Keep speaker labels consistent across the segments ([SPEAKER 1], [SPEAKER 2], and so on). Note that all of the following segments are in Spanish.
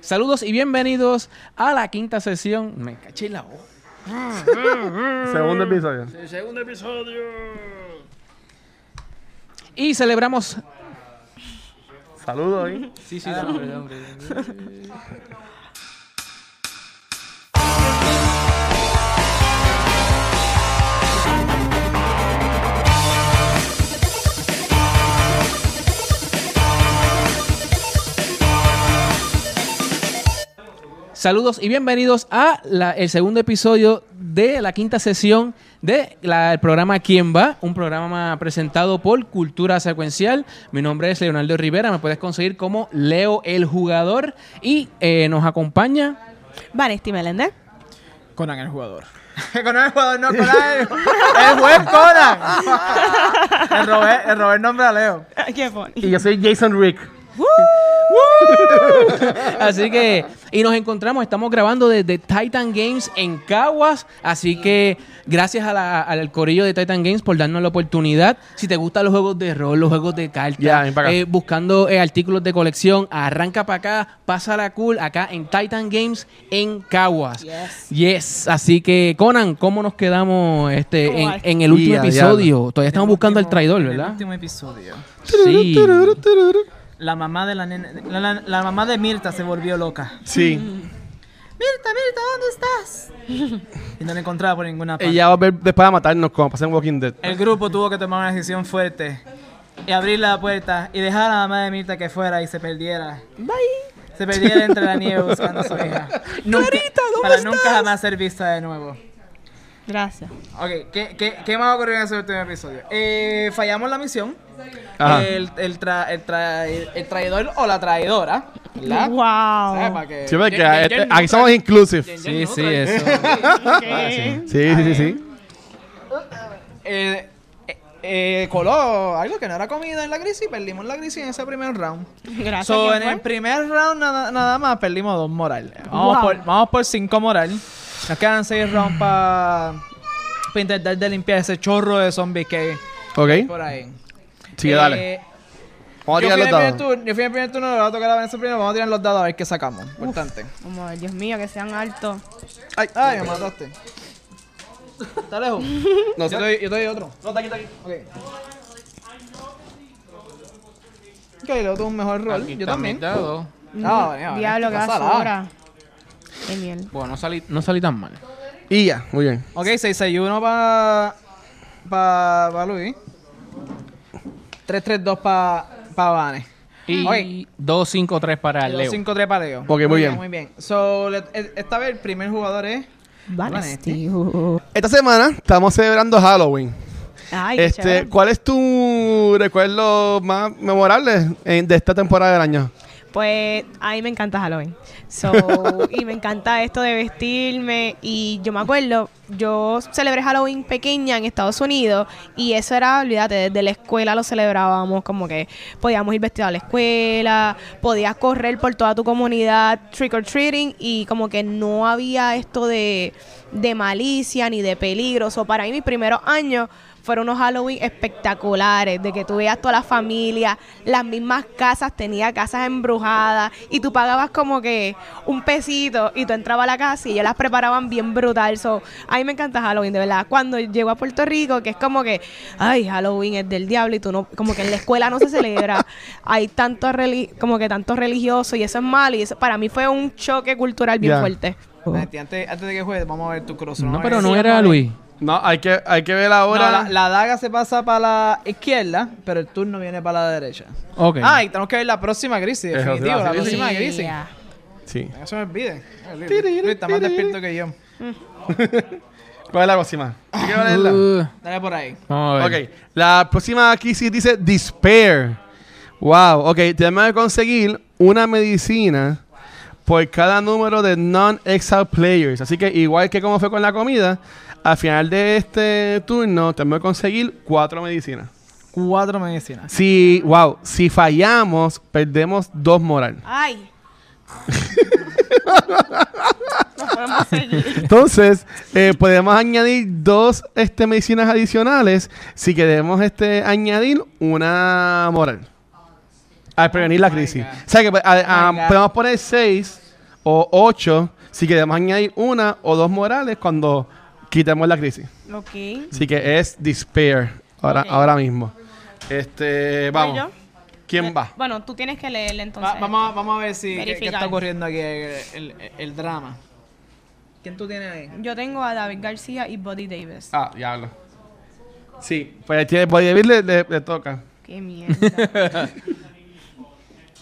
[SPEAKER 1] Saludos y bienvenidos a la quinta sesión. Me caché la voz.
[SPEAKER 2] Segundo episodio.
[SPEAKER 3] El segundo episodio.
[SPEAKER 1] Y celebramos.
[SPEAKER 2] Saludos ¿eh? ahí.
[SPEAKER 1] Sí, sí, Saludos y bienvenidos a la- el segundo episodio de la quinta sesión del programa ¿Quién va? Un programa presentado por Cultura Secuencial. Mi nombre es Leonardo Rivera, me puedes conseguir como Leo el Jugador y eh, nos acompaña
[SPEAKER 4] Vanesti Melende.
[SPEAKER 5] Conan el jugador.
[SPEAKER 2] Conan el jugador, no, Conan el, el buen Conan. El Robert, el Robert nombre a Leo.
[SPEAKER 4] Ah, Qué bonito.
[SPEAKER 2] Y yo soy Jason Rick.
[SPEAKER 1] Así que, y nos encontramos, estamos grabando desde Titan Games en Caguas. Así que, gracias a la- al corillo de Titan Games por darnos la oportunidad. Si te gustan los juegos de rol, los juegos de cartas,
[SPEAKER 2] Ya, ven pa' acá.
[SPEAKER 1] eh, buscando eh, artículos de colección, arranca para acá, pasa la cool acá en Titan Games en Caguas. Yes. Así que, Conan, ¿cómo nos quedamos este
[SPEAKER 4] ¿Cómo
[SPEAKER 1] en,
[SPEAKER 4] va?
[SPEAKER 1] en el último
[SPEAKER 2] Ya, ya.
[SPEAKER 1] episodio? Todavía estamos buscando al
[SPEAKER 5] último-
[SPEAKER 1] traidor,
[SPEAKER 5] en
[SPEAKER 1] ¿verdad?
[SPEAKER 5] El último episodio.
[SPEAKER 1] Sí.
[SPEAKER 5] La mamá de la nena. La, la- la mamá de Mirta se volvió loca.
[SPEAKER 2] Sí.
[SPEAKER 5] Mirta, Mirta, ¿dónde estás? y no la encontraba por ninguna parte.
[SPEAKER 2] Ella va a ver después a matarnos como pasé en Walking Dead.
[SPEAKER 5] El grupo tuvo que tomar una decisión fuerte. Y abrir la puerta y dejar a la mamá de Mirta que fuera y se perdiera.
[SPEAKER 4] Bye.
[SPEAKER 5] Se perdiera entre la nieve buscando a su hija. Nunca- para nunca jamás ser vista de nuevo.
[SPEAKER 4] Gracias.
[SPEAKER 5] Ok, ¿qué, qué, qué más ocurrió en ese último episodio? Eh, fallamos la misión.
[SPEAKER 2] Ajá.
[SPEAKER 5] El, el, tra- el, tra- el traidor o la traidora. ¿Verdad? ¿Sabes?
[SPEAKER 4] Wow.
[SPEAKER 5] Para que- eh,
[SPEAKER 2] Sí, porque
[SPEAKER 5] Jen- Jen-
[SPEAKER 2] este-
[SPEAKER 5] Jen no
[SPEAKER 2] aquí somos inclusive.
[SPEAKER 5] trae-
[SPEAKER 1] Sí,
[SPEAKER 5] Jen no
[SPEAKER 1] sí,
[SPEAKER 5] trae-
[SPEAKER 1] eso.
[SPEAKER 5] Ah,
[SPEAKER 2] Sí, sí, sí, sí.
[SPEAKER 5] Eh, eh, eh, coló algo que no era comida en la crisis y perdimos la crisis en ese primer round.
[SPEAKER 4] Gracias.
[SPEAKER 5] So,
[SPEAKER 4] ¿quién
[SPEAKER 5] en el
[SPEAKER 4] fue?
[SPEAKER 5] primer round nada, nada más perdimos dos morales. Vamos,
[SPEAKER 4] Wow.
[SPEAKER 5] por, vamos por cinco morales. Nos quedan seis rounds para intentar de limpiar ese chorro de zombies que hay
[SPEAKER 2] Ok.
[SPEAKER 5] por ahí.
[SPEAKER 2] Sí,
[SPEAKER 5] Eh,
[SPEAKER 2] dale. Vamos a tirar los
[SPEAKER 5] yo, fui en el primer
[SPEAKER 2] dados.
[SPEAKER 5] turno, yo fui en el primer turno, le va a tocar a Vanessa primero, vamos a tirar los dados a ver qué sacamos. Importante.
[SPEAKER 4] Como, Dios mío, que sean altos.
[SPEAKER 5] Ay, ay, me mataste. Está lejos.
[SPEAKER 2] No
[SPEAKER 5] yo, te
[SPEAKER 2] sé.
[SPEAKER 5] doy, yo te doy otro. No, está aquí, está aquí. Ok. Ok, luego tuvo un mejor rol. yo también.
[SPEAKER 1] Dado.
[SPEAKER 5] Ah, vale, vale,
[SPEAKER 4] Diablo, que
[SPEAKER 5] está
[SPEAKER 4] hace
[SPEAKER 5] salada.
[SPEAKER 4] ahora. Qué miel.
[SPEAKER 1] Bueno, no salí, no salí tan mal.
[SPEAKER 2] Y ya, muy bien.
[SPEAKER 5] Ok, 661 para. para pa Luis. 332 para. para Vane.
[SPEAKER 1] Y
[SPEAKER 5] Ok.
[SPEAKER 1] 2-5-3 para
[SPEAKER 5] Y
[SPEAKER 1] Leo.
[SPEAKER 5] 5-3 para Leo.
[SPEAKER 2] muy bien.
[SPEAKER 5] Muy bien. So, le- e- esta vez el primer jugador es.
[SPEAKER 4] Vanesti.
[SPEAKER 2] Esta semana estamos celebrando Halloween.
[SPEAKER 4] Ay, qué
[SPEAKER 2] Este,
[SPEAKER 4] chévere.
[SPEAKER 2] ¿cuál es tu recuerdo más memorable eh, de esta temporada del año?
[SPEAKER 4] Pues a mí me encanta Halloween. So, y me encanta esto de vestirme. Y yo me acuerdo, yo celebré Halloween pequeña en Estados Unidos. Y eso era, olvídate, desde la escuela lo celebrábamos. Como que podíamos ir vestidos a la escuela, podías correr por toda tu comunidad, trick or treating. Y como que no había esto de, de malicia ni de peligro. So, para mí, mis primeros años fueron unos Halloween espectaculares, de que tú veías toda la familia, las mismas casas, tenía casas embrujadas y tú pagabas como que un pesito y tú entrabas a la casa y ellas las preparaban bien brutal. So, a mí me encanta Halloween, de verdad. Cuando llego a Puerto Rico, que es como que, ay, Halloween es del diablo y tú no, como que en la escuela no se celebra, hay tanto reli- como que tanto religioso y eso es malo y eso para mí fue un choque cultural bien
[SPEAKER 2] Ya.
[SPEAKER 4] fuerte.
[SPEAKER 5] Vanetti, Antes, antes de que juegues, vamos a ver tu cross.
[SPEAKER 1] Oh. No,
[SPEAKER 5] vamos a
[SPEAKER 1] pero
[SPEAKER 5] ver
[SPEAKER 1] no
[SPEAKER 5] si-
[SPEAKER 1] era Luis.
[SPEAKER 2] No, hay que, hay que ver
[SPEAKER 5] No,
[SPEAKER 2] ahora.
[SPEAKER 5] la, la daga se pasa para la izquierda, pero el turno viene para la derecha.
[SPEAKER 1] Ok.
[SPEAKER 5] Ah, y tenemos que ver la próxima crisis,
[SPEAKER 2] Eso,
[SPEAKER 5] definitivo,
[SPEAKER 2] sí,
[SPEAKER 5] la
[SPEAKER 2] sí, sí.
[SPEAKER 5] próxima crisis.
[SPEAKER 4] Yeah.
[SPEAKER 2] Sí.
[SPEAKER 5] No se me olvide. Luis, Luis está más despierto que yo.
[SPEAKER 2] ¿Cuál es la próxima?
[SPEAKER 1] Uh,
[SPEAKER 5] Dale por ahí.
[SPEAKER 1] vamos a ver.
[SPEAKER 2] Ok. La próxima crisis dice Despair. Wow. Ok. Tenemos que conseguir una medicina por cada número de non-exile players. Así que, igual que como fue con la comida, al final de este turno tenemos que conseguir cuatro medicinas.
[SPEAKER 5] Cuatro medicinas.
[SPEAKER 2] Si, wow, si fallamos, perdemos dos moral.
[SPEAKER 4] Ay. no podemos seguir.
[SPEAKER 2] Entonces, eh, podemos añadir dos este, medicinas adicionales si queremos este, añadir una moral. Al prevenir la crisis.
[SPEAKER 5] God.
[SPEAKER 2] O sea que pues, a- a-
[SPEAKER 5] my God.
[SPEAKER 2] podemos poner seis o ocho si queremos añadir una o dos morales cuando quitemos la crisis.
[SPEAKER 4] Ok.
[SPEAKER 2] Así que es despair ahora,
[SPEAKER 4] Ok.
[SPEAKER 2] ahora mismo. Este, vamos.
[SPEAKER 4] yo? Eh.
[SPEAKER 2] ¿Quién va?
[SPEAKER 4] Bueno, tú tienes que leerle entonces.
[SPEAKER 5] Va- vamos, a- vamos a ver si eh, qué- qué,
[SPEAKER 4] Verificar.
[SPEAKER 5] está ocurriendo aquí eh, el, el- el drama. ¿Quién tú tienes ahí?
[SPEAKER 4] Yo tengo a David García y Buddy Davis.
[SPEAKER 2] Ah, diablo. Sí, pues tiene Body David le, le- le toca.
[SPEAKER 4] Qué mierda.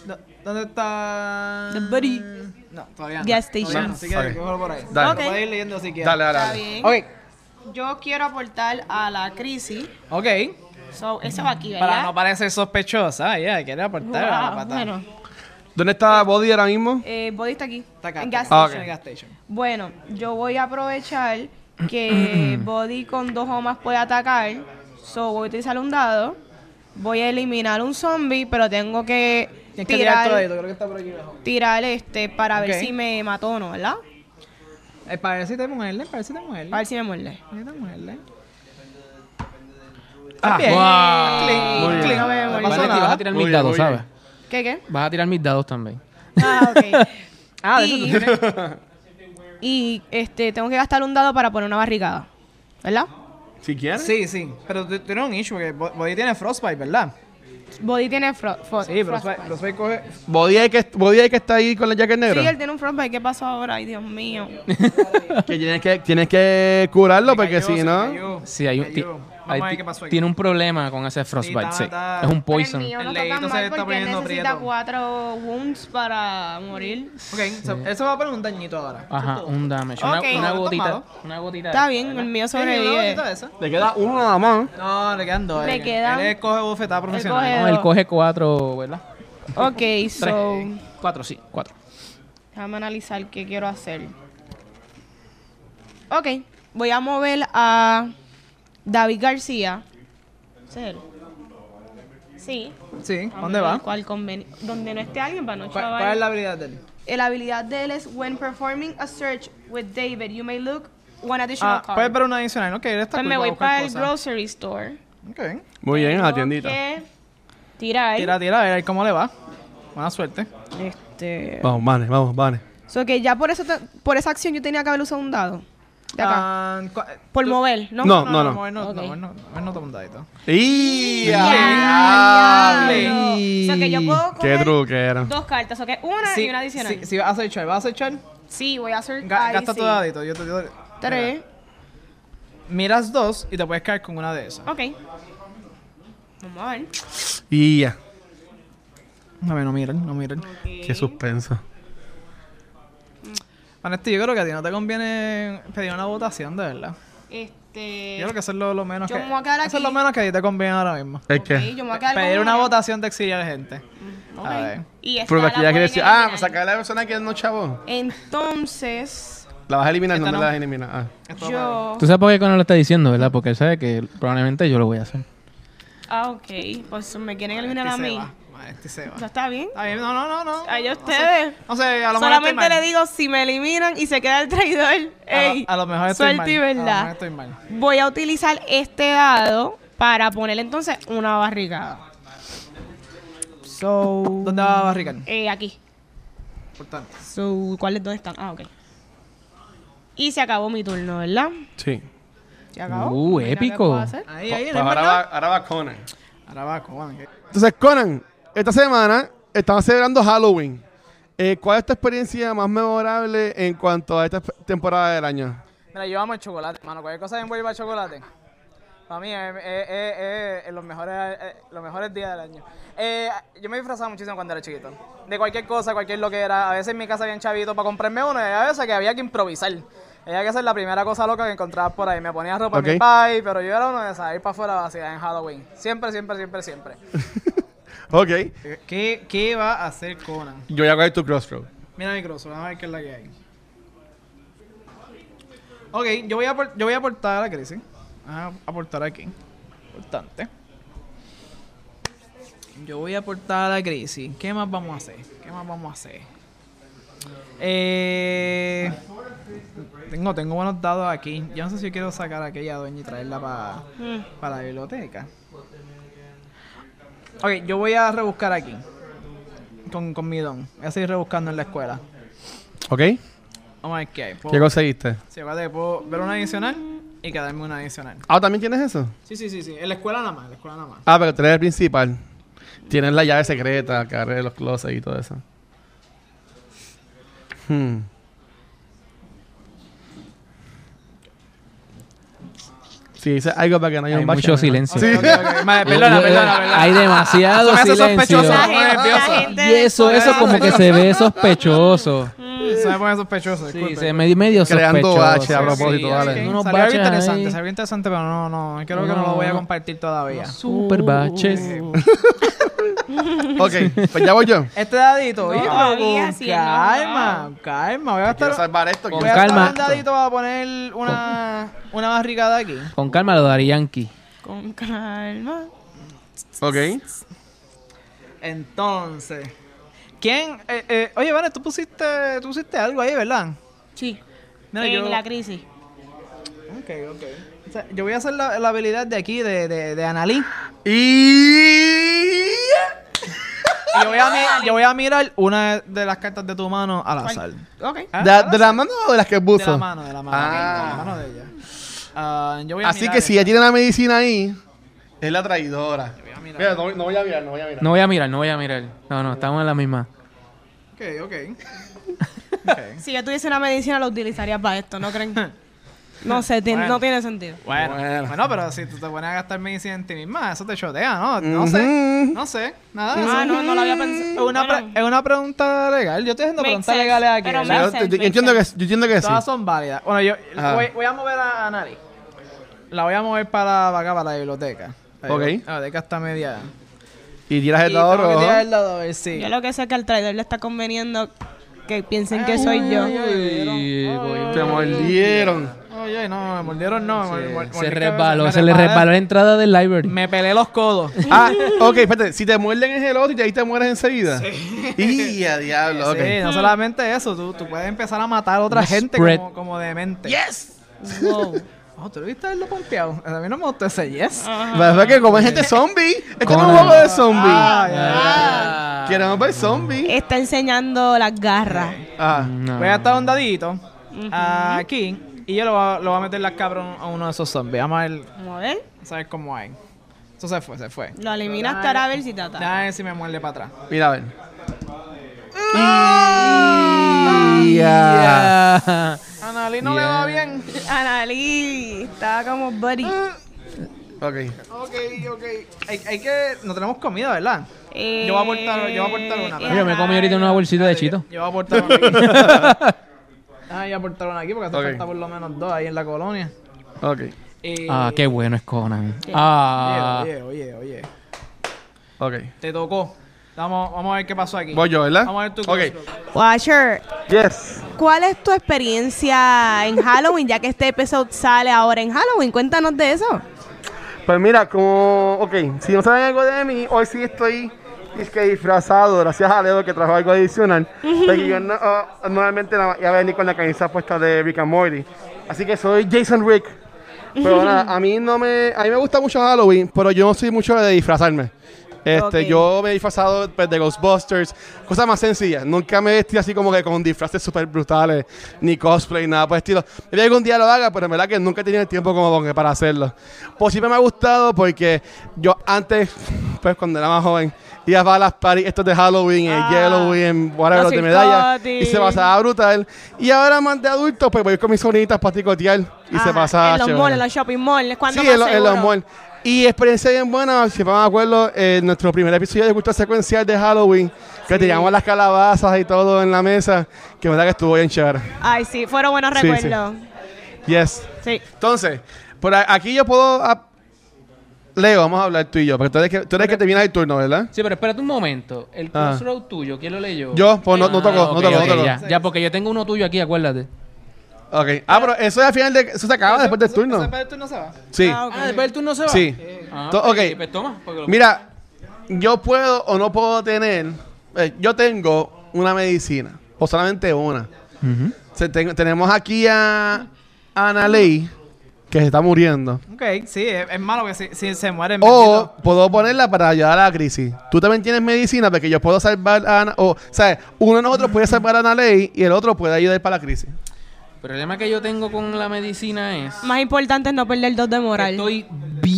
[SPEAKER 5] Do- ¿Dónde está?
[SPEAKER 4] The Buddy.
[SPEAKER 5] No, todavía
[SPEAKER 4] Gas
[SPEAKER 5] no. Todavía
[SPEAKER 4] station.
[SPEAKER 5] no, así que
[SPEAKER 2] Ok.
[SPEAKER 5] cógelo por ahí.
[SPEAKER 2] Dale.
[SPEAKER 5] Lo puedes ir leyendo si quieres.
[SPEAKER 2] Dale, dale,
[SPEAKER 4] Está
[SPEAKER 2] dale.
[SPEAKER 4] bien.
[SPEAKER 5] Ok.
[SPEAKER 4] Yo quiero aportar a la crisis.
[SPEAKER 5] Ok.
[SPEAKER 4] So, esa va aquí, ¿verdad?
[SPEAKER 5] Para no parecer sospechosa, ya, quería aportar a la
[SPEAKER 4] Wow,
[SPEAKER 5] patada.
[SPEAKER 4] Bueno,
[SPEAKER 2] ¿Dónde está Body ahora mismo?
[SPEAKER 4] eh, Buddy está aquí.
[SPEAKER 5] Está acá.
[SPEAKER 4] En
[SPEAKER 5] está
[SPEAKER 4] gas
[SPEAKER 5] acá,
[SPEAKER 2] Ah,
[SPEAKER 5] en
[SPEAKER 4] station.
[SPEAKER 5] el gas station.
[SPEAKER 4] Bueno, yo voy a aprovechar que Body con dos o más puede atacar. So, voy a utilizar un dado. Voy a eliminar un zombie, pero tengo que
[SPEAKER 5] Tienes que tirar todo
[SPEAKER 4] tirar,
[SPEAKER 5] esto, creo que está por aquí abajo.
[SPEAKER 4] tirar este para
[SPEAKER 5] Ok.
[SPEAKER 4] ver si me mató o no, ¿verdad?
[SPEAKER 5] Eh, pareciste muerle, pareciste muerle.
[SPEAKER 4] Para ver si me muerde.
[SPEAKER 5] Pareciste muerle.
[SPEAKER 1] Ah,
[SPEAKER 5] Bien.
[SPEAKER 1] wow.
[SPEAKER 5] Clic,
[SPEAKER 2] Muy bien.
[SPEAKER 5] clic.
[SPEAKER 4] No me
[SPEAKER 5] No
[SPEAKER 4] morí.
[SPEAKER 5] pasó
[SPEAKER 1] Vanetti,
[SPEAKER 5] nada.
[SPEAKER 1] vas a tirar
[SPEAKER 2] Muy
[SPEAKER 1] mis
[SPEAKER 2] bien,
[SPEAKER 1] dados,
[SPEAKER 2] muy bien.
[SPEAKER 1] ¿sabes?
[SPEAKER 4] ¿Qué, qué?
[SPEAKER 1] Vas a tirar mis dados también.
[SPEAKER 4] Ah, ok.
[SPEAKER 5] Ah, de eso tú
[SPEAKER 4] Y-
[SPEAKER 5] tienes.
[SPEAKER 4] y este, tengo que gastar un dado para poner una barricada, ¿verdad?
[SPEAKER 2] Si quieres.
[SPEAKER 5] Sí, sí. Pero tú tienes un issue, porque Bo- Body tiene Frostbite, ¿verdad?
[SPEAKER 4] Body tiene fro fro-
[SPEAKER 5] Sí,
[SPEAKER 4] frostbite.
[SPEAKER 5] Frostbite, frostbite coge.
[SPEAKER 2] Body hay que, Body hay que está ahí con la jacket negra.
[SPEAKER 4] Sí, él tiene un frostbite. ¿Qué pasó ahora? Ay, Dios mío.
[SPEAKER 2] que, tienes que tienes que curarlo
[SPEAKER 5] Se
[SPEAKER 2] porque
[SPEAKER 5] cayó,
[SPEAKER 2] si
[SPEAKER 5] se
[SPEAKER 2] no.
[SPEAKER 5] cayó,
[SPEAKER 1] Sí, hay un,
[SPEAKER 5] se
[SPEAKER 1] ti-
[SPEAKER 5] cayó.
[SPEAKER 1] hay
[SPEAKER 5] Vamos a ver
[SPEAKER 1] ti-
[SPEAKER 5] qué pasó aquí.
[SPEAKER 1] tiene un problema con ese frostbite,
[SPEAKER 5] está-
[SPEAKER 1] sí.
[SPEAKER 5] está-
[SPEAKER 1] Es un
[SPEAKER 4] Pero
[SPEAKER 1] poison.
[SPEAKER 4] El mío no
[SPEAKER 5] El
[SPEAKER 4] está tan
[SPEAKER 5] leído se
[SPEAKER 4] mal
[SPEAKER 5] está
[SPEAKER 4] porque él
[SPEAKER 5] poniendo
[SPEAKER 4] necesita
[SPEAKER 5] prieto.
[SPEAKER 4] cuatro wounds para morir.
[SPEAKER 5] Ok, so- eso va a poner un dañito ahora.
[SPEAKER 1] Ajá, un damage.
[SPEAKER 4] Ok.
[SPEAKER 1] Una, una
[SPEAKER 5] No, no está
[SPEAKER 1] gotita.
[SPEAKER 5] malo.
[SPEAKER 1] Una gotita.
[SPEAKER 4] Está bien, el mío sobrevive.
[SPEAKER 2] Le queda uno nada más.
[SPEAKER 5] No, le quedan dos.
[SPEAKER 4] Le
[SPEAKER 5] Él-
[SPEAKER 4] quedan-
[SPEAKER 5] Él coge bofetada profesional.
[SPEAKER 1] No, él coge cuatro, ¿verdad?
[SPEAKER 4] Ok, so...
[SPEAKER 1] Cuatro, sí, cuatro.
[SPEAKER 4] Déjame analizar qué quiero hacer. Ok, voy a mover a David García. ¿Ese ¿Es él? Sí.
[SPEAKER 5] Sí,
[SPEAKER 4] Vamos
[SPEAKER 5] ¿dónde
[SPEAKER 4] a ver
[SPEAKER 5] va?
[SPEAKER 4] cuál conveni- Donde no esté alguien para no
[SPEAKER 5] ¿Cuál,
[SPEAKER 4] chaval.
[SPEAKER 5] cuál es la habilidad de él?
[SPEAKER 4] Eh, La habilidad de él es When performing a search with David, you may look one additional
[SPEAKER 5] Ah,
[SPEAKER 4] card.
[SPEAKER 5] puedes ver una adicional. Ok, él
[SPEAKER 4] Pues
[SPEAKER 5] está cool
[SPEAKER 4] me
[SPEAKER 5] para
[SPEAKER 4] voy
[SPEAKER 5] buscar
[SPEAKER 4] para el
[SPEAKER 5] cosas.
[SPEAKER 4] grocery store.
[SPEAKER 5] Ok.
[SPEAKER 2] Muy bien, a la
[SPEAKER 4] Tengo
[SPEAKER 2] tiendita.
[SPEAKER 4] que Tirar.
[SPEAKER 5] Tira, tira, a ver cómo le va. Buena suerte.
[SPEAKER 4] Este.
[SPEAKER 2] Vamos, vale, vamos, vale.
[SPEAKER 4] So que ya por eso te- por esa acción yo tenía que haber usado un dado. De acá.
[SPEAKER 5] Ah, cua-
[SPEAKER 4] por
[SPEAKER 5] tú-
[SPEAKER 4] mover, ¿no?
[SPEAKER 2] No.
[SPEAKER 5] mover No,
[SPEAKER 4] Ok.
[SPEAKER 5] no, mover no, mover no, toma un dadito.
[SPEAKER 2] ¡Y!
[SPEAKER 4] Ya,
[SPEAKER 2] ¡Diable!
[SPEAKER 4] diablo. O sea, que yo puedo
[SPEAKER 2] ¡Qué
[SPEAKER 4] coger
[SPEAKER 2] truquera!
[SPEAKER 4] Dos cartas, o que una y Ah, una adicional.
[SPEAKER 5] Si, si vas a echar, vas a echar.
[SPEAKER 4] Sí, voy a hacer. ahí
[SPEAKER 5] Gasta
[SPEAKER 4] sí.
[SPEAKER 5] tu dadito. Yo te digo.
[SPEAKER 4] Tres.
[SPEAKER 5] Miras dos y te puedes caer con una de esas.
[SPEAKER 4] Ok. Vamos a ver.
[SPEAKER 2] ¡Y ya!
[SPEAKER 5] A ver, no miren, no miren.
[SPEAKER 2] ¡Qué suspenso!
[SPEAKER 5] Vanetti, este, yo creo que a ti no te conviene pedir una votación, de verdad.
[SPEAKER 4] Este.
[SPEAKER 5] Yo creo que eso es lo, lo menos
[SPEAKER 4] Yo
[SPEAKER 5] que...
[SPEAKER 4] me voy a quedar
[SPEAKER 5] Eso es
[SPEAKER 4] aquí.
[SPEAKER 5] lo menos que a ti te conviene ahora mismo.
[SPEAKER 2] Es
[SPEAKER 4] ok,
[SPEAKER 2] que.
[SPEAKER 4] yo me voy a quedar
[SPEAKER 5] Pedir
[SPEAKER 4] con
[SPEAKER 5] una
[SPEAKER 4] una.
[SPEAKER 5] votación de exiliar gente.
[SPEAKER 4] Ok.
[SPEAKER 5] A ver.
[SPEAKER 4] Y esta
[SPEAKER 2] Porque
[SPEAKER 4] la
[SPEAKER 2] aquí ya quiere
[SPEAKER 4] pueden
[SPEAKER 2] decir, ah,
[SPEAKER 4] eliminar.
[SPEAKER 2] sacar a la persona que no chavo.
[SPEAKER 4] Entonces,
[SPEAKER 2] La vas a eliminar, no
[SPEAKER 5] Esta
[SPEAKER 2] me
[SPEAKER 5] no.
[SPEAKER 2] la vas a eliminar. Ah.
[SPEAKER 4] yo.
[SPEAKER 1] Tú sabes por qué no lo está diciendo, ¿verdad? Porque él sabe que probablemente yo lo voy a hacer.
[SPEAKER 4] Ah, ok. Pues me quieren eliminar a
[SPEAKER 5] Vanetti
[SPEAKER 4] mí.
[SPEAKER 5] Este se va, Vanetti se va.
[SPEAKER 4] ¿No está bien?
[SPEAKER 5] Está bien, no, no, no, no.
[SPEAKER 4] Ay,
[SPEAKER 5] No sé,
[SPEAKER 4] ustedes.
[SPEAKER 5] No sé, a lo mejor estoy
[SPEAKER 4] Solamente
[SPEAKER 5] mal.
[SPEAKER 4] le digo si me eliminan y se queda el traidor.
[SPEAKER 5] A
[SPEAKER 4] Ey,
[SPEAKER 5] lo- a lo mejor estoy mal.
[SPEAKER 4] suerte y
[SPEAKER 5] A lo mejor
[SPEAKER 4] verdad.
[SPEAKER 5] estoy mal.
[SPEAKER 4] Voy a utilizar este dado para ponerle entonces una barricada. So.
[SPEAKER 5] ¿Dónde va a barricar?
[SPEAKER 4] Eh, aquí.
[SPEAKER 5] Importante.
[SPEAKER 4] So, ¿cuáles dónde están? Ah, ok. Y se acabó mi turno, ¿verdad?
[SPEAKER 2] Sí.
[SPEAKER 4] Se acabó.
[SPEAKER 1] Uh,
[SPEAKER 4] No hay nada que
[SPEAKER 1] épico.
[SPEAKER 4] pueda hacer.
[SPEAKER 5] Ahí, ahí,
[SPEAKER 2] Pues
[SPEAKER 5] no hay más
[SPEAKER 2] ahora,
[SPEAKER 5] nada.
[SPEAKER 2] va, ahora va Conan.
[SPEAKER 5] Ahora va, cojones. ¿qué?
[SPEAKER 2] Entonces, Conan, esta semana estamos celebrando Halloween. Eh, ¿Cuál es tu experiencia más memorable en cuanto a esta esp- temporada del año?
[SPEAKER 5] Mira, yo amo el chocolate, mano. Cualquier cosa que envuelva chocolate. Para mí es, es- es- es los, mejores, eh, los mejores días del año. Eh, yo me disfrazaba muchísimo cuando era chiquito. De cualquier cosa, cualquier lo que era. A veces en mi casa había un chavito para comprarme uno y a veces que había que improvisar. Había que hacer la primera cosa loca que encontrabas por ahí. Me ponía ropa en
[SPEAKER 2] Ok.
[SPEAKER 5] mi pai, pero yo era uno de salir para afuera vacía en Halloween. Siempre, siempre, siempre, siempre.
[SPEAKER 2] Ok.
[SPEAKER 5] ¿Qué, qué va a hacer Conan?
[SPEAKER 2] Yo ya cogí tu crossroad.
[SPEAKER 5] Mira mi crossover, vamos a ver qué es la que hay. Ok, yo voy a, apor- yo voy a aportar a la crisis. Vamos a aportar aquí. Importante. Yo voy a aportar a la crisis. ¿Qué más vamos a hacer? ¿Qué más vamos a hacer? Eh, tengo, tengo buenos dados aquí. Yo no sé si quiero sacar a aquella dueña y traerla para
[SPEAKER 4] Mm.
[SPEAKER 5] para la biblioteca. Ok, yo voy a rebuscar aquí. Con, con mi don. Voy a seguir rebuscando en la escuela.
[SPEAKER 2] ¿Ok?
[SPEAKER 5] Vamos a ver qué hay. Puedo-
[SPEAKER 2] ¿Qué conseguiste?
[SPEAKER 5] Sí, acuérdate que puedo ver una adicional y quedarme una adicional.
[SPEAKER 2] Ah, ¿también tienes eso?
[SPEAKER 5] Sí, sí, sí, sí. En la escuela nada más, en la escuela nada más.
[SPEAKER 2] Ah, pero tú eres el principal. Tienes la llave secreta, que abre los closets y todo eso. Hmm. Si dice algo para que no haya
[SPEAKER 1] Hay
[SPEAKER 2] un bache,
[SPEAKER 1] mucho
[SPEAKER 2] ¿no?
[SPEAKER 1] silencio.
[SPEAKER 2] Sí.
[SPEAKER 5] Ok, ok, ok. Madre,
[SPEAKER 1] Yo-
[SPEAKER 5] Perdona,
[SPEAKER 1] yo-
[SPEAKER 5] perdona, perdona.
[SPEAKER 1] Eh, Hay demasiado
[SPEAKER 5] Eso me hace
[SPEAKER 1] silencio.
[SPEAKER 5] sospechoso.
[SPEAKER 4] La gente,
[SPEAKER 5] Estamos
[SPEAKER 4] la
[SPEAKER 5] nerviosos.
[SPEAKER 4] gente
[SPEAKER 1] Y eso,
[SPEAKER 4] del
[SPEAKER 1] eso como que
[SPEAKER 4] programa.
[SPEAKER 1] se ve sospechoso.
[SPEAKER 5] Se me pone sospechoso,
[SPEAKER 1] Sí,
[SPEAKER 5] disculpe.
[SPEAKER 1] se ve medio
[SPEAKER 2] Creando
[SPEAKER 1] sospechoso.
[SPEAKER 2] bache, a propósito,
[SPEAKER 5] ok.
[SPEAKER 2] dale.
[SPEAKER 1] Tiene unos
[SPEAKER 5] Salió algo
[SPEAKER 1] baches
[SPEAKER 5] interesante,
[SPEAKER 1] ahí.
[SPEAKER 5] salió interesante, pero no, no. Creo que no lo voy a compartir todavía.
[SPEAKER 1] Super baches.
[SPEAKER 2] Ok, pues ya voy yo.
[SPEAKER 5] Este dadito, hijo,
[SPEAKER 4] Todavía
[SPEAKER 5] con
[SPEAKER 4] sí, no,
[SPEAKER 5] calma, calma. Voy a
[SPEAKER 2] Quiero
[SPEAKER 5] estar...
[SPEAKER 2] salvar esto.
[SPEAKER 5] Voy
[SPEAKER 2] quiero
[SPEAKER 5] a
[SPEAKER 2] salvar
[SPEAKER 1] calma.
[SPEAKER 5] estar un
[SPEAKER 2] esto.
[SPEAKER 5] dadito para poner una, una barricada aquí.
[SPEAKER 1] Con calma lo daría Yankee.
[SPEAKER 4] Con calma.
[SPEAKER 2] Ok.
[SPEAKER 5] Entonces, ¿quién? eh, eh, oye, Vane, tú pusiste, tú pusiste algo ahí, ¿verdad?
[SPEAKER 4] Sí.
[SPEAKER 5] Mira,
[SPEAKER 4] en
[SPEAKER 5] yo-
[SPEAKER 4] la crisis.
[SPEAKER 5] Ok, ok. O sea, yo voy a hacer la, la habilidad de aquí, de, de, de Annalí.
[SPEAKER 2] Y...
[SPEAKER 5] Y yo voy, a mi- yo voy a mirar una de las cartas de tu mano al azar.
[SPEAKER 4] Ok.
[SPEAKER 5] Ah,
[SPEAKER 2] ¿De,
[SPEAKER 5] al
[SPEAKER 2] de la mano o de las que
[SPEAKER 5] azar.
[SPEAKER 2] puso?
[SPEAKER 5] De la mano, de la mano.
[SPEAKER 2] Ah.
[SPEAKER 5] De la mano de ella. Ah, yo voy a
[SPEAKER 2] Así
[SPEAKER 5] mirar
[SPEAKER 2] que si
[SPEAKER 5] esta.
[SPEAKER 2] ella tiene la medicina ahí, es la traidora.
[SPEAKER 5] Voy a mirar.
[SPEAKER 2] Mira, no, no voy a mirar, no voy a mirar.
[SPEAKER 1] No voy a mirar, no voy a mirar. No, no, estamos en la misma.
[SPEAKER 5] Ok, ok. okay.
[SPEAKER 4] Si yo tuviese una medicina, la utilizaría para esto, ¿no creen? No sé, ti-
[SPEAKER 5] Bueno.
[SPEAKER 4] no tiene sentido.
[SPEAKER 5] Bueno,
[SPEAKER 2] Bueno.
[SPEAKER 5] bueno, pero si tú te pones a gastar medicina en ti misma, eso te chotea, ¿no? No sé,
[SPEAKER 2] Ujú.
[SPEAKER 5] no sé, nada. de
[SPEAKER 4] Ah,
[SPEAKER 5] eso.
[SPEAKER 4] no, no lo había pensado.
[SPEAKER 5] Es una, pre-
[SPEAKER 4] Bueno,
[SPEAKER 5] es una pregunta legal. Yo estoy haciendo
[SPEAKER 4] Makes
[SPEAKER 5] preguntas
[SPEAKER 4] sense,
[SPEAKER 5] legales aquí.
[SPEAKER 4] pero
[SPEAKER 5] ¿verdad?
[SPEAKER 2] Yo,
[SPEAKER 4] Makes sense,
[SPEAKER 2] yo
[SPEAKER 4] makes
[SPEAKER 2] entiendo que, yo entiendo que sí.
[SPEAKER 5] Todas son válidas. Bueno, yo
[SPEAKER 1] Ah.
[SPEAKER 2] Ajá.
[SPEAKER 5] voy, voy a mover a, a Nari. La voy a mover para acá, para la biblioteca. La
[SPEAKER 2] Ok.
[SPEAKER 5] bibli- La biblioteca está media.
[SPEAKER 2] Y tiras el
[SPEAKER 5] Y tengo
[SPEAKER 2] dado
[SPEAKER 5] que
[SPEAKER 2] rojo.
[SPEAKER 5] tirar el dado, a ver, sí.
[SPEAKER 4] yo lo que sé es que al traidor le está conveniendo que piensen que
[SPEAKER 5] Ay,
[SPEAKER 4] soy yo.
[SPEAKER 5] ay,
[SPEAKER 1] Y voy-
[SPEAKER 2] Te mordieron.
[SPEAKER 5] Ay, ay, no, me mordieron, no. me mol- mol-
[SPEAKER 1] Se
[SPEAKER 5] mordí
[SPEAKER 1] resbaló,
[SPEAKER 5] cabeza,
[SPEAKER 1] se
[SPEAKER 5] me
[SPEAKER 1] le
[SPEAKER 5] resbalé-
[SPEAKER 1] resbaló la entrada del library.
[SPEAKER 5] Me pelé los codos.
[SPEAKER 2] Ah, ok, espérate. Si te muerden es el otro y ahí te mueres enseguida. Y a diablo, ok.
[SPEAKER 5] Sí, no solamente eso, tú, tú puedes empezar a matar a otra
[SPEAKER 1] Un
[SPEAKER 5] gente
[SPEAKER 1] spread.
[SPEAKER 5] como, como demente.
[SPEAKER 2] ¡Yes!
[SPEAKER 5] Wow. Oh, ¿Tú lo viste a él lo pompeado? A mí no me gustó ese yes.
[SPEAKER 2] La verdad que como es gente zombie, esto no es un
[SPEAKER 1] Conan.
[SPEAKER 2] juego de zombie.
[SPEAKER 5] Ah,
[SPEAKER 1] Ah.
[SPEAKER 2] Queremos ver zombie.
[SPEAKER 4] Está enseñando las garras.
[SPEAKER 2] Ah.
[SPEAKER 1] No.
[SPEAKER 5] Voy a estar un dadito aquí y yo lo voy, a- lo voy a meter las cabras a uno de esos zombies. Vamos a ver,
[SPEAKER 4] Vamos a ver.
[SPEAKER 5] a saber cómo hay. Eso se fue, se fue.
[SPEAKER 4] Lo eliminaste ahora a ver si tata.
[SPEAKER 5] Déjame ver si me muerde para atrás.
[SPEAKER 2] Mira, a ver. Y... Ya.
[SPEAKER 1] Ya.
[SPEAKER 5] Analí no le va bien.
[SPEAKER 4] Analí está como buddy.
[SPEAKER 2] Ok.
[SPEAKER 5] Ok, ok. Hay, hay que. No tenemos comida, ¿verdad?
[SPEAKER 4] Eh,
[SPEAKER 5] Yo voy a aportar- yo voy a aportar una, pero-
[SPEAKER 1] Yo me comí ahorita una bolsita de chito.
[SPEAKER 5] Yo voy a aportar una aquí. Ah, yo voy a aportar una aquí porque hace
[SPEAKER 2] Ok.
[SPEAKER 5] falta por lo menos dos ahí en la colonia.
[SPEAKER 2] Ok.
[SPEAKER 5] Eh,
[SPEAKER 1] Ah, qué bueno es Conan. Ah,
[SPEAKER 5] Oye, oye, oye.
[SPEAKER 2] Ok.
[SPEAKER 5] Te tocó. Vamos, vamos a ver qué pasó aquí.
[SPEAKER 2] Voy yo, ¿verdad?
[SPEAKER 5] Vamos a ver tu
[SPEAKER 2] Ok.
[SPEAKER 5] crossroad.
[SPEAKER 4] Watcher,
[SPEAKER 2] Yes.
[SPEAKER 4] ¿cuál es tu experiencia en Halloween? Ya que este episodio sale ahora en Halloween, cuéntanos de eso.
[SPEAKER 2] Pues mira, como, ok, si no saben algo de mí, hoy sí estoy es que disfrazado, gracias a Leo que trajo algo adicional. Porque yo no, ah, normalmente no iba a venir con la camisa puesta de Rick and Morty. Así que soy Jason Rick. Pero nada, a mí no me, a mí me gusta mucho Halloween, pero yo no soy mucho de disfrazarme. Este,
[SPEAKER 4] Ok.
[SPEAKER 2] yo me he disfrazado pues, de Ghostbusters, cosas más sencillas. Nunca me vestí así como que con disfraces súper brutales, ni cosplay, nada por el estilo. Tal vez algún día lo haga, pero en verdad que nunca he tenido el tiempo como que para hacerlo. Pues siempre me ha gustado porque yo antes, pues cuando era más joven, iba a las parties estos de Halloween,
[SPEAKER 4] Ah,
[SPEAKER 2] el Halloween, whatever,
[SPEAKER 4] los
[SPEAKER 2] los de medalla, y
[SPEAKER 4] circotis.
[SPEAKER 2] se pasaba brutal. Y ahora más de adultos, pues voy con mis sobrinitas para ticotear y
[SPEAKER 4] Ajá,
[SPEAKER 2] se pasaba
[SPEAKER 4] Ah, En los
[SPEAKER 2] chévere.
[SPEAKER 4] malls, en los shopping malls, cuando
[SPEAKER 2] Sí,
[SPEAKER 4] más
[SPEAKER 2] en, lo- en
[SPEAKER 4] seguro?
[SPEAKER 2] los malls. Y experiencia bien buena, si me acuerdo, en nuestro primer episodio de Cultura Secuencial de Halloween, que tiramos las calabazas y todo en la mesa, que verdad que estuvo bien chévere.
[SPEAKER 4] Ay, sí, fueron buenos
[SPEAKER 2] Sí, sí.
[SPEAKER 4] recuerdos.
[SPEAKER 2] Yes.
[SPEAKER 4] Sí.
[SPEAKER 2] Entonces, por a- aquí yo puedo... ap- Leo, vamos a hablar tú y yo, porque tú eres que, tú eres que terminas el turno, ¿verdad?
[SPEAKER 1] Sí, pero espérate un momento. El
[SPEAKER 2] Ah.
[SPEAKER 1] crossroad tuyo, ¿quién lo leyó?
[SPEAKER 2] Yo, pues no, no
[SPEAKER 1] Ah,
[SPEAKER 2] toco,
[SPEAKER 1] ok,
[SPEAKER 2] no toco,
[SPEAKER 1] ok,
[SPEAKER 2] no toco.
[SPEAKER 1] Ya, ya, porque yo tengo uno tuyo aquí, acuérdate.
[SPEAKER 2] Ok. Ah, pero eso es al final de... Eso se acaba Ah, después del
[SPEAKER 5] Eso- eso
[SPEAKER 2] turno.
[SPEAKER 5] Después del turno se va.
[SPEAKER 2] Sí.
[SPEAKER 4] Ah, ok.
[SPEAKER 1] después tú no se va.
[SPEAKER 2] Sí.
[SPEAKER 1] Ah,
[SPEAKER 2] To- ok.
[SPEAKER 1] Pues toma. porque lo-
[SPEAKER 2] Mira, yo puedo o no puedo tener. eh, yo tengo una medicina, o solamente una.
[SPEAKER 1] Ujú.
[SPEAKER 2] Se- ten- tenemos aquí a Ana Ley, que se está muriendo.
[SPEAKER 5] Ok, sí, es, es malo que si, si se muere.
[SPEAKER 2] O puedo ponerla para ayudar a la crisis. Tú también tienes medicina porque yo puedo salvar a Ana. O, sea, uno de nosotros puede salvar a Ana Ley y el otro puede ayudar para la crisis.
[SPEAKER 1] El problema que yo tengo con la medicina es
[SPEAKER 4] Más importante es no perder dos de
[SPEAKER 1] que
[SPEAKER 4] moral.
[SPEAKER 1] estoy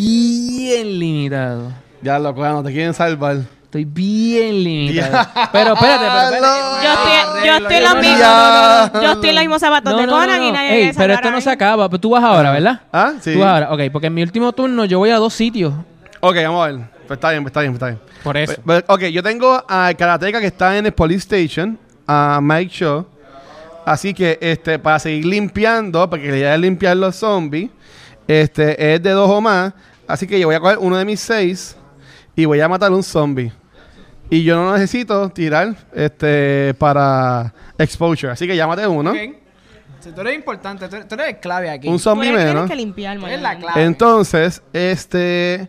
[SPEAKER 1] bien limitado.
[SPEAKER 2] Ya, loco, no te quieren salvar.
[SPEAKER 1] Estoy bien limitado. Pero espérate, pero espérate.
[SPEAKER 4] Yo estoy, yo estoy en los
[SPEAKER 1] Ah, No,
[SPEAKER 4] mismos.
[SPEAKER 2] no, no, no,
[SPEAKER 4] Yo estoy en los mismos zapatos de Conan y nadie
[SPEAKER 1] Ey,
[SPEAKER 4] quiere
[SPEAKER 1] pero
[SPEAKER 4] salvar
[SPEAKER 1] esto
[SPEAKER 4] a
[SPEAKER 1] no se
[SPEAKER 4] mí.
[SPEAKER 1] acaba. Pero tú vas ahora, ¿verdad?
[SPEAKER 2] ¿Ah? Sí.
[SPEAKER 1] Tú vas ahora. Ok, porque en mi último turno yo voy a dos sitios.
[SPEAKER 2] Ok, vamos a ver. Pues está bien, pues está bien, pues está bien.
[SPEAKER 1] Por eso.
[SPEAKER 2] Pues- ok, yo tengo a Karateka que está en el Police Station, a Mike Shaw. Así que este, para seguir limpiando, porque la idea es limpiar los zombies, este, es de dos o más. Así que yo voy a coger uno de mis seis y voy a matar un zombie. Y yo no necesito tirar este, para exposure. Así que ya maté uno.
[SPEAKER 5] Si tú eres importante, tú eres, tú eres el clave aquí.
[SPEAKER 2] Un
[SPEAKER 4] Tú eres
[SPEAKER 2] zombie
[SPEAKER 4] el que
[SPEAKER 2] menos.
[SPEAKER 4] Tienes que limpiar,
[SPEAKER 5] Tú
[SPEAKER 4] man.
[SPEAKER 5] eres la clave.
[SPEAKER 2] Entonces, este.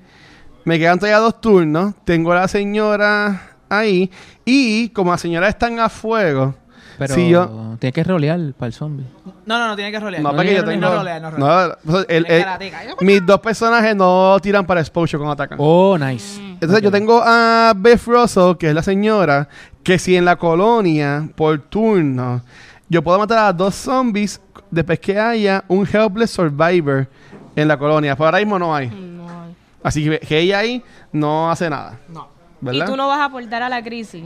[SPEAKER 2] Me quedan todavía dos turnos. Tengo a la señora ahí. Y como la señora están a fuego.
[SPEAKER 1] Pero
[SPEAKER 2] si yo.
[SPEAKER 1] tienes que rolear para el zombie.
[SPEAKER 5] no, no, no, tiene que rolear.
[SPEAKER 2] No,
[SPEAKER 1] no,
[SPEAKER 2] porque
[SPEAKER 1] no,
[SPEAKER 2] yo
[SPEAKER 1] no,
[SPEAKER 2] tengo.
[SPEAKER 5] no rolea, no
[SPEAKER 2] no, pues, el-
[SPEAKER 5] Tiene
[SPEAKER 2] el-
[SPEAKER 5] karateka. Yo-
[SPEAKER 2] mis dos personajes no tiran para exposure cuando atacan.
[SPEAKER 1] Oh, nice.
[SPEAKER 2] Entonces, yo tengo a Beth Russell, que es la señora. Que si en la colonia, por turno, yo puedo matar a dos zombies después que haya un helpless survivor en la colonia. Por ahora mismo no hay.
[SPEAKER 4] No.
[SPEAKER 2] Así que, que ella ahí no hace nada.
[SPEAKER 5] No.
[SPEAKER 2] ¿Verdad?
[SPEAKER 4] Y tú no vas a aportar a la crisis.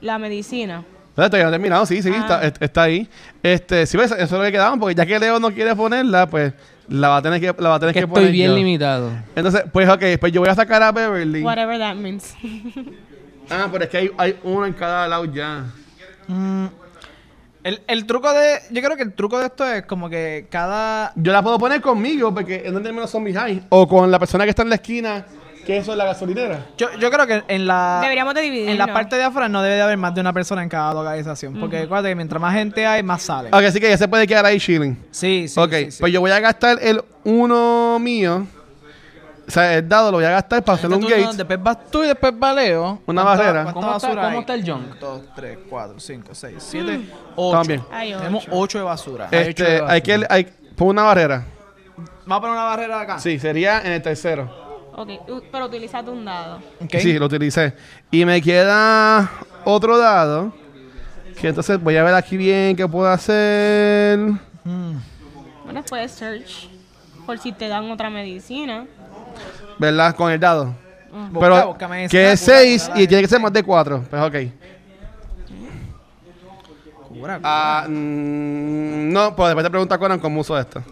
[SPEAKER 4] La medicina.
[SPEAKER 2] Espérate, todavía no ha terminado, sí, sí,
[SPEAKER 4] Ah.
[SPEAKER 2] está, est- está ahí. Este, sí, pues, eso es lo que quedaban, porque ya que Leo no quiere ponerla, pues la va a tener que, la va a tener
[SPEAKER 1] que
[SPEAKER 2] que,
[SPEAKER 1] estoy
[SPEAKER 2] poner.
[SPEAKER 1] bien
[SPEAKER 2] yo.
[SPEAKER 1] limitado.
[SPEAKER 2] Entonces, pues ok, pues yo voy a sacar a Beverly.
[SPEAKER 4] Whatever that means.
[SPEAKER 2] Ah, pero es que hay, hay uno en cada lado ya.
[SPEAKER 5] El, el truco de. Yo creo que el truco de esto es como que cada.
[SPEAKER 2] Yo la puedo poner conmigo, porque en donde menos zombies hay. O con la persona que está en la esquina, que eso es la gasolinera.
[SPEAKER 5] Yo, yo creo que en
[SPEAKER 2] Ah,
[SPEAKER 5] la.
[SPEAKER 4] Deberíamos de dividirlo.
[SPEAKER 5] En la parte de afuera no debe de haber más de una persona en cada localización. Porque acuérdate que mientras más gente hay, más sale.
[SPEAKER 2] Ok, así que ya se puede quedar ahí chilling.
[SPEAKER 5] Sí, sí.
[SPEAKER 2] ok,
[SPEAKER 5] sí, sí.
[SPEAKER 2] pues yo voy a gastar el uno mío. O sea, el dado lo voy a gastar para hacer
[SPEAKER 5] Este
[SPEAKER 2] un
[SPEAKER 5] turno,
[SPEAKER 2] gate.
[SPEAKER 5] Después vas tú y después va Leo.
[SPEAKER 2] Una
[SPEAKER 5] ¿Cuánta-
[SPEAKER 2] barrera.
[SPEAKER 5] cuánta
[SPEAKER 1] ¿Cómo está-
[SPEAKER 5] basura
[SPEAKER 1] cómo
[SPEAKER 5] hay?
[SPEAKER 1] está el junk? Mm.
[SPEAKER 5] Un, dos, tres, cuatro, cinco, seis, siete, ocho.
[SPEAKER 2] También.
[SPEAKER 4] Hay ocho.
[SPEAKER 5] Tenemos ocho de basura.
[SPEAKER 1] Eh. ocho de
[SPEAKER 2] Este, hay que, hay, pon una barrera.
[SPEAKER 5] Vamos a poner una barrera acá.
[SPEAKER 2] Sí, sería en el tercero.
[SPEAKER 4] Ok, u- pero utilizate un dado.
[SPEAKER 5] Ok.
[SPEAKER 2] Sí, lo utilicé. Y me queda otro dado. Que entonces voy a ver aquí bien qué puedo hacer.
[SPEAKER 4] Bueno, puedes search por si te dan otra medicina.
[SPEAKER 2] ¿Verdad? Con el dado.
[SPEAKER 5] Busca,
[SPEAKER 2] Pero
[SPEAKER 5] búscame esa,
[SPEAKER 2] que es
[SPEAKER 5] cura,
[SPEAKER 2] 6
[SPEAKER 5] cura,
[SPEAKER 2] y tiene que ser más de 4. Pues ok.
[SPEAKER 5] cura, cura.
[SPEAKER 2] Ah, mm, no, pues después te pregunta a Conan cómo uso esto.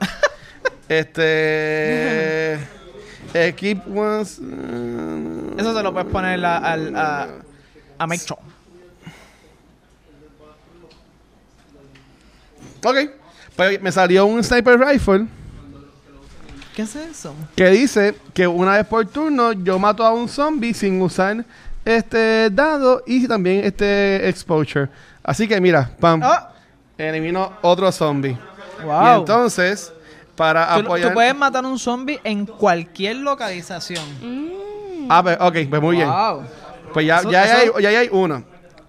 [SPEAKER 2] este. Equip once. mm,
[SPEAKER 5] Eso se lo puedes poner a, al- a, a Mike Cho.
[SPEAKER 2] Ok. Pues me salió un sniper rifle.
[SPEAKER 5] ¿Qué es eso?
[SPEAKER 2] que dice que una vez por turno yo mato a un zombie sin usar este dado y también este exposure. Así que mira, pam,
[SPEAKER 5] Ah,
[SPEAKER 2] elimino otro zombie.
[SPEAKER 5] wow.
[SPEAKER 2] Y entonces, para
[SPEAKER 5] tú,
[SPEAKER 2] apoyar...
[SPEAKER 5] tú puedes matar un zombie en cualquier localización.
[SPEAKER 2] Ah, pues, ok, pues muy
[SPEAKER 5] wow.
[SPEAKER 2] bien. Pues ya,
[SPEAKER 5] Eso-
[SPEAKER 2] ya,
[SPEAKER 5] eso-
[SPEAKER 2] Hay, ya hay uno.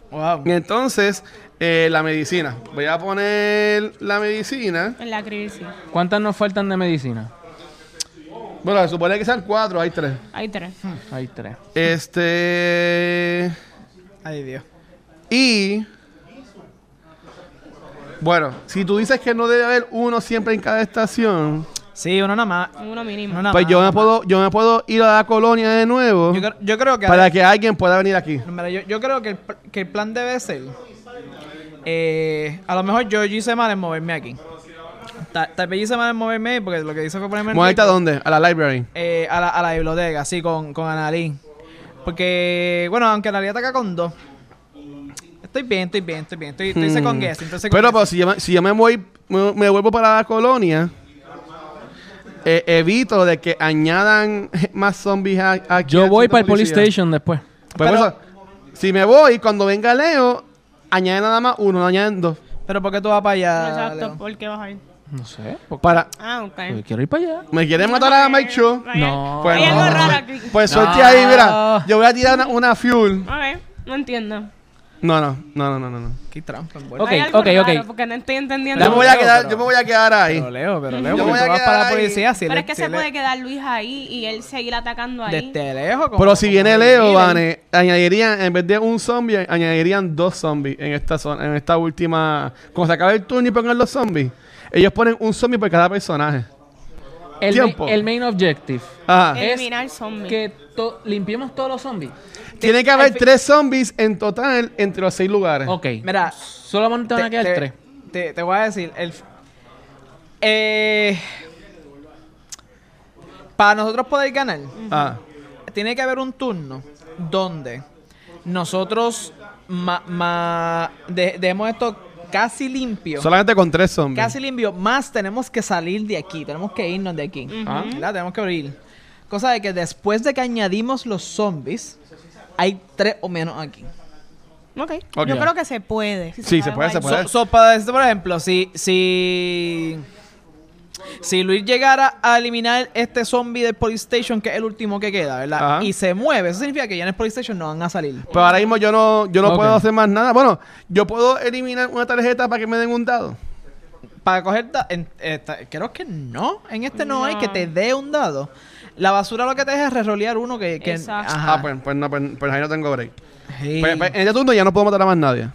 [SPEAKER 5] Wow.
[SPEAKER 2] Y entonces, eh, la medicina. Voy a poner la medicina.
[SPEAKER 4] En la crisis.
[SPEAKER 1] ¿Cuántas nos faltan de medicina?
[SPEAKER 2] Bueno, se supone que sean cuatro, hay tres.
[SPEAKER 4] Hay tres.
[SPEAKER 1] Hay tres.
[SPEAKER 2] Este...
[SPEAKER 5] Ay, Dios.
[SPEAKER 2] Y. Bueno, si tú dices que no debe haber uno siempre en cada estación,
[SPEAKER 5] Sí, uno nada más.
[SPEAKER 4] Uno mínimo.
[SPEAKER 5] Uno nada
[SPEAKER 2] pues
[SPEAKER 5] más.
[SPEAKER 2] yo me, puedo, yo me puedo ir a la colonia de nuevo
[SPEAKER 5] Ah, Yo, cre- yo creo que.
[SPEAKER 2] para que alguien pueda venir aquí.
[SPEAKER 5] No, mira, yo, yo creo que el, pl- que el plan debe ser. eh, a lo mejor yo, yo hice mal en moverme aquí. Ta- Tal vez yo hice mal en moverme ahí, porque lo que hice fue ponerme en
[SPEAKER 2] ¿Muerta
[SPEAKER 5] riesgo,
[SPEAKER 2] dónde? A la library.
[SPEAKER 5] eh, a, la, a la biblioteca, así, con, con Analí. Porque, bueno, aunque Analí ataca con dos. Estoy bien, estoy bien, estoy bien. Estoy, estoy second guess, estoy second
[SPEAKER 2] Mm. Hmm. Pero
[SPEAKER 5] guess.
[SPEAKER 2] pues, si, yo me, si yo me voy, me, me vuelvo para la colonia, eh, evito de que añadan más zombies a- aquí.
[SPEAKER 1] Yo
[SPEAKER 2] al
[SPEAKER 1] voy
[SPEAKER 2] centro
[SPEAKER 1] para el police
[SPEAKER 2] policial.
[SPEAKER 1] station después.
[SPEAKER 2] Pues, por
[SPEAKER 5] Pero-
[SPEAKER 2] eso, si me voy, cuando venga Leo, añade nada más uno, no añaden dos.
[SPEAKER 5] Pero ¿por qué tú vas para allá?
[SPEAKER 4] Exacto, pues.
[SPEAKER 5] Leo?
[SPEAKER 4] ¿por qué vas a ir?
[SPEAKER 1] No sé. porque-
[SPEAKER 2] Para,
[SPEAKER 4] Ah, ok.
[SPEAKER 1] Yo quiero ir para allá.
[SPEAKER 2] ¿me quieren matar a Mike Chu?
[SPEAKER 4] Hay-
[SPEAKER 1] No.
[SPEAKER 2] Pues
[SPEAKER 4] hay
[SPEAKER 2] no,
[SPEAKER 4] algo
[SPEAKER 2] no,
[SPEAKER 4] raro
[SPEAKER 2] no.
[SPEAKER 4] aquí.
[SPEAKER 2] Pues
[SPEAKER 1] No.
[SPEAKER 2] suerte ahí, mira. Yo voy a tirar una, una fuel.
[SPEAKER 4] Ok, no entiendo.
[SPEAKER 2] No, no, no, no, no, no.
[SPEAKER 5] Qué trampa, en
[SPEAKER 1] Ok,
[SPEAKER 5] vuelta.
[SPEAKER 4] Hay algo
[SPEAKER 1] ok, ok.
[SPEAKER 4] raro, Porque no estoy entendiendo.
[SPEAKER 2] Yo me voy a
[SPEAKER 5] Pero-
[SPEAKER 2] quedar, yo me voy a quedar ahí.
[SPEAKER 5] Pero leo, pero leo,
[SPEAKER 2] Yo
[SPEAKER 5] porque
[SPEAKER 2] voy a
[SPEAKER 5] tú vas
[SPEAKER 2] quedar
[SPEAKER 5] para la
[SPEAKER 2] ahí.
[SPEAKER 5] policía. Si
[SPEAKER 4] Pero
[SPEAKER 5] le-
[SPEAKER 4] es que
[SPEAKER 5] si
[SPEAKER 4] se
[SPEAKER 5] le-
[SPEAKER 4] puede quedar Luis ahí y él seguir atacando ahí.
[SPEAKER 5] Desde lejos. como-
[SPEAKER 2] Pero si
[SPEAKER 5] como
[SPEAKER 2] viene
[SPEAKER 5] el
[SPEAKER 2] Leo,
[SPEAKER 5] líder.
[SPEAKER 2] Vane, añadirían, en vez de un zombie, añadirían dos zombies en esta zona, en esta última. Cuando se acabe el turno y pongan los zombies, ellos ponen un zombie por cada personaje.
[SPEAKER 1] El, ma-
[SPEAKER 2] Tiempo.
[SPEAKER 1] el main objective.
[SPEAKER 2] Ajá.
[SPEAKER 1] Eh,
[SPEAKER 4] Eliminar zombies.
[SPEAKER 1] Que to- limpiemos todos los zombies.
[SPEAKER 4] Este,
[SPEAKER 2] Tiene que haber tres zombies en total entre los seis lugares.
[SPEAKER 1] Ok.
[SPEAKER 5] Mira,
[SPEAKER 1] Solamente van a quedar tres.
[SPEAKER 5] Te, te voy a decir, el, f- eh, para nosotros poder ganar,
[SPEAKER 2] Ah.
[SPEAKER 5] tiene que haber un turno donde nosotros ma, ma- de- dejemos esto casi limpio.
[SPEAKER 2] Solamente con tres zombies.
[SPEAKER 5] Casi limpio, más tenemos que salir de aquí, tenemos que irnos de aquí.
[SPEAKER 4] Ah.
[SPEAKER 5] ¿verdad? Tenemos que abrir. Cosa de que después de que añadimos los zombies, hay tres o menos aquí.
[SPEAKER 4] Ok.
[SPEAKER 2] Ok.
[SPEAKER 4] Yo creo que se puede. Si
[SPEAKER 2] Sí, se puede, se
[SPEAKER 4] jugar.
[SPEAKER 2] puede.
[SPEAKER 5] So, so, para decirte, por ejemplo, si, si, si Luis llegara a eliminar este zombie del Police Station, que es el último que queda, ¿verdad?
[SPEAKER 2] Ajá.
[SPEAKER 5] Y se mueve, eso significa que ya en el Police Station no van a salir.
[SPEAKER 2] Pero ahora mismo yo no, yo no
[SPEAKER 1] Ok.
[SPEAKER 2] puedo hacer más nada. Bueno, yo puedo eliminar una tarjeta para que me den un dado.
[SPEAKER 5] Para coger, da- en- esta- creo que no, en este no, hay que
[SPEAKER 4] No.
[SPEAKER 5] te dé un dado. La basura lo que te deja es rerolear uno que... que
[SPEAKER 4] Exacto.
[SPEAKER 5] ajá.
[SPEAKER 2] Ah, pues, pues no, pues, pues ahí no tengo break.
[SPEAKER 5] Sí.
[SPEAKER 2] Pues- pues en este turno ya no puedo matar a más nadie.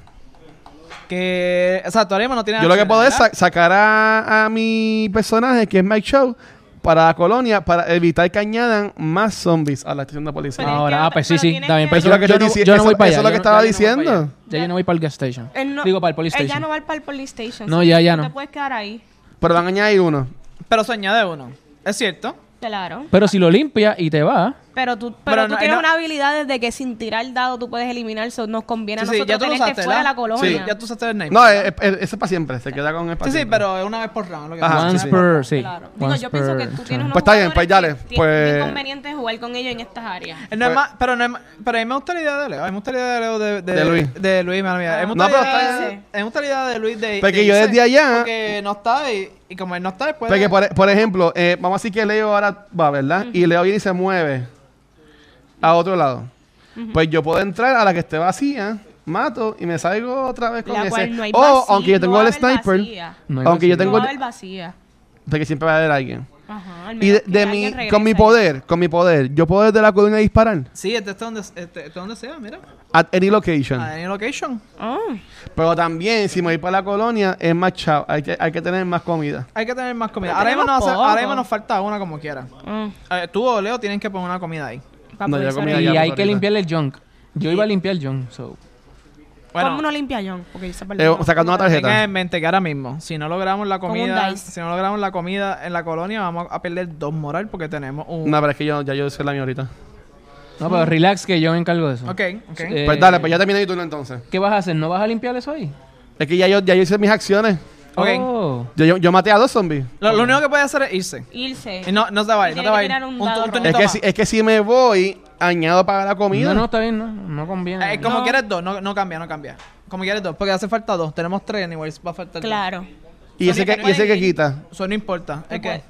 [SPEAKER 5] que, o sea, tú ahora mismo no tienes
[SPEAKER 2] Yo lo que
[SPEAKER 5] acciones,
[SPEAKER 2] puedo es
[SPEAKER 5] ¿verdad?
[SPEAKER 2] sa- sacar a, a mi personaje, que es Mike Show, para la colonia, para evitar que añadan más zombies a la estación de policía.
[SPEAKER 4] Pero-
[SPEAKER 1] Ahora,
[SPEAKER 4] es que-
[SPEAKER 1] ah, pues sí,
[SPEAKER 4] pero
[SPEAKER 1] sí.
[SPEAKER 4] tienes
[SPEAKER 1] Está bien.
[SPEAKER 4] que-
[SPEAKER 1] Pero
[SPEAKER 2] Eso es lo que
[SPEAKER 1] yo,
[SPEAKER 2] estoy
[SPEAKER 1] no,
[SPEAKER 2] dici-
[SPEAKER 1] yo no
[SPEAKER 2] eso-
[SPEAKER 1] voy para allá.
[SPEAKER 2] eso es lo
[SPEAKER 1] yo
[SPEAKER 2] que
[SPEAKER 1] no-
[SPEAKER 2] estaba
[SPEAKER 1] ya yo no voy para
[SPEAKER 2] diciendo.
[SPEAKER 1] allá. Ya yo no voy para el gas station.
[SPEAKER 4] Él Eh, no-
[SPEAKER 1] Digo, para el police
[SPEAKER 4] Él ya
[SPEAKER 1] station.
[SPEAKER 4] no va para el police station.
[SPEAKER 1] No,
[SPEAKER 4] así
[SPEAKER 1] ya,
[SPEAKER 4] que
[SPEAKER 1] ya
[SPEAKER 4] tú
[SPEAKER 1] no.
[SPEAKER 4] Te puedes quedar ahí.
[SPEAKER 2] Pero van a añadir uno.
[SPEAKER 5] Pero se añade uno, es cierto.
[SPEAKER 4] Claro.
[SPEAKER 1] Pero si lo limpia y te va.
[SPEAKER 4] Pero tú, pero
[SPEAKER 5] Pero
[SPEAKER 4] tú
[SPEAKER 5] no-
[SPEAKER 4] tienes
[SPEAKER 5] no-
[SPEAKER 4] una habilidad desde que sin tirar el dado tú puedes eliminar. eso nos conviene a
[SPEAKER 5] Sí, sí,
[SPEAKER 4] nosotros tenerte fuera de
[SPEAKER 5] ¿verdad?
[SPEAKER 4] la colonia.
[SPEAKER 5] Sí, ya tú usaste el name.
[SPEAKER 2] No, eh, eh, eh, eso es para siempre. Se queda con el para
[SPEAKER 5] Sí, sí,
[SPEAKER 2] siempre.
[SPEAKER 5] pero es una vez por round. Lo que
[SPEAKER 2] Ajá,
[SPEAKER 5] pasa.
[SPEAKER 1] Once
[SPEAKER 2] sí, sí.
[SPEAKER 1] per, sí.
[SPEAKER 4] Claro. Digo,
[SPEAKER 1] Once
[SPEAKER 4] yo pienso que
[SPEAKER 1] per
[SPEAKER 4] tú tienes
[SPEAKER 1] turn.
[SPEAKER 4] unos
[SPEAKER 2] Pues está bien, pues
[SPEAKER 4] jugadores
[SPEAKER 2] dale,
[SPEAKER 4] que
[SPEAKER 2] pues-
[SPEAKER 4] Es inconveniente jugar con ellos en estas áreas.
[SPEAKER 5] Eh, No es
[SPEAKER 2] Pues-
[SPEAKER 5] más, pero no es más, pero a mí me gusta la idea de Leo. A mí me gusta la idea de Leo de,
[SPEAKER 2] De Luis.
[SPEAKER 5] De Luis, mala
[SPEAKER 4] Ah,
[SPEAKER 5] mía. A mí me
[SPEAKER 2] No,
[SPEAKER 5] gusta la
[SPEAKER 2] pero
[SPEAKER 5] idea
[SPEAKER 4] está
[SPEAKER 5] de-
[SPEAKER 4] bien.
[SPEAKER 5] a mí me gusta la idea de Luis de.
[SPEAKER 2] Porque
[SPEAKER 5] de
[SPEAKER 2] yo
[SPEAKER 5] irse,
[SPEAKER 2] desde allá-
[SPEAKER 5] Porque no está y, y como él no está, después.
[SPEAKER 2] Porque, por, por ejemplo, eh, vamos a decir que Leo ahora va, ¿verdad? Y Leo viene y se mueve a otro lado. Pues yo puedo entrar a la que esté vacía, mato y me salgo otra vez con
[SPEAKER 4] La
[SPEAKER 2] ese.
[SPEAKER 4] cual no hay
[SPEAKER 2] o,
[SPEAKER 4] vacío,
[SPEAKER 2] aunque yo
[SPEAKER 4] no
[SPEAKER 2] tengo
[SPEAKER 4] va a
[SPEAKER 2] el
[SPEAKER 4] haber
[SPEAKER 2] sniper,
[SPEAKER 4] vacía.
[SPEAKER 1] No hay
[SPEAKER 2] aunque yo
[SPEAKER 1] vacío.
[SPEAKER 2] tengo
[SPEAKER 4] no va a
[SPEAKER 2] el-
[SPEAKER 4] haber vacía.
[SPEAKER 2] Porque siempre va a haber alguien.
[SPEAKER 4] Ajá, al
[SPEAKER 2] Y de,
[SPEAKER 4] menos que
[SPEAKER 2] de
[SPEAKER 4] alguien
[SPEAKER 2] mi,
[SPEAKER 4] regrese
[SPEAKER 2] con mi
[SPEAKER 4] ahí.
[SPEAKER 2] poder, con mi poder, yo puedo desde la columna disparar.
[SPEAKER 5] Sí, este está donde, este, este donde sea, mira.
[SPEAKER 2] At any location.
[SPEAKER 5] A Any Location.
[SPEAKER 4] Ah.
[SPEAKER 2] Pero también, si me voy para la colonia, es más chao. Hay que, hay que tener más comida.
[SPEAKER 5] Hay que tener más comida.
[SPEAKER 4] Pero
[SPEAKER 5] Ahora mismo, nos
[SPEAKER 4] tenemos
[SPEAKER 5] hace-
[SPEAKER 4] poco.
[SPEAKER 5] ahora mismo nos falta una como quiera.
[SPEAKER 4] Ah,
[SPEAKER 5] Eh, tú o Leo tienen que poner una comida ahí.
[SPEAKER 4] para
[SPEAKER 2] No,
[SPEAKER 4] poder
[SPEAKER 2] ya comí
[SPEAKER 1] Y
[SPEAKER 4] sobrevivir.
[SPEAKER 2] allá. ya,
[SPEAKER 1] hay
[SPEAKER 2] pues,
[SPEAKER 1] que
[SPEAKER 2] ahorita.
[SPEAKER 1] limpiar el junk. Yo iba a limpiar el junk, so.
[SPEAKER 4] ¿Cómo no limpia John? Porque yo esa parte
[SPEAKER 2] Eh,
[SPEAKER 4] no-
[SPEAKER 2] sacando una
[SPEAKER 5] Tengan
[SPEAKER 2] tarjeta.
[SPEAKER 5] en mente que ahora mismo, si no logramos la
[SPEAKER 4] Con un
[SPEAKER 5] comida,
[SPEAKER 4] dice.
[SPEAKER 5] si no logramos la comida en la colonia, vamos a perder dos moral porque tenemos un.
[SPEAKER 2] No, pero es que yo, ya yo soy la mía ahorita.
[SPEAKER 1] No, pero relax que yo me encargo de eso.
[SPEAKER 5] Ok, ok.
[SPEAKER 1] Eh,
[SPEAKER 2] Pues dale, pues ya terminé mi turno entonces.
[SPEAKER 1] ¿Qué vas a hacer? ¿No vas a limpiar eso ahí?
[SPEAKER 2] Es que ya yo, ya yo hice mis acciones.
[SPEAKER 5] Ok.
[SPEAKER 1] Oh.
[SPEAKER 2] Yo, yo, yo maté a dos zombies.
[SPEAKER 5] Lo, lo único que puede hacer es irse.
[SPEAKER 4] Irse.
[SPEAKER 5] Y No, no te vayas,
[SPEAKER 4] Tiene
[SPEAKER 5] no te
[SPEAKER 4] que
[SPEAKER 5] vayas.
[SPEAKER 4] tirar un
[SPEAKER 5] tu-
[SPEAKER 4] dado rojo.
[SPEAKER 2] Es
[SPEAKER 5] turnito
[SPEAKER 2] que,
[SPEAKER 5] más.
[SPEAKER 2] si, es que si me voy, añado para la comida.
[SPEAKER 1] No, no, está bien, no, no conviene.
[SPEAKER 5] Eh, como
[SPEAKER 4] No.
[SPEAKER 5] quieres dos, no, no cambia, no cambia. Como quieres dos, porque hace falta dos. Tenemos tres, anyways, va a faltar
[SPEAKER 4] Claro.
[SPEAKER 2] y ese que, y ese que quita.
[SPEAKER 5] dos. Eso no importa. Es que,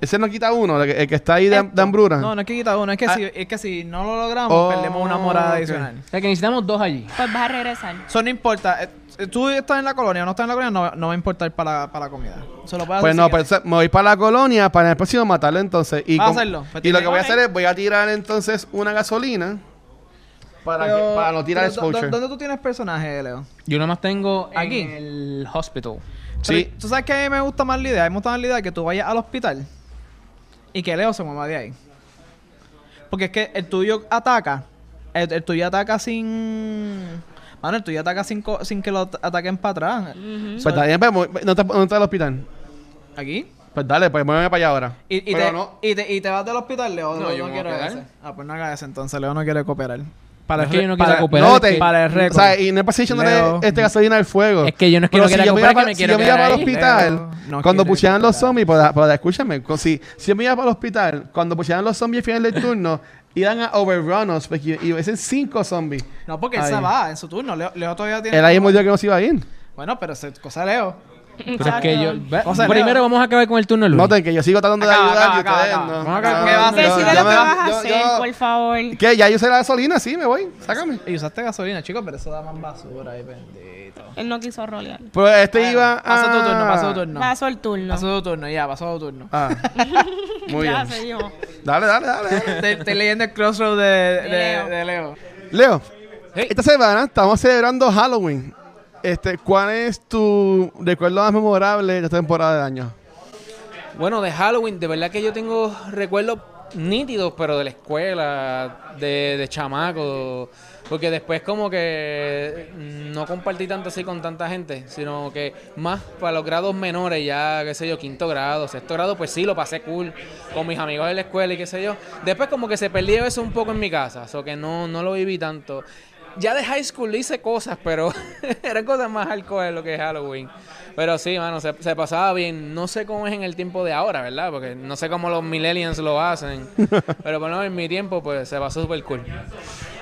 [SPEAKER 2] Ese no quita uno, el que, el que está ahí de, de
[SPEAKER 5] Esto.
[SPEAKER 2] hambruna.
[SPEAKER 5] no, no es que quita uno, es que,
[SPEAKER 2] Ah.
[SPEAKER 5] si, es que si no lo logramos,
[SPEAKER 2] Oh,
[SPEAKER 5] perdemos una morada
[SPEAKER 2] ok.
[SPEAKER 5] adicional.
[SPEAKER 1] O sea, que necesitamos dos allí.
[SPEAKER 4] Pues vas a regresar.
[SPEAKER 5] Eso no importa. Eh, eh, Tú estás en la colonia o no estás en la colonia, no, no va a importar para, para la comida. Se lo puedes
[SPEAKER 2] Pues
[SPEAKER 5] hacer
[SPEAKER 2] no,
[SPEAKER 5] si
[SPEAKER 2] pues
[SPEAKER 5] quieres.
[SPEAKER 2] me voy para la colonia para en el próximo matarlo entonces. Y,
[SPEAKER 5] Vas a
[SPEAKER 2] com-
[SPEAKER 5] hacerlo, pues
[SPEAKER 2] y lo
[SPEAKER 5] tiene-
[SPEAKER 2] que voy a
[SPEAKER 5] ok.
[SPEAKER 2] hacer es voy a tirar entonces una gasolina para, que-
[SPEAKER 5] Pero-
[SPEAKER 2] para no tirar
[SPEAKER 5] pero ¿dó-
[SPEAKER 2] exposure.
[SPEAKER 5] ¿Dónde tú tienes personaje, Leo?
[SPEAKER 1] Yo nada más tengo
[SPEAKER 5] Aquí.
[SPEAKER 1] en el hospital.
[SPEAKER 2] Sí.
[SPEAKER 5] Pero, ¿Tú sabes que a mí me gusta más la idea? A mí me gusta más la idea de que tú vayas al hospital y que Leo se mueva de ahí. Porque es que el tuyo ataca. El, el tuyo ataca sin. Mano, el tuyo ataca sin, co- sin que lo at- ataquen para atrás.
[SPEAKER 2] Pues está bien, pues, mu- no está, no está el hospital.
[SPEAKER 5] Aquí.
[SPEAKER 2] Pues dale, pues muéveme para allá ahora.
[SPEAKER 5] Y, y
[SPEAKER 2] Pero
[SPEAKER 5] te,
[SPEAKER 2] no.
[SPEAKER 5] y, te, y te vas del hospital, Leo.
[SPEAKER 1] No,
[SPEAKER 5] Leo
[SPEAKER 1] yo me voy a
[SPEAKER 5] quiere
[SPEAKER 1] quedar.
[SPEAKER 5] ese. Ah, pues no hagas eso entonces. Leo no quiere cooperar. Para
[SPEAKER 1] No
[SPEAKER 5] el
[SPEAKER 1] es que
[SPEAKER 5] re-
[SPEAKER 1] yo no quiera
[SPEAKER 5] para-
[SPEAKER 1] cooperar,
[SPEAKER 5] no
[SPEAKER 1] es
[SPEAKER 5] te-
[SPEAKER 1] que-
[SPEAKER 5] Para el
[SPEAKER 2] O
[SPEAKER 5] récord.
[SPEAKER 2] sea, y no es para echándole
[SPEAKER 5] Leo.
[SPEAKER 2] este gasolina al fuego.
[SPEAKER 1] Es que yo no es que
[SPEAKER 2] Pero
[SPEAKER 1] no quiera
[SPEAKER 2] yo me
[SPEAKER 1] comprar,
[SPEAKER 2] iba
[SPEAKER 1] que
[SPEAKER 2] pa-
[SPEAKER 1] me quiero
[SPEAKER 2] Si yo me iba
[SPEAKER 1] quedar
[SPEAKER 2] para el
[SPEAKER 1] ahí.
[SPEAKER 2] hospital,
[SPEAKER 5] Leo, no
[SPEAKER 2] cuando
[SPEAKER 5] quiere
[SPEAKER 2] pusieran los
[SPEAKER 5] comprar.
[SPEAKER 2] zombies, pues, pues, escúchame, con- si, si yo me iba para el hospital, cuando pusieran los zombies al final del turno, iban a overrun us, porque y hubiesen cinco zombies.
[SPEAKER 5] No, porque él
[SPEAKER 2] Ahí.
[SPEAKER 5] se va en su turno. Leo, Leo todavía tiene.
[SPEAKER 2] Él ahí mismo dijo que no se iba a ir.
[SPEAKER 5] Bueno, pero es cosa de Leo.
[SPEAKER 1] Pero es que yo. va-
[SPEAKER 2] No se
[SPEAKER 1] primero
[SPEAKER 2] nea.
[SPEAKER 1] vamos a acabar con el turno de Luis.
[SPEAKER 2] Noten que yo sigo tratando de
[SPEAKER 5] Acaba,
[SPEAKER 2] ayudar y
[SPEAKER 5] acaba,
[SPEAKER 2] ustedes
[SPEAKER 5] acaba,
[SPEAKER 2] no.
[SPEAKER 5] acaba.
[SPEAKER 1] Vamos a acabar.
[SPEAKER 2] No,
[SPEAKER 5] ¿Qué vas a
[SPEAKER 2] no,
[SPEAKER 5] hacer?
[SPEAKER 4] Decide
[SPEAKER 2] yo
[SPEAKER 4] lo que
[SPEAKER 2] me-
[SPEAKER 4] vas a
[SPEAKER 2] yo-
[SPEAKER 4] hacer,
[SPEAKER 2] yo-
[SPEAKER 4] por favor.
[SPEAKER 2] ¿Qué? Ya yo usé la gasolina, sí, me voy. Sácame.
[SPEAKER 5] Y usaste gasolina, chicos, pero eso da más basura, ay, bendito.
[SPEAKER 4] Él no quiso rolear.
[SPEAKER 2] Pero este iba a...
[SPEAKER 5] Pasó tu turno, pasó tu turno.
[SPEAKER 4] Pasó el turno.
[SPEAKER 5] Pasó tu turno, ya, pasó tu turno.
[SPEAKER 2] Ah. Muy
[SPEAKER 4] ya,
[SPEAKER 2] bien.
[SPEAKER 4] seguimos.
[SPEAKER 2] Dale, dale, dale. dale.
[SPEAKER 5] Te- Estoy leyendo el crossroad de, de,
[SPEAKER 4] Leo.
[SPEAKER 5] de Leo.
[SPEAKER 2] Leo,
[SPEAKER 1] Hey.
[SPEAKER 2] esta semana estamos celebrando Halloween. Este, ¿Cuál es tu recuerdo más memorable de esta temporada de año?
[SPEAKER 1] Bueno, de Halloween, de verdad que yo tengo recuerdos nítidos, pero de la escuela, de, de chamaco. Porque después como que no compartí tanto así con tanta gente, sino que más para los grados menores, ya, qué sé yo, quinto grado, sexto grado, pues sí, lo pasé cool con mis amigos de la escuela y qué sé yo. Después como que se perdió eso un poco en mi casa, o que no, no lo viví tanto. Ya de high school hice cosas, pero eran cosas más hardcore de lo que es Halloween. Pero sí, mano, se, se pasaba bien. No sé cómo es en el tiempo de ahora, ¿verdad? Porque no sé cómo los millennials lo hacen. pero por lo menos en mi tiempo, pues se pasó súper cool.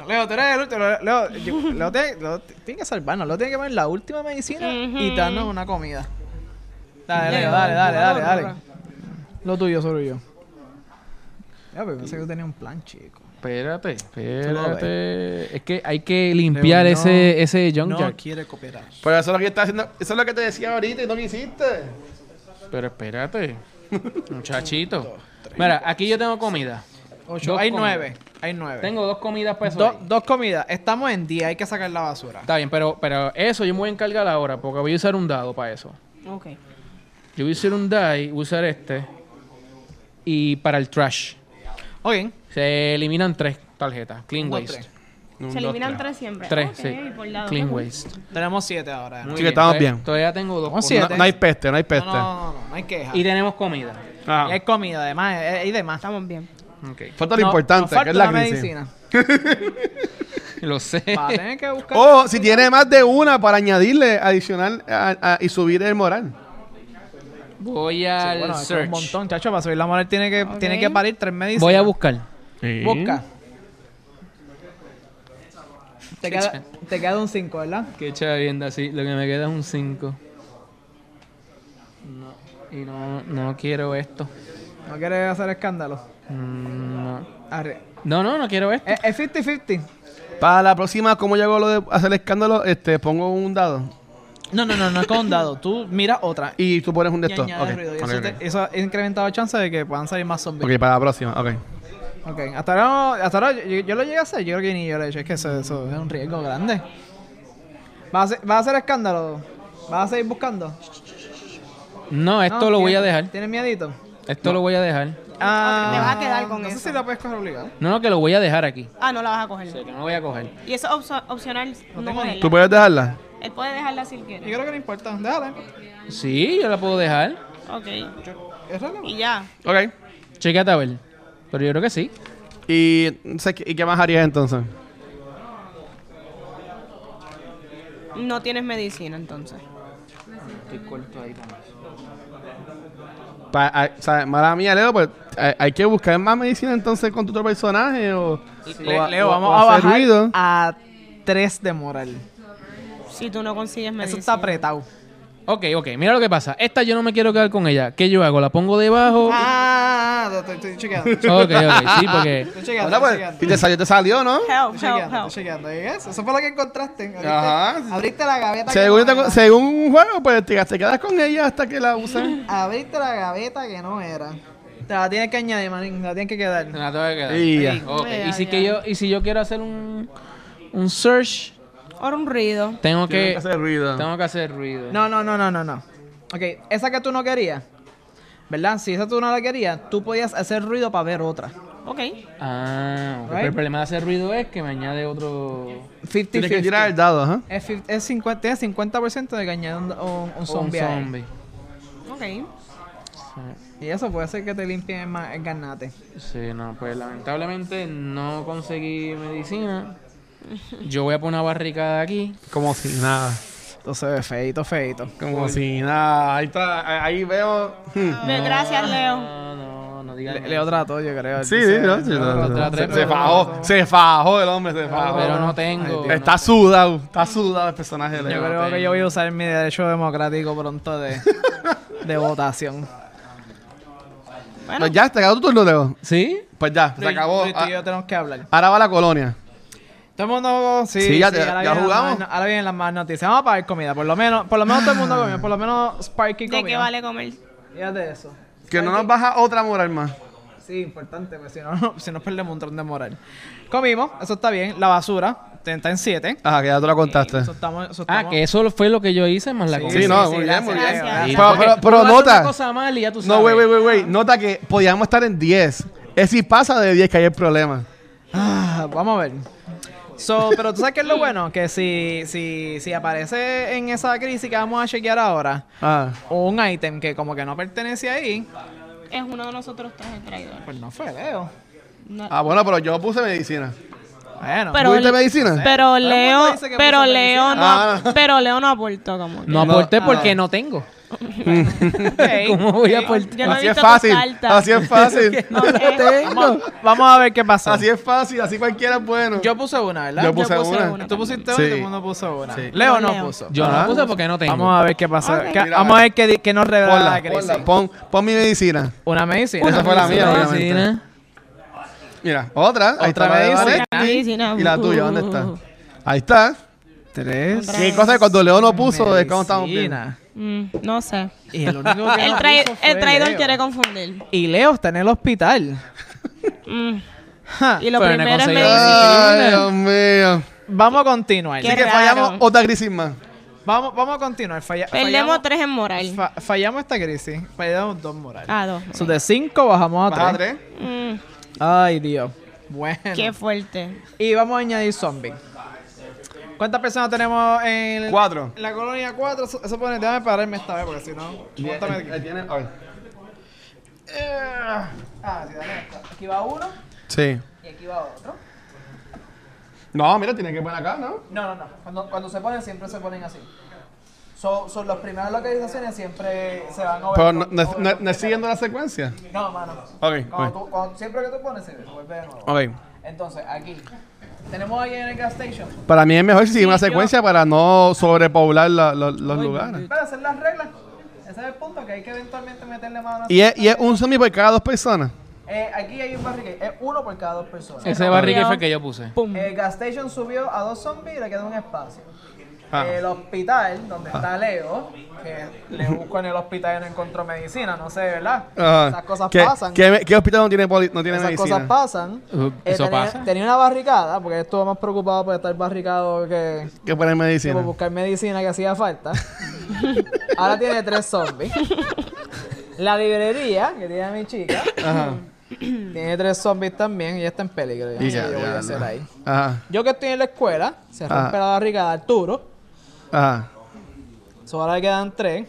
[SPEAKER 5] Leo, tú eres el último. Leo, Leo, yo- Leo tiene, Leo t- tiene que salvarnos. Leo tiene que poner la última medicina y
[SPEAKER 4] Ujú.
[SPEAKER 5] darnos una comida. Dale, Leo,
[SPEAKER 4] Leo,
[SPEAKER 5] dale, dale, dale,
[SPEAKER 4] dale,
[SPEAKER 5] dale. Lo tuyo, solo yo. Ya, pero pensé que yo tenía un plan, chico.
[SPEAKER 1] Espérate,
[SPEAKER 5] espérate.
[SPEAKER 1] Es que hay que limpiar
[SPEAKER 5] Leo, no,
[SPEAKER 1] ese, ese Young
[SPEAKER 5] No
[SPEAKER 1] Jack.
[SPEAKER 5] quiere cooperar.
[SPEAKER 2] Pero Pues eso es lo que está haciendo, eso es lo que te decía ahorita y no lo hiciste.
[SPEAKER 1] Pero espérate, muchachito. Mira, aquí yo tengo comida.
[SPEAKER 5] Ocho.
[SPEAKER 1] Dos
[SPEAKER 5] Hay
[SPEAKER 1] comidas.
[SPEAKER 5] nueve. Hay nueve.
[SPEAKER 1] Tengo dos comidas para eso.
[SPEAKER 5] Do-
[SPEAKER 1] ahí.
[SPEAKER 5] dos comidas. Estamos en día. Hay que sacar la basura.
[SPEAKER 1] Está bien, pero, pero eso yo me voy a encargar ahora, porque voy a usar un dado para eso.
[SPEAKER 4] Ok.
[SPEAKER 1] Yo voy a usar un die, voy a usar este. Y para el trash.
[SPEAKER 5] Ok.
[SPEAKER 1] Se eliminan tres tarjetas. Clean
[SPEAKER 5] ¿Cómo
[SPEAKER 1] waste.
[SPEAKER 5] tres?
[SPEAKER 4] Se eliminan tres siempre.
[SPEAKER 1] Tres,
[SPEAKER 4] Ok,
[SPEAKER 1] sí.
[SPEAKER 4] por lado.
[SPEAKER 1] Clean waste.
[SPEAKER 5] Tenemos siete ahora.
[SPEAKER 1] Muy
[SPEAKER 5] ¿no?
[SPEAKER 2] Sí, que estamos
[SPEAKER 1] Todavía-
[SPEAKER 2] bien.
[SPEAKER 1] Todavía tengo dos.
[SPEAKER 5] Vamos
[SPEAKER 1] por-
[SPEAKER 5] siete.
[SPEAKER 2] No, no hay peste, no hay
[SPEAKER 5] No,
[SPEAKER 2] peste.
[SPEAKER 5] no, no, no, no hay queja.
[SPEAKER 1] Y tenemos comida.
[SPEAKER 2] Ah.
[SPEAKER 5] Y hay comida, además. eh, Y demás.
[SPEAKER 4] Estamos bien.
[SPEAKER 1] Ok.
[SPEAKER 2] Falta lo
[SPEAKER 5] No, nos
[SPEAKER 2] importante, que
[SPEAKER 5] falta
[SPEAKER 2] es la
[SPEAKER 5] una
[SPEAKER 2] crisis.
[SPEAKER 5] medicina.
[SPEAKER 1] Lo sé.
[SPEAKER 5] Va a tener que buscar.
[SPEAKER 2] O si tiene más de una para añadirle adicional a- a- y subir el moral.
[SPEAKER 1] Voy
[SPEAKER 5] Sí,
[SPEAKER 1] al
[SPEAKER 5] bueno, esto es
[SPEAKER 1] search.
[SPEAKER 5] un montón, chacho. Para subir la moral tiene que,
[SPEAKER 4] Ok.
[SPEAKER 5] tiene que parir tres medicinas.
[SPEAKER 1] Voy a buscar.
[SPEAKER 5] Busca. Te
[SPEAKER 1] Sí,
[SPEAKER 5] queda,
[SPEAKER 1] sí.
[SPEAKER 5] te queda un 5, ¿verdad?
[SPEAKER 1] Qué chavienda, sí. Lo que me queda es un 5. No. Y no, no quiero esto.
[SPEAKER 5] No quieres hacer escándalo.
[SPEAKER 1] Mm, No.
[SPEAKER 5] Arre.
[SPEAKER 1] no, no, no quiero esto.
[SPEAKER 5] Es es 50-50.
[SPEAKER 2] Para la próxima, como yo hago lo de hacer escándalo, este, pongo un dado
[SPEAKER 5] No, no, no, no es con un dado. Tú mira otra. Y,
[SPEAKER 2] y tú pones un de
[SPEAKER 5] y
[SPEAKER 2] estos.
[SPEAKER 5] añades
[SPEAKER 2] Ok,
[SPEAKER 5] ruido. Y
[SPEAKER 2] ok,
[SPEAKER 5] eso,
[SPEAKER 2] ok.
[SPEAKER 5] te- eso ha incrementado chance de que puedan salir más zombies.
[SPEAKER 2] Ok, para la próxima, ok.
[SPEAKER 5] Ok. Hasta ahora, no- hasta ahora yo, yo lo llegué a hacer. Yo creo que ni yo lo he hecho. Es que eso, eso es un riesgo grande. ¿Vas a, hacer- vas a hacer escándalo? ¿Vas a seguir buscando?
[SPEAKER 1] No, esto
[SPEAKER 5] No,
[SPEAKER 1] lo voy a
[SPEAKER 5] ¿tienes-
[SPEAKER 1] dejar.
[SPEAKER 5] ¿Tienes miedito?
[SPEAKER 1] Esto lo voy a dejar.
[SPEAKER 5] Ah,
[SPEAKER 4] te vas a quedar con
[SPEAKER 5] no
[SPEAKER 4] eso.
[SPEAKER 5] sé si la puedes coger obligado.
[SPEAKER 1] No, no, que lo voy a dejar aquí.
[SPEAKER 4] Ah, no la vas a coger.
[SPEAKER 1] Que no voy a coger.
[SPEAKER 4] Y eso es opso- opcional. No,
[SPEAKER 5] tengo ni-
[SPEAKER 4] cogerla.
[SPEAKER 2] ¿Tú puedes dejarla?
[SPEAKER 4] Él puede dejarla si él
[SPEAKER 5] Yo
[SPEAKER 4] quiere.
[SPEAKER 5] creo que no importa. Déjala.
[SPEAKER 1] Sí, yo la puedo dejar.
[SPEAKER 4] Ok.
[SPEAKER 5] Es relevante.
[SPEAKER 4] Y ya.
[SPEAKER 2] Ok.
[SPEAKER 1] Chequéate a ver. Pero yo creo que sí.
[SPEAKER 2] ¿Y, no sé, ¿y qué más harías entonces?
[SPEAKER 4] No tienes medicina entonces.
[SPEAKER 2] Pa- a- o sea, mala mía, Leo, pues hay, hay que buscar más medicina entonces con tu otro personaje o, o a-
[SPEAKER 5] Leo,
[SPEAKER 2] o-
[SPEAKER 5] vamos
[SPEAKER 2] o
[SPEAKER 5] a
[SPEAKER 2] hacer
[SPEAKER 5] bajar
[SPEAKER 2] ruido.
[SPEAKER 5] a 3 de moral.
[SPEAKER 4] Si tú no consigues
[SPEAKER 5] Eso
[SPEAKER 4] medicina.
[SPEAKER 5] está apretado.
[SPEAKER 1] Ok, ok, mira lo que pasa. Esta yo no me quiero quedar con ella. ¿Qué yo hago? ¿La pongo debajo? Ok,
[SPEAKER 5] Ah, estoy, estoy chequeando. Estoy
[SPEAKER 1] ok, sí, porque.
[SPEAKER 5] chequeando,
[SPEAKER 2] Bueno,
[SPEAKER 5] estoy
[SPEAKER 2] pues,
[SPEAKER 5] chequeando.
[SPEAKER 2] y te salió, te salió, ¿no?
[SPEAKER 4] Help,
[SPEAKER 5] Estoy
[SPEAKER 4] help,
[SPEAKER 5] chequeando, estoy
[SPEAKER 4] help.
[SPEAKER 5] chequeando. ¿Y eso? Eso fue lo que encontraste. Abriste,
[SPEAKER 2] Ajá.
[SPEAKER 5] abriste la gaveta. que
[SPEAKER 2] Según,
[SPEAKER 5] no
[SPEAKER 2] te-
[SPEAKER 5] era.
[SPEAKER 2] según un juego, pues te, te quedas con ella hasta que la usen.
[SPEAKER 5] Abriste la gaveta que no era. Te la tienes que añadir, manín. Te la tienes que quedar.
[SPEAKER 1] Me la tengo que quedar.
[SPEAKER 2] Y ya.
[SPEAKER 1] Ok,
[SPEAKER 4] Ya,
[SPEAKER 1] Y si
[SPEAKER 4] ya.
[SPEAKER 1] que yo, y si yo quiero hacer un, un search,
[SPEAKER 4] Ahora un ruido.
[SPEAKER 1] tengo
[SPEAKER 2] Tiene
[SPEAKER 1] que.
[SPEAKER 2] ruido.
[SPEAKER 1] Tengo que hacer ruido.
[SPEAKER 5] No, no, no, no, no, no. Ok, esa que tú no querías, ¿verdad? Si esa tú no la querías, tú podías hacer ruido para ver otra.
[SPEAKER 4] Ok.
[SPEAKER 1] Ah, ok,
[SPEAKER 5] Right.
[SPEAKER 1] pero el problema de hacer ruido es que me añade otro.
[SPEAKER 5] 50
[SPEAKER 2] Tienes que tirar el dado, ajá.
[SPEAKER 5] Es, fif- es 50, tienes 50% de que añade un, un- un zombie.
[SPEAKER 1] Un
[SPEAKER 5] ahí.
[SPEAKER 1] zombie.
[SPEAKER 4] Ok.
[SPEAKER 5] Y eso puede hacer que te limpien más el garnate.
[SPEAKER 1] Sí, no, pues lamentablemente no conseguí medicina. Yo voy a poner una barricada aquí.
[SPEAKER 2] Como si nada.
[SPEAKER 5] Entonces, feito, feito.
[SPEAKER 2] Como si nada. Ahí está, ahí- ahí veo. hmm.
[SPEAKER 5] Ah.
[SPEAKER 4] Ve, Gracias, Leo.
[SPEAKER 1] No, no, no díganme.
[SPEAKER 5] Le- Leo trató, yo creo.
[SPEAKER 2] Sí,
[SPEAKER 5] Dice,
[SPEAKER 2] sí, no, sí,
[SPEAKER 5] Leo
[SPEAKER 2] no,
[SPEAKER 5] trató,
[SPEAKER 2] no.
[SPEAKER 1] otra
[SPEAKER 2] Se,
[SPEAKER 1] tres,
[SPEAKER 2] se
[SPEAKER 1] pero-
[SPEAKER 2] fajó, se fajó el hombre, se fajó.
[SPEAKER 1] Pero no tengo.
[SPEAKER 2] Está sudado, está sudado el personaje de
[SPEAKER 5] Yo
[SPEAKER 2] Leo.
[SPEAKER 5] creo que yo voy a usar mi derecho democrático pronto de, de votación.
[SPEAKER 2] Pues ya, te acabó tu turno, Leo.
[SPEAKER 1] ¿Sí?
[SPEAKER 2] Pues ya, se acabó.
[SPEAKER 5] Luis, tú y
[SPEAKER 2] Ah,
[SPEAKER 5] yo tenemos que hablar.
[SPEAKER 2] Ahora va la colonia.
[SPEAKER 5] Todo el mundo, sí,
[SPEAKER 2] Sí, ya te-
[SPEAKER 5] ahora
[SPEAKER 2] ya
[SPEAKER 5] vienen las
[SPEAKER 2] jugamos.
[SPEAKER 5] más- ahora vienen las más noticias. Vamos a pagar comida, por lo menos, por lo menos todo el mundo comió, por lo menos Sparky
[SPEAKER 4] ¿De
[SPEAKER 5] comió.
[SPEAKER 4] qué vale comer?
[SPEAKER 5] Fíjate eso.
[SPEAKER 2] Que no nos baja otra moral más.
[SPEAKER 5] Sí, importante, porque si no, no- si no perdemos un tron de moral. Comimos, eso está bien. La basura, te- está en 7.
[SPEAKER 2] Ajá, Ah, que ya tú la contaste.
[SPEAKER 5] Eso estamos, eso
[SPEAKER 1] Ah,
[SPEAKER 5] estamos-
[SPEAKER 1] que eso fue lo que yo hice más la
[SPEAKER 5] Sí,
[SPEAKER 1] comida.
[SPEAKER 2] Sí, no, muy bien,
[SPEAKER 5] gracias,
[SPEAKER 2] muy bien.
[SPEAKER 5] gracias,
[SPEAKER 4] Sí,
[SPEAKER 1] Sí,
[SPEAKER 2] Pero,
[SPEAKER 1] porque
[SPEAKER 2] pero, pero
[SPEAKER 1] tú haces una
[SPEAKER 2] nota.
[SPEAKER 1] cosa mal y ya tú
[SPEAKER 2] No,
[SPEAKER 1] sabes.
[SPEAKER 2] güey, güey, güey, güey. Nota que podíamos estar en 10. Es si pasa de 10 que hay el problema.
[SPEAKER 5] Ah, vamos a ver. So, pero tú sabes qué es lo bueno, que si, si, si aparece en esa crisis que vamos a chequear ahora,
[SPEAKER 2] Ah.
[SPEAKER 5] un ítem que como que no pertenece ahí,
[SPEAKER 4] Es uno de nosotros tres el traidor.
[SPEAKER 5] pues no fue Leo.
[SPEAKER 4] No.
[SPEAKER 2] Ah, bueno, pero yo puse medicina.
[SPEAKER 5] Bueno,
[SPEAKER 4] Pero-
[SPEAKER 2] ¿Tuviste medicina?
[SPEAKER 4] Pero
[SPEAKER 5] el mundo
[SPEAKER 4] Leo,
[SPEAKER 5] dice que
[SPEAKER 4] pero
[SPEAKER 5] puso
[SPEAKER 4] Leo no,
[SPEAKER 2] medicina. Ah.
[SPEAKER 4] pero Leo no aportó como. que.
[SPEAKER 1] No aporté
[SPEAKER 5] No.
[SPEAKER 1] porque no tengo.
[SPEAKER 5] ok.
[SPEAKER 1] ¿Cómo voy a
[SPEAKER 5] Ok. Eh,
[SPEAKER 1] aportar?
[SPEAKER 4] Yo no he
[SPEAKER 2] Así
[SPEAKER 4] visto
[SPEAKER 2] es
[SPEAKER 4] tus
[SPEAKER 2] fácil.
[SPEAKER 4] cartas.
[SPEAKER 2] Así es fácil.
[SPEAKER 4] No este- sé.
[SPEAKER 5] Vamos, vamos a ver qué pasa.
[SPEAKER 2] Así es fácil. Así cualquiera es bueno.
[SPEAKER 5] Yo puse una, ¿verdad?
[SPEAKER 2] Yo puse una.
[SPEAKER 5] Tú
[SPEAKER 2] Sí.
[SPEAKER 5] pusiste una, todo el mundo puso una.
[SPEAKER 2] Sí.
[SPEAKER 5] Leo no
[SPEAKER 4] Leo.
[SPEAKER 5] puso.
[SPEAKER 1] Yo
[SPEAKER 2] Ajá.
[SPEAKER 1] no puse porque no tengo.
[SPEAKER 5] Vamos a ver qué pasa.
[SPEAKER 4] Ok.
[SPEAKER 5] ¿Qué-
[SPEAKER 2] Mira,
[SPEAKER 5] vamos a ver qué, di- qué nos revela
[SPEAKER 2] Ponla,
[SPEAKER 5] la crisis.
[SPEAKER 2] ponla. Pon, pon mi medicina.
[SPEAKER 5] Una medicina.
[SPEAKER 2] Esa fue la mía,
[SPEAKER 1] Sí,
[SPEAKER 2] obviamente.
[SPEAKER 1] sí, ¿no?
[SPEAKER 2] Mira, otra. Ahí
[SPEAKER 5] Otra
[SPEAKER 2] está la de
[SPEAKER 5] medicina.
[SPEAKER 2] Vanetti.
[SPEAKER 4] Medicina. uh.
[SPEAKER 2] Y la tuya, ¿dónde está? Ahí está.
[SPEAKER 5] Tres.
[SPEAKER 4] Otra
[SPEAKER 2] Qué
[SPEAKER 4] vez.
[SPEAKER 2] cosa que cuando Leo no puso es cuando estamos bien.
[SPEAKER 5] Medicina.
[SPEAKER 4] Mm, no sé. Ah,
[SPEAKER 5] Y el único que
[SPEAKER 4] El,
[SPEAKER 5] no
[SPEAKER 4] trai-
[SPEAKER 5] puso fue
[SPEAKER 4] el traidor
[SPEAKER 5] Leo.
[SPEAKER 4] quiere confundir.
[SPEAKER 5] Y Leo está en el hospital.
[SPEAKER 4] Mm.
[SPEAKER 5] Ja.
[SPEAKER 4] Y lo
[SPEAKER 1] Pero no he
[SPEAKER 4] primero es
[SPEAKER 1] conseguido.
[SPEAKER 4] medicina.
[SPEAKER 2] Ay, Dios mío.
[SPEAKER 5] Vamos a continuar.
[SPEAKER 4] Qué
[SPEAKER 2] Así que
[SPEAKER 4] raro.
[SPEAKER 2] fallamos otra crisis más.
[SPEAKER 5] Vamos, vamos a continuar. Falla-
[SPEAKER 4] Perdemos
[SPEAKER 5] fallamos,
[SPEAKER 4] tres en moral.
[SPEAKER 5] fa- fallamos esta crisis. Fallamos dos morales.
[SPEAKER 4] Ah, dos.
[SPEAKER 5] So, de cinco bajamos a
[SPEAKER 2] Baja
[SPEAKER 5] tres.
[SPEAKER 2] tres.
[SPEAKER 4] Mm,
[SPEAKER 5] Ay, Dios. Bueno.
[SPEAKER 4] qué fuerte.
[SPEAKER 5] Y vamos a añadir zombies. ¿Cuántas personas tenemos en el-
[SPEAKER 2] Cuatro.
[SPEAKER 5] en la colonia 4? Eso, eso pone, déjame pararme esta vez porque si no. bótame de aquí. Eh, Ah, sí, dale esta. Aquí va uno
[SPEAKER 2] Sí.
[SPEAKER 5] y aquí va otro.
[SPEAKER 2] No, mira, tiene que poner acá, ¿no?
[SPEAKER 5] No, no, no. Cuando, cuando se ponen, siempre se ponen así. Son, son las primeras localizaciones, siempre se van a
[SPEAKER 2] Pero no, no, es- no- no es siguiendo la secuencia.
[SPEAKER 5] No, mano.
[SPEAKER 2] Ok,
[SPEAKER 5] Cuando
[SPEAKER 2] ok.
[SPEAKER 5] tú- cuando- siempre que tú pones, se vuelve de nuevo.
[SPEAKER 2] Ok.
[SPEAKER 5] Entonces, aquí. Tenemos ahí en el gas station.
[SPEAKER 2] Para mí es mejor si sigue una secuencia para no sobrepoblar la- la- los lugares.
[SPEAKER 5] Para hacer las reglas. Ese es el punto que hay que eventualmente meterle mano. a-
[SPEAKER 2] Y es, y es un zombie por cada dos personas.
[SPEAKER 5] Eh, aquí hay un barrique. Es uno por cada dos personas.
[SPEAKER 1] Ese barrique fue el que yo puse.
[SPEAKER 4] Pum.
[SPEAKER 5] El gas station subió a dos zombies y le queda un espacio.
[SPEAKER 2] Ah.
[SPEAKER 5] El hospital, donde está Leo, que le busco en el hospital y no encontró medicina, no sé, ¿verdad?
[SPEAKER 2] Ajá.
[SPEAKER 5] Esas cosas
[SPEAKER 2] Ah. ¿Qué,
[SPEAKER 5] pasan.
[SPEAKER 2] ¿qué, qué hospital no tiene, poli- no tiene
[SPEAKER 5] Esas
[SPEAKER 2] medicina?
[SPEAKER 5] cosas pasan. Eh,
[SPEAKER 1] Uh, eso
[SPEAKER 5] tenía,
[SPEAKER 1] pasa.
[SPEAKER 5] Tenía una barricada, porque estuvo más preocupado por estar barricado que,
[SPEAKER 2] ¿Qué poner
[SPEAKER 5] que por
[SPEAKER 2] medicina?
[SPEAKER 5] buscar medicina que hacía falta. Ahora tiene tres zombies. La librería, que tiene mi chica,
[SPEAKER 2] Ajá.
[SPEAKER 5] tiene tres zombies también y ya está en peligro. Ya, no
[SPEAKER 2] Y
[SPEAKER 5] sé
[SPEAKER 2] ya,
[SPEAKER 5] qué yo
[SPEAKER 2] ya,
[SPEAKER 5] voy a
[SPEAKER 2] no.
[SPEAKER 5] hacer ahí.
[SPEAKER 2] Ajá.
[SPEAKER 5] Yo que estoy en la escuela, se
[SPEAKER 2] Ah.
[SPEAKER 5] rompe la barricada Arturo.
[SPEAKER 2] Ajá.
[SPEAKER 5] So, ahora quedan tres.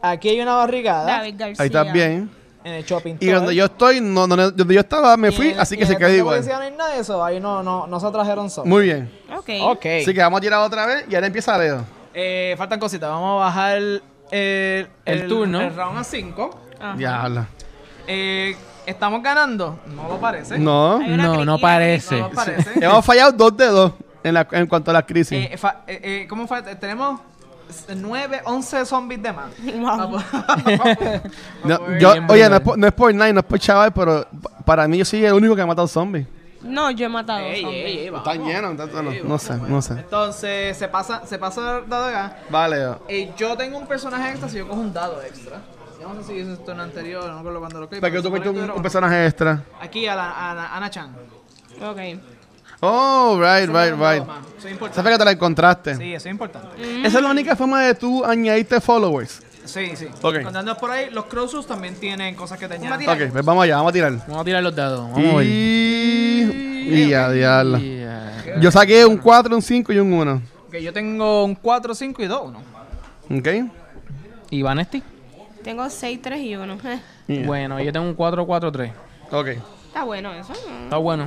[SPEAKER 5] Aquí hay una barricada
[SPEAKER 4] David García.
[SPEAKER 2] Ahí estás bien.
[SPEAKER 5] en el shopping.
[SPEAKER 2] Y donde yo estoy, no, no- no- donde yo estaba, me fui, así que se quedó igual.
[SPEAKER 5] No hay nada de eso. Ahí no, no, no se atrajeron zombies.
[SPEAKER 2] Muy bien.
[SPEAKER 4] Ok.
[SPEAKER 5] Ok.
[SPEAKER 2] Así que vamos a tirar otra vez y ahora empieza Leo.
[SPEAKER 5] Eh, faltan cositas. Vamos a bajar el, el,
[SPEAKER 1] El turno.
[SPEAKER 5] El round a 5.
[SPEAKER 4] Ajá.
[SPEAKER 2] Diablo.
[SPEAKER 5] ¿Estamos ganando? No lo parece.
[SPEAKER 2] No.
[SPEAKER 4] Hay una
[SPEAKER 1] No, no
[SPEAKER 4] criquita.
[SPEAKER 5] No
[SPEAKER 1] parece.
[SPEAKER 5] lo parece.
[SPEAKER 2] Hemos fallado dos de dos en, la- en cuanto a las crisis.
[SPEAKER 5] Eh, fa- eh, eh, ¿Cómo fue? Tenemos 9, 11 zombies de más.
[SPEAKER 4] Wow.
[SPEAKER 2] No,
[SPEAKER 5] Vamos a ver.
[SPEAKER 2] yo,
[SPEAKER 1] bien
[SPEAKER 2] oye,
[SPEAKER 1] brutal.
[SPEAKER 2] no es, por, no es por nada, y no es por chaval, pero pa- para mí yo soy el único que ha matado zombies.
[SPEAKER 4] No, yo he matado.
[SPEAKER 5] Ey,
[SPEAKER 4] zombies.
[SPEAKER 5] ey, ey, vamos.
[SPEAKER 2] Están llenos, entonces no, no sé, no sé.
[SPEAKER 5] Entonces, se pasa, se pasa el dado acá.
[SPEAKER 2] Vale, Leo.
[SPEAKER 5] Eh, yo tengo un personaje extra si yo cojo un dado extra. Yo no sé si eso es en anterior, no recuerdo cuando lo cogí.
[SPEAKER 2] ¿Para
[SPEAKER 5] pero
[SPEAKER 2] que tú
[SPEAKER 5] supone
[SPEAKER 2] cuentes un, un
[SPEAKER 5] era uno.
[SPEAKER 2] personaje extra?
[SPEAKER 5] Aquí a la a, la- a Ana Chan.
[SPEAKER 4] Ok.
[SPEAKER 2] Oh, right,
[SPEAKER 5] Eso
[SPEAKER 2] right,
[SPEAKER 5] me da un dado
[SPEAKER 2] right.
[SPEAKER 5] más. Eso es
[SPEAKER 2] Sabes
[SPEAKER 5] importante.
[SPEAKER 2] que te la encontraste.
[SPEAKER 5] Sí, eso es importante.
[SPEAKER 2] Esa es la única forma de tú añadirte followers.
[SPEAKER 5] Sí, sí.
[SPEAKER 2] Ok.
[SPEAKER 5] Cuando andas por ahí, los crossus también tienen cosas que te añaden.
[SPEAKER 2] Ok, pues vamos allá, vamos a tirar.
[SPEAKER 1] Vamos a tirar los dados. Vamos a ver.
[SPEAKER 2] Y, y a diablo.
[SPEAKER 1] Yeah.
[SPEAKER 2] Yo saqué un 4, un 5 y un 1.
[SPEAKER 5] Ok, yo tengo un 4, 5 y 2, 1.
[SPEAKER 2] ¿Ok?
[SPEAKER 1] ¿Y Vanesti?
[SPEAKER 4] Tengo 6, 3 y Eh, 1.
[SPEAKER 2] Yeah.
[SPEAKER 1] Bueno, yo tengo un 4-4-3.
[SPEAKER 2] Ok.
[SPEAKER 4] Está bueno eso.
[SPEAKER 1] Está bueno.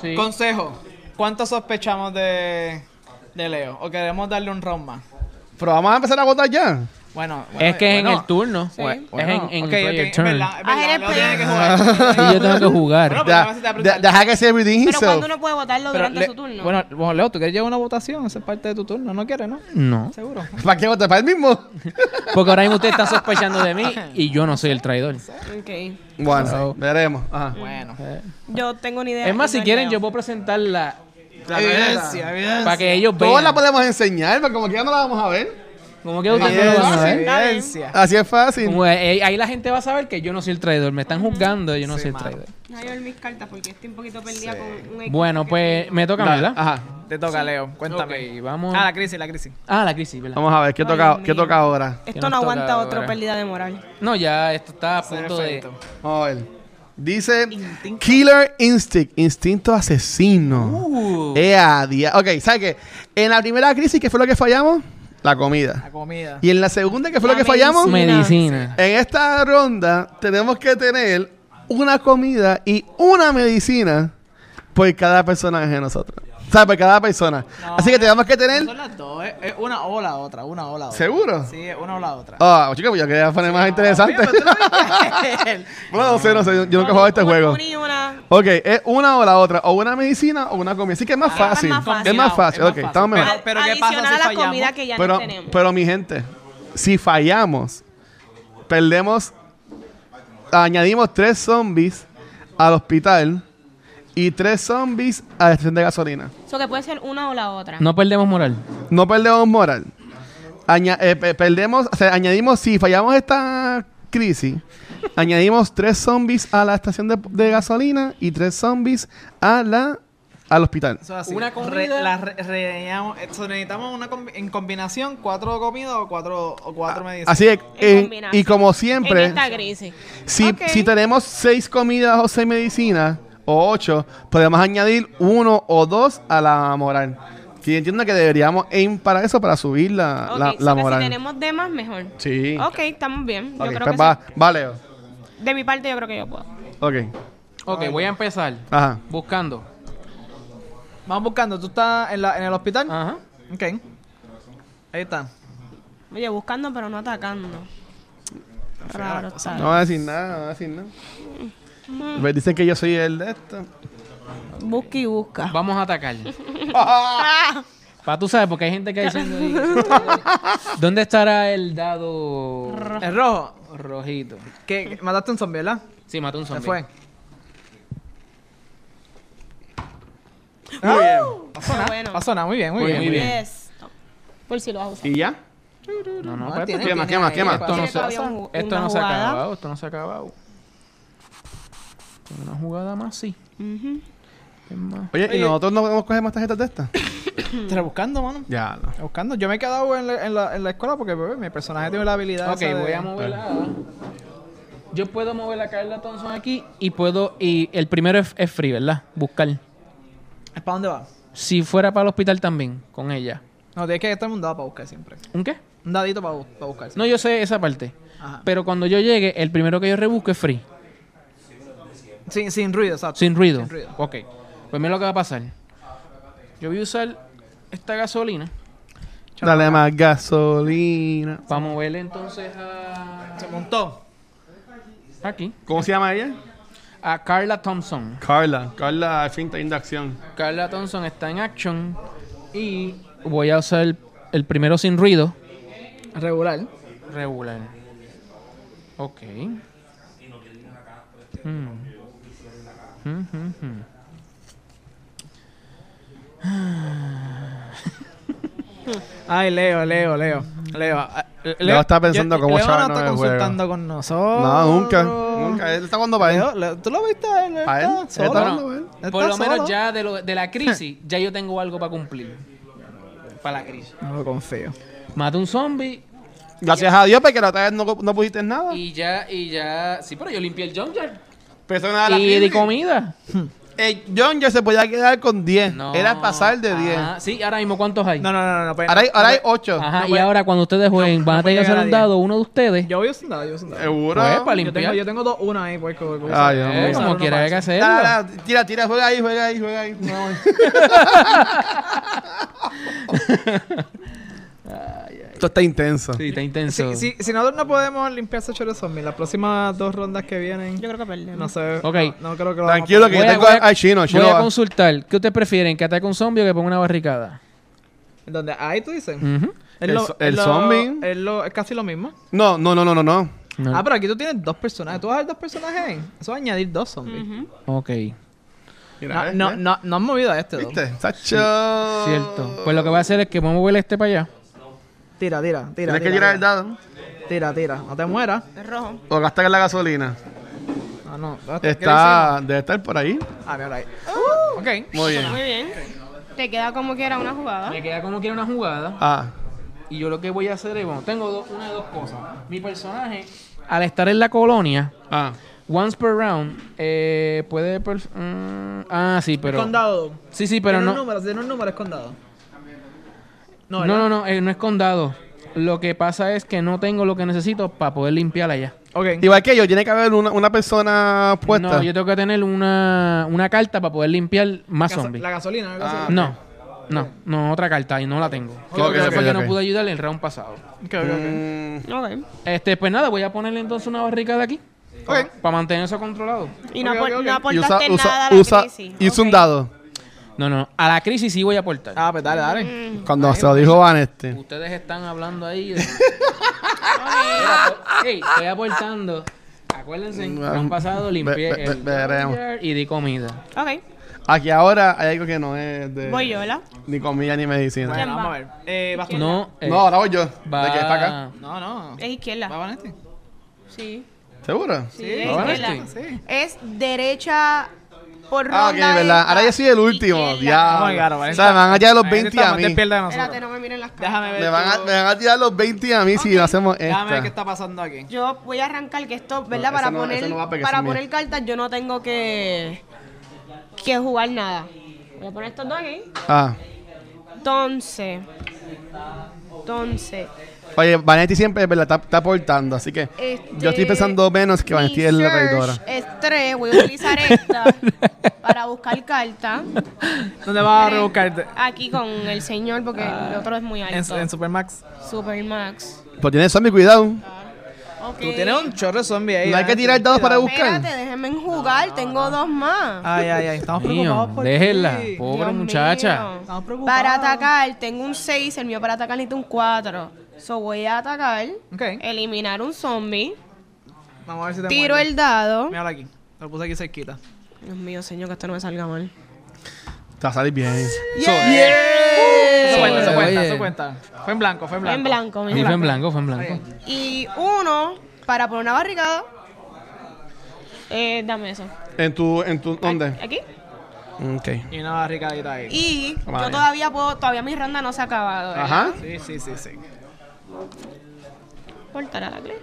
[SPEAKER 1] Sí.
[SPEAKER 5] Consejo. ¿Cuánto sospechamos de, de Leo? ¿O queremos darle un round más?
[SPEAKER 2] Pero vamos a empezar a votar ya.
[SPEAKER 3] Bueno,
[SPEAKER 1] es que es en el
[SPEAKER 3] turno.
[SPEAKER 1] turno.
[SPEAKER 3] Sí.
[SPEAKER 1] Es
[SPEAKER 3] Bueno,
[SPEAKER 1] en, en
[SPEAKER 3] ok,
[SPEAKER 1] player
[SPEAKER 5] es
[SPEAKER 1] turn.
[SPEAKER 5] verdad, es
[SPEAKER 4] Ah,
[SPEAKER 5] verdad,
[SPEAKER 4] eres
[SPEAKER 5] Leo tiene que
[SPEAKER 4] player.
[SPEAKER 5] jugar.
[SPEAKER 1] Y yo tengo que jugar.
[SPEAKER 2] Da-
[SPEAKER 5] Bueno, pero me vas a
[SPEAKER 2] da-
[SPEAKER 5] preguntar.
[SPEAKER 2] Deja que se redeem
[SPEAKER 4] Pero
[SPEAKER 2] himself.
[SPEAKER 4] cuando uno puede votarlo
[SPEAKER 3] Pero
[SPEAKER 4] durante
[SPEAKER 3] le-
[SPEAKER 4] su turno.
[SPEAKER 3] Bueno, bueno, Leo, ¿tú quieres llevar una votación? Esa es parte de tu turno. ¿No quieres, no?
[SPEAKER 1] No.
[SPEAKER 3] Seguro.
[SPEAKER 2] ¿Para qué votar? ¿Para el mismo?
[SPEAKER 1] Porque ahora mismo usted está sospechando de mí y yo no soy el traidor.
[SPEAKER 4] Ok.
[SPEAKER 2] Bueno, veremos. Ajá.
[SPEAKER 3] Bueno.
[SPEAKER 4] Yo tengo una idea.
[SPEAKER 1] Es más,
[SPEAKER 4] y
[SPEAKER 1] si
[SPEAKER 4] no
[SPEAKER 1] quieren,
[SPEAKER 4] leo.
[SPEAKER 1] yo puedo presentarla
[SPEAKER 5] La verdad.
[SPEAKER 3] evidencia.
[SPEAKER 1] para que ellos
[SPEAKER 2] Todos la
[SPEAKER 1] vean.
[SPEAKER 2] podemos enseñar, pero como que ya no la vamos a ver.
[SPEAKER 1] Como que ustedes no
[SPEAKER 2] Yes.
[SPEAKER 1] lo van a ver.
[SPEAKER 3] ¿eh?
[SPEAKER 4] Está bien.
[SPEAKER 5] Evidencia.
[SPEAKER 2] Así es fácil.
[SPEAKER 1] Como, eh, ahí la gente va a saber que yo no soy el traidor. Me están juzgando y yo no soy el traidor.
[SPEAKER 4] Déjame ver mis cartas porque estoy un poquito perdida con un equipo
[SPEAKER 1] Bueno,
[SPEAKER 4] que-
[SPEAKER 1] pues me toca a mí, ¿verdad?
[SPEAKER 2] Ajá.
[SPEAKER 5] Te toca, Leo. Cuéntame.
[SPEAKER 1] Ok, vamos.
[SPEAKER 5] Ah, la crisis, la crisis.
[SPEAKER 1] Ah, la crisis, ¿verdad?
[SPEAKER 2] Vamos a ver, ¿qué
[SPEAKER 4] Ay,
[SPEAKER 2] toca,
[SPEAKER 4] Dios
[SPEAKER 2] ¿qué
[SPEAKER 4] mío.
[SPEAKER 2] toca ahora?
[SPEAKER 1] Que
[SPEAKER 4] Esto
[SPEAKER 1] nos
[SPEAKER 4] no aguanta
[SPEAKER 1] toca
[SPEAKER 4] otra
[SPEAKER 1] ahora.
[SPEAKER 4] pérdida de moral.
[SPEAKER 1] No, ya esto está a punto de.
[SPEAKER 5] Perfecto.
[SPEAKER 2] Vamos a ver. Dice Killer Instinct, instinto asesino.
[SPEAKER 1] Uh,
[SPEAKER 2] Ea, dia- Ok, ¿sabes qué? En la primera crisis, ¿qué fue lo que fallamos? La comida.
[SPEAKER 5] La comida.
[SPEAKER 2] Y en la segunda, ¿qué fue lo
[SPEAKER 4] La
[SPEAKER 2] que fallamos?
[SPEAKER 1] medicina.
[SPEAKER 2] En esta ronda tenemos que tener una comida y una medicina por cada personaje de nosotros. O sea, por cada persona.
[SPEAKER 3] No.
[SPEAKER 2] Así que tenemos que
[SPEAKER 3] No
[SPEAKER 2] tener...
[SPEAKER 3] Son las dos. Es, es una o la otra. Una o la otra.
[SPEAKER 2] ¿Seguro?
[SPEAKER 3] Sí, es una o la otra. Ah,
[SPEAKER 2] Ah, chicos, pues yo quería poner más interesante. bueno, no sé, no sé. Yo nunca he jugado este
[SPEAKER 4] Una-
[SPEAKER 2] juego.
[SPEAKER 4] una y una.
[SPEAKER 2] Ok, es una o la otra. O una medicina o una comida. Así que es más
[SPEAKER 4] Ah,
[SPEAKER 2] fácil.
[SPEAKER 4] es más fácil.
[SPEAKER 2] Es más fácil.
[SPEAKER 3] Es más
[SPEAKER 2] Ok,
[SPEAKER 3] fácil.
[SPEAKER 2] estamos mejor.
[SPEAKER 5] Pero- pero ¿qué pasa
[SPEAKER 4] Adicional
[SPEAKER 5] si
[SPEAKER 4] a la
[SPEAKER 5] fallamos?
[SPEAKER 4] comida que ya no
[SPEAKER 2] pero,
[SPEAKER 4] tenemos.
[SPEAKER 2] pero mi gente, si fallamos, perdemos, añadimos tres zombies al hospital y tres zombies a la estación de gasolina.
[SPEAKER 4] Eso que puede ser una o la otra.
[SPEAKER 1] No perdemos moral.
[SPEAKER 2] No perdemos moral. Aña- eh, pe- perdemos, o sea, añadimos, si fallamos esta crisis, añadimos tres zombies a la estación de, de gasolina y tres zombies a la, al hospital.
[SPEAKER 3] Eso es así.
[SPEAKER 1] Una comida.
[SPEAKER 3] Re- la re- rellenamos. Eso necesitamos una combi- en combinación cuatro comidas o cuatro, o
[SPEAKER 5] Ah,
[SPEAKER 3] cuatro medicinas.
[SPEAKER 2] Así que,
[SPEAKER 4] En
[SPEAKER 2] en-
[SPEAKER 4] combinación.
[SPEAKER 2] y como
[SPEAKER 4] En
[SPEAKER 2] siempre,
[SPEAKER 4] esta crisis.
[SPEAKER 2] Si,
[SPEAKER 3] Ok.
[SPEAKER 2] si tenemos seis comidas o seis medicinas o ocho, podemos añadir uno o dos a la moral. Que yo entiendo que deberíamos aim para eso, para subir la,
[SPEAKER 4] Ok,
[SPEAKER 2] la-
[SPEAKER 4] so
[SPEAKER 2] la
[SPEAKER 4] que
[SPEAKER 2] moral.
[SPEAKER 4] si tenemos de más, mejor.
[SPEAKER 2] Sí.
[SPEAKER 4] Ok, estamos bien. Yo
[SPEAKER 2] Ok,
[SPEAKER 4] creo
[SPEAKER 2] pues
[SPEAKER 4] que
[SPEAKER 2] va,
[SPEAKER 4] sí.
[SPEAKER 2] va, Leo.
[SPEAKER 4] De mi parte, yo creo que yo puedo.
[SPEAKER 2] Ok.
[SPEAKER 1] Ok, voy a empezar.
[SPEAKER 2] Ajá.
[SPEAKER 1] Buscando.
[SPEAKER 3] Vamos buscando. Tú estás en, la, en el hospital.
[SPEAKER 1] Ajá.
[SPEAKER 3] Ok. Ahí está.
[SPEAKER 4] Oye, buscando, pero no atacando. Raro está.
[SPEAKER 2] No va a decir nada, no va a decir nada.
[SPEAKER 4] Mm.
[SPEAKER 2] Pues Dicen que yo soy el de esto.
[SPEAKER 4] Busca y busca.
[SPEAKER 1] Vamos a atacar. Para tú sabes, porque hay gente que dice. ¿Dónde estará el dado
[SPEAKER 3] El rojo.
[SPEAKER 1] rojito?
[SPEAKER 3] Que que- mataste un zombie, ¿verdad?
[SPEAKER 1] Sí, mató un
[SPEAKER 3] Se
[SPEAKER 1] zombie.
[SPEAKER 3] fue.
[SPEAKER 2] Muy bien.
[SPEAKER 3] Pasó nada.
[SPEAKER 4] bueno.
[SPEAKER 3] Pasó nada. Muy bien, muy,
[SPEAKER 1] Muy
[SPEAKER 3] bien.
[SPEAKER 1] bien, muy bien.
[SPEAKER 4] Yes. No. Por si lo vas a usar.
[SPEAKER 2] ¿Y ya?
[SPEAKER 1] No, no,
[SPEAKER 3] No,
[SPEAKER 1] espérate,
[SPEAKER 3] Ah, tiene-
[SPEAKER 2] Quema,
[SPEAKER 3] tiene
[SPEAKER 2] quema,
[SPEAKER 3] ahí
[SPEAKER 2] quema.
[SPEAKER 1] Esto no,
[SPEAKER 4] Tiene
[SPEAKER 1] se,
[SPEAKER 4] todavía un-
[SPEAKER 1] esto
[SPEAKER 4] una
[SPEAKER 1] no se ha
[SPEAKER 4] jugada.
[SPEAKER 1] acabado, esto no se ha acabado. Una jugada más, sí.
[SPEAKER 4] Ujú.
[SPEAKER 1] Es más.
[SPEAKER 2] Oye, ¿y
[SPEAKER 3] Oye.
[SPEAKER 2] nosotros no podemos coger más tarjetas de estas?
[SPEAKER 3] Te la buscando, mano.
[SPEAKER 2] ya, no.
[SPEAKER 3] Está Buscando. Yo me he quedado en la, en la, en la escuela porque bebé, mi personaje tiene la habilidad.
[SPEAKER 1] Ok,
[SPEAKER 3] esa de-
[SPEAKER 1] voy a mover la. Yo puedo mover la Carla Thompson aquí y puedo. Y el primero es, es free, ¿verdad? Buscar.
[SPEAKER 3] ¿Para dónde va?
[SPEAKER 1] Si fuera para el hospital también, con ella.
[SPEAKER 3] No, tienes que estar un dado para buscar siempre.
[SPEAKER 1] ¿Un qué?
[SPEAKER 3] Un dadito para, bu- para buscar.
[SPEAKER 1] No, yo sé esa parte.
[SPEAKER 3] Ajá.
[SPEAKER 1] Ah, Pero cuando yo llegue, el primero que yo rebusco es free.
[SPEAKER 3] Sin, sin ruido, exacto.
[SPEAKER 1] Sin ruido.
[SPEAKER 3] Sin ruido.
[SPEAKER 1] Ok. Pues mira lo que va a pasar. Yo voy a usar esta gasolina.
[SPEAKER 2] Dale más gasolina.
[SPEAKER 1] Para moverle entonces a.
[SPEAKER 3] Se montó.
[SPEAKER 1] Aquí.
[SPEAKER 2] ¿Cómo se llama ella?
[SPEAKER 1] A Carla Thompson.
[SPEAKER 2] Carla. Carla, al fin, está en acción.
[SPEAKER 1] Carla Thompson está en action. Y voy a usar el, el primero sin ruido.
[SPEAKER 3] Regular.
[SPEAKER 1] Regular. Ok. Mm. Mm, mm, mm.
[SPEAKER 3] Ay, Leo, Leo, Leo. Leo, ah, Leo,
[SPEAKER 2] Leo está pensando
[SPEAKER 3] yo-
[SPEAKER 2] cómo
[SPEAKER 3] Leo
[SPEAKER 2] chaval
[SPEAKER 3] no
[SPEAKER 2] no
[SPEAKER 3] está
[SPEAKER 2] me juega.
[SPEAKER 3] consultando con nosotros.
[SPEAKER 2] No, nunca. Nunca. Él está jugando para él.
[SPEAKER 3] Leo, Leo, ¿Tú lo viste a él? Él
[SPEAKER 2] ¿A él?
[SPEAKER 3] está
[SPEAKER 2] Él
[SPEAKER 3] solo. ¿eh?
[SPEAKER 2] está-
[SPEAKER 1] Bueno,
[SPEAKER 2] él.
[SPEAKER 1] por
[SPEAKER 3] Está
[SPEAKER 1] lo menos
[SPEAKER 3] solo.
[SPEAKER 1] ya de, lo- de la crisis, ya yo tengo algo para cumplir. Para la crisis.
[SPEAKER 3] No lo confío.
[SPEAKER 1] Mato un zombie
[SPEAKER 2] Gracias a Dios, porque la otra vez no, no pudiste nada.
[SPEAKER 1] y ya, y ya. Sí, pero yo limpié el jump jar.
[SPEAKER 2] Persona de la
[SPEAKER 1] Y de
[SPEAKER 2] crisis.
[SPEAKER 1] comida.
[SPEAKER 2] El John ya se podía quedar con 10. Era pasar de 10.
[SPEAKER 1] Ajá, Sí, ahora mismo, ¿cuántos hay?
[SPEAKER 3] No, no, no, no. no pues,
[SPEAKER 2] Ahora hay, ahora hay
[SPEAKER 3] no,
[SPEAKER 2] 8.
[SPEAKER 1] Ajá,
[SPEAKER 3] no
[SPEAKER 1] y
[SPEAKER 3] puede-
[SPEAKER 1] ahora cuando ustedes jueguen, van a
[SPEAKER 3] no
[SPEAKER 1] tener
[SPEAKER 3] puede
[SPEAKER 1] que hacer
[SPEAKER 3] llegar
[SPEAKER 1] un
[SPEAKER 3] a diez.
[SPEAKER 1] dado uno de ustedes.
[SPEAKER 3] Yo voy a usar un dado, yo voy a usar un dado.
[SPEAKER 2] Seguro.
[SPEAKER 1] Pues, para
[SPEAKER 3] Yo tengo,
[SPEAKER 1] limpiar.
[SPEAKER 3] yo tengo dos, una ahí, pues, que voy a usar.
[SPEAKER 2] Ay, Dios
[SPEAKER 1] Eh,
[SPEAKER 2] mío.
[SPEAKER 3] Voy a usar
[SPEAKER 1] como
[SPEAKER 3] uno
[SPEAKER 1] quiera
[SPEAKER 3] para
[SPEAKER 1] hay que
[SPEAKER 3] eso.
[SPEAKER 1] hacerlo.
[SPEAKER 2] Dale, dale, tira, tira, juega ahí, juega ahí, juega ahí.
[SPEAKER 1] Ay, ay,
[SPEAKER 2] Esto está intenso.
[SPEAKER 1] Sí, está intenso.
[SPEAKER 5] Si, si, si nosotros no podemos limpiar ese chorizo zombie, las próximas dos rondas que vienen,
[SPEAKER 4] Yo creo que perdemos.
[SPEAKER 5] no sé.
[SPEAKER 1] Ok.
[SPEAKER 5] No, no creo que lo
[SPEAKER 2] Tranquilo
[SPEAKER 5] vamos
[SPEAKER 2] que
[SPEAKER 1] Voy
[SPEAKER 2] yo
[SPEAKER 1] a-
[SPEAKER 2] tengo
[SPEAKER 1] voy a-
[SPEAKER 2] al chino.
[SPEAKER 1] Voy
[SPEAKER 2] chino
[SPEAKER 1] a
[SPEAKER 2] va-
[SPEAKER 1] consultar. ¿Qué ustedes prefieren? ¿Que ataque un zombie o que ponga una barricada?
[SPEAKER 5] a- ¿Dónde? Ahí tú dices.
[SPEAKER 1] Ujú.
[SPEAKER 5] Es
[SPEAKER 2] Mm. El
[SPEAKER 5] lo-
[SPEAKER 2] zo-
[SPEAKER 5] es
[SPEAKER 2] el
[SPEAKER 5] lo-
[SPEAKER 2] zombie. Mm.
[SPEAKER 5] Es, lo- es casi lo mismo.
[SPEAKER 2] No, no, no, no, no, no.
[SPEAKER 1] No.
[SPEAKER 5] Ah, pero aquí tú tienes dos personajes. ¿Tú vas a ver dos personajes? ahí? Eso va a añadir dos zombies.
[SPEAKER 1] Ok.
[SPEAKER 2] Mira,
[SPEAKER 5] no,
[SPEAKER 2] eh,
[SPEAKER 5] no,
[SPEAKER 2] eh.
[SPEAKER 5] no, no han movido a este dos.
[SPEAKER 2] ¿Viste? Sacho.
[SPEAKER 1] Cierto. Pues lo que voy a hacer es que voy a mover este para allá.
[SPEAKER 5] Tira, tira, tira.
[SPEAKER 2] Tienes que
[SPEAKER 5] tira,
[SPEAKER 2] tirar el
[SPEAKER 5] tira.
[SPEAKER 2] dado
[SPEAKER 5] tira, tira. No te mueras.
[SPEAKER 4] Es rojo.
[SPEAKER 2] o gastar la gasolina.
[SPEAKER 5] No, no. Ah, ¿Qué le hicimos?
[SPEAKER 2] Está, debe estar por ahí.
[SPEAKER 5] Ah, mira ahí. ok.
[SPEAKER 2] Muy bien.
[SPEAKER 4] Muy bien. Te queda como quiera una jugada.
[SPEAKER 1] Me queda como quiera una jugada.
[SPEAKER 2] Ah,
[SPEAKER 1] Y yo lo que voy a hacer es, bueno, tengo dos- una de dos cosas. Mi personaje, al estar en la colonia,
[SPEAKER 2] ah.
[SPEAKER 1] once per round, eh, puede... per- mm, ah, sí, pero...
[SPEAKER 5] Condado.
[SPEAKER 1] Sí, sí, pero
[SPEAKER 5] Tiene
[SPEAKER 1] no...
[SPEAKER 5] un número, tiene un número, es condado.
[SPEAKER 1] No, no, no, eh, no es condado. Lo que pasa es que no tengo lo que necesito para poder limpiarla ya.
[SPEAKER 5] Ok.
[SPEAKER 2] Igual que yo, tiene que haber una, una persona puesta.
[SPEAKER 1] No, yo tengo que tener una, una carta para poder limpiar más
[SPEAKER 5] Gaso-
[SPEAKER 1] zombies.
[SPEAKER 5] La gasolina, algo así.
[SPEAKER 1] Ah, No, no, no, otra carta y no la tengo. Creo
[SPEAKER 2] ok,
[SPEAKER 1] que eso fue
[SPEAKER 2] ok,
[SPEAKER 1] que
[SPEAKER 2] ok.
[SPEAKER 1] no pude ayudarle el round pasado.
[SPEAKER 5] Ok, ok, ok.
[SPEAKER 2] Mm,
[SPEAKER 4] Ok.
[SPEAKER 1] Este, pues nada, voy a ponerle entonces una barrica de aquí.
[SPEAKER 5] Ok.
[SPEAKER 1] Para mantener eso controlado.
[SPEAKER 4] Y no,
[SPEAKER 5] Ok,
[SPEAKER 4] apor-
[SPEAKER 5] ok,
[SPEAKER 4] no
[SPEAKER 5] ok.
[SPEAKER 2] y
[SPEAKER 4] aportaste
[SPEAKER 2] usa,
[SPEAKER 4] nada
[SPEAKER 2] usa,
[SPEAKER 4] a la
[SPEAKER 2] usa,
[SPEAKER 4] crisis.
[SPEAKER 2] hizo un
[SPEAKER 4] Ok.
[SPEAKER 2] dado.
[SPEAKER 1] No, no, a la crisis sí voy a aportar.
[SPEAKER 5] Ah, pues dale, dale.
[SPEAKER 2] Cuando
[SPEAKER 1] pues,
[SPEAKER 2] se lo dijo Van este.
[SPEAKER 1] Ustedes están hablando ahí. de- Mira, po- Ey, estoy aportando. Acuérdense, el round pasado limpié
[SPEAKER 2] Mm, um, Ve- ve-
[SPEAKER 1] el
[SPEAKER 2] veremos.
[SPEAKER 1] y di comida.
[SPEAKER 4] Ok.
[SPEAKER 2] Aquí ahora hay algo que no es de
[SPEAKER 4] Voy yo, ¿verdad?
[SPEAKER 2] ni comida ni medicina.
[SPEAKER 4] ¿Quién
[SPEAKER 5] Bueno, vamos
[SPEAKER 4] va?
[SPEAKER 5] a ver. Eh, vas tú.
[SPEAKER 1] No, eh,
[SPEAKER 2] no, ahora voy yo.
[SPEAKER 1] va-
[SPEAKER 2] ¿De qué está acá?
[SPEAKER 5] No, no.
[SPEAKER 4] Es
[SPEAKER 5] ¿Va
[SPEAKER 4] izquierda.
[SPEAKER 5] con este?
[SPEAKER 4] Sí.
[SPEAKER 2] ¿Seguro?
[SPEAKER 4] Sí,
[SPEAKER 5] Sí,
[SPEAKER 4] es
[SPEAKER 1] ¿va con
[SPEAKER 4] izquierda.
[SPEAKER 1] este?
[SPEAKER 5] Sí.
[SPEAKER 4] Es derecha por ronda.
[SPEAKER 2] Ah, ok, ¿verdad? Ahora yo soy el último.
[SPEAKER 4] izquierda.
[SPEAKER 2] Ya.
[SPEAKER 5] Oh my God,
[SPEAKER 2] o
[SPEAKER 5] Vanessa-
[SPEAKER 2] sea, me van a tirar los
[SPEAKER 5] Vanessa
[SPEAKER 2] 20 a
[SPEAKER 5] está
[SPEAKER 2] mí.
[SPEAKER 5] más despierta de nosotros.
[SPEAKER 4] Espérate, no me miren las caras.
[SPEAKER 5] Déjame ver.
[SPEAKER 2] Me van, a,
[SPEAKER 5] tu-
[SPEAKER 2] me van a tirar los 20 a mí si hacemos
[SPEAKER 5] Déjame ver
[SPEAKER 2] esta.
[SPEAKER 5] qué está pasando aquí.
[SPEAKER 4] Yo voy a arrancar que esto, ¿verdad?
[SPEAKER 2] esa
[SPEAKER 4] para
[SPEAKER 2] no-
[SPEAKER 4] poner,
[SPEAKER 2] esa no va porque
[SPEAKER 4] para
[SPEAKER 2] es mía.
[SPEAKER 4] poner cartas yo no tengo que, que jugar nada. Voy a poner estos dos aquí.
[SPEAKER 2] Ah.
[SPEAKER 4] Entonces, entonces,
[SPEAKER 2] Oye, Vanetti siempre ¿verdad? está, está aportando, así que
[SPEAKER 4] este,
[SPEAKER 2] yo estoy pensando menos que Vanetti es la
[SPEAKER 4] mi search
[SPEAKER 2] traidora.
[SPEAKER 4] Es tres, voy a utilizar esta para buscar cartas.
[SPEAKER 5] ¿Dónde vas Ah, a rebuscarte?
[SPEAKER 4] Aquí con el señor porque el otro es muy
[SPEAKER 5] En,
[SPEAKER 4] alto.
[SPEAKER 5] en Supermax.
[SPEAKER 4] Supermax.
[SPEAKER 2] Pues tienes zombie, cuidado.
[SPEAKER 4] Ok.
[SPEAKER 5] Tú tienes un chorro de zombie ahí.
[SPEAKER 2] No hay
[SPEAKER 5] ¿eh?
[SPEAKER 2] que tirar dados para buscar.
[SPEAKER 4] Espérate, déjenme jugar, tengo dos más.
[SPEAKER 5] Ay, ay, ay. Estamos
[SPEAKER 1] Mío,
[SPEAKER 5] preocupados por
[SPEAKER 1] déjela,
[SPEAKER 5] ti.
[SPEAKER 1] pobre
[SPEAKER 4] Dios
[SPEAKER 1] muchacha.
[SPEAKER 4] mío.
[SPEAKER 5] Estamos preocupados.
[SPEAKER 4] Para atacar, tengo un 6, el mío para atacar necesita un 4. So voy a atacar,
[SPEAKER 5] Ok.
[SPEAKER 4] eliminar un zombie,
[SPEAKER 5] Vamos a ver si te
[SPEAKER 4] tiro
[SPEAKER 5] muerde.
[SPEAKER 4] el dado.
[SPEAKER 5] Míralo aquí. Lo puse aquí cerquita.
[SPEAKER 4] Dios mío, señor, que esto no me salga mal.
[SPEAKER 2] Te va a salir bien.
[SPEAKER 5] Eso cuenta, eso
[SPEAKER 1] Oye.
[SPEAKER 5] cuenta, eso cuenta. Fue en blanco, fue en blanco.
[SPEAKER 4] En blanco,
[SPEAKER 1] Sí,
[SPEAKER 4] en
[SPEAKER 1] fue en
[SPEAKER 4] blanco.
[SPEAKER 1] blanco, fue en blanco.
[SPEAKER 4] Y uno para poner una barricada. Eh, dame eso.
[SPEAKER 2] ¿En tu, en tu, dónde?
[SPEAKER 4] Aquí.
[SPEAKER 2] Ok.
[SPEAKER 5] Y una barricadita ahí.
[SPEAKER 4] Y
[SPEAKER 2] Vale.
[SPEAKER 4] yo todavía puedo, todavía mi ronda no se ha acabado. ¿eh? ¿verdad?
[SPEAKER 2] Ajá.
[SPEAKER 5] Sí, sí, sí, sí.
[SPEAKER 4] Cortar a la clave.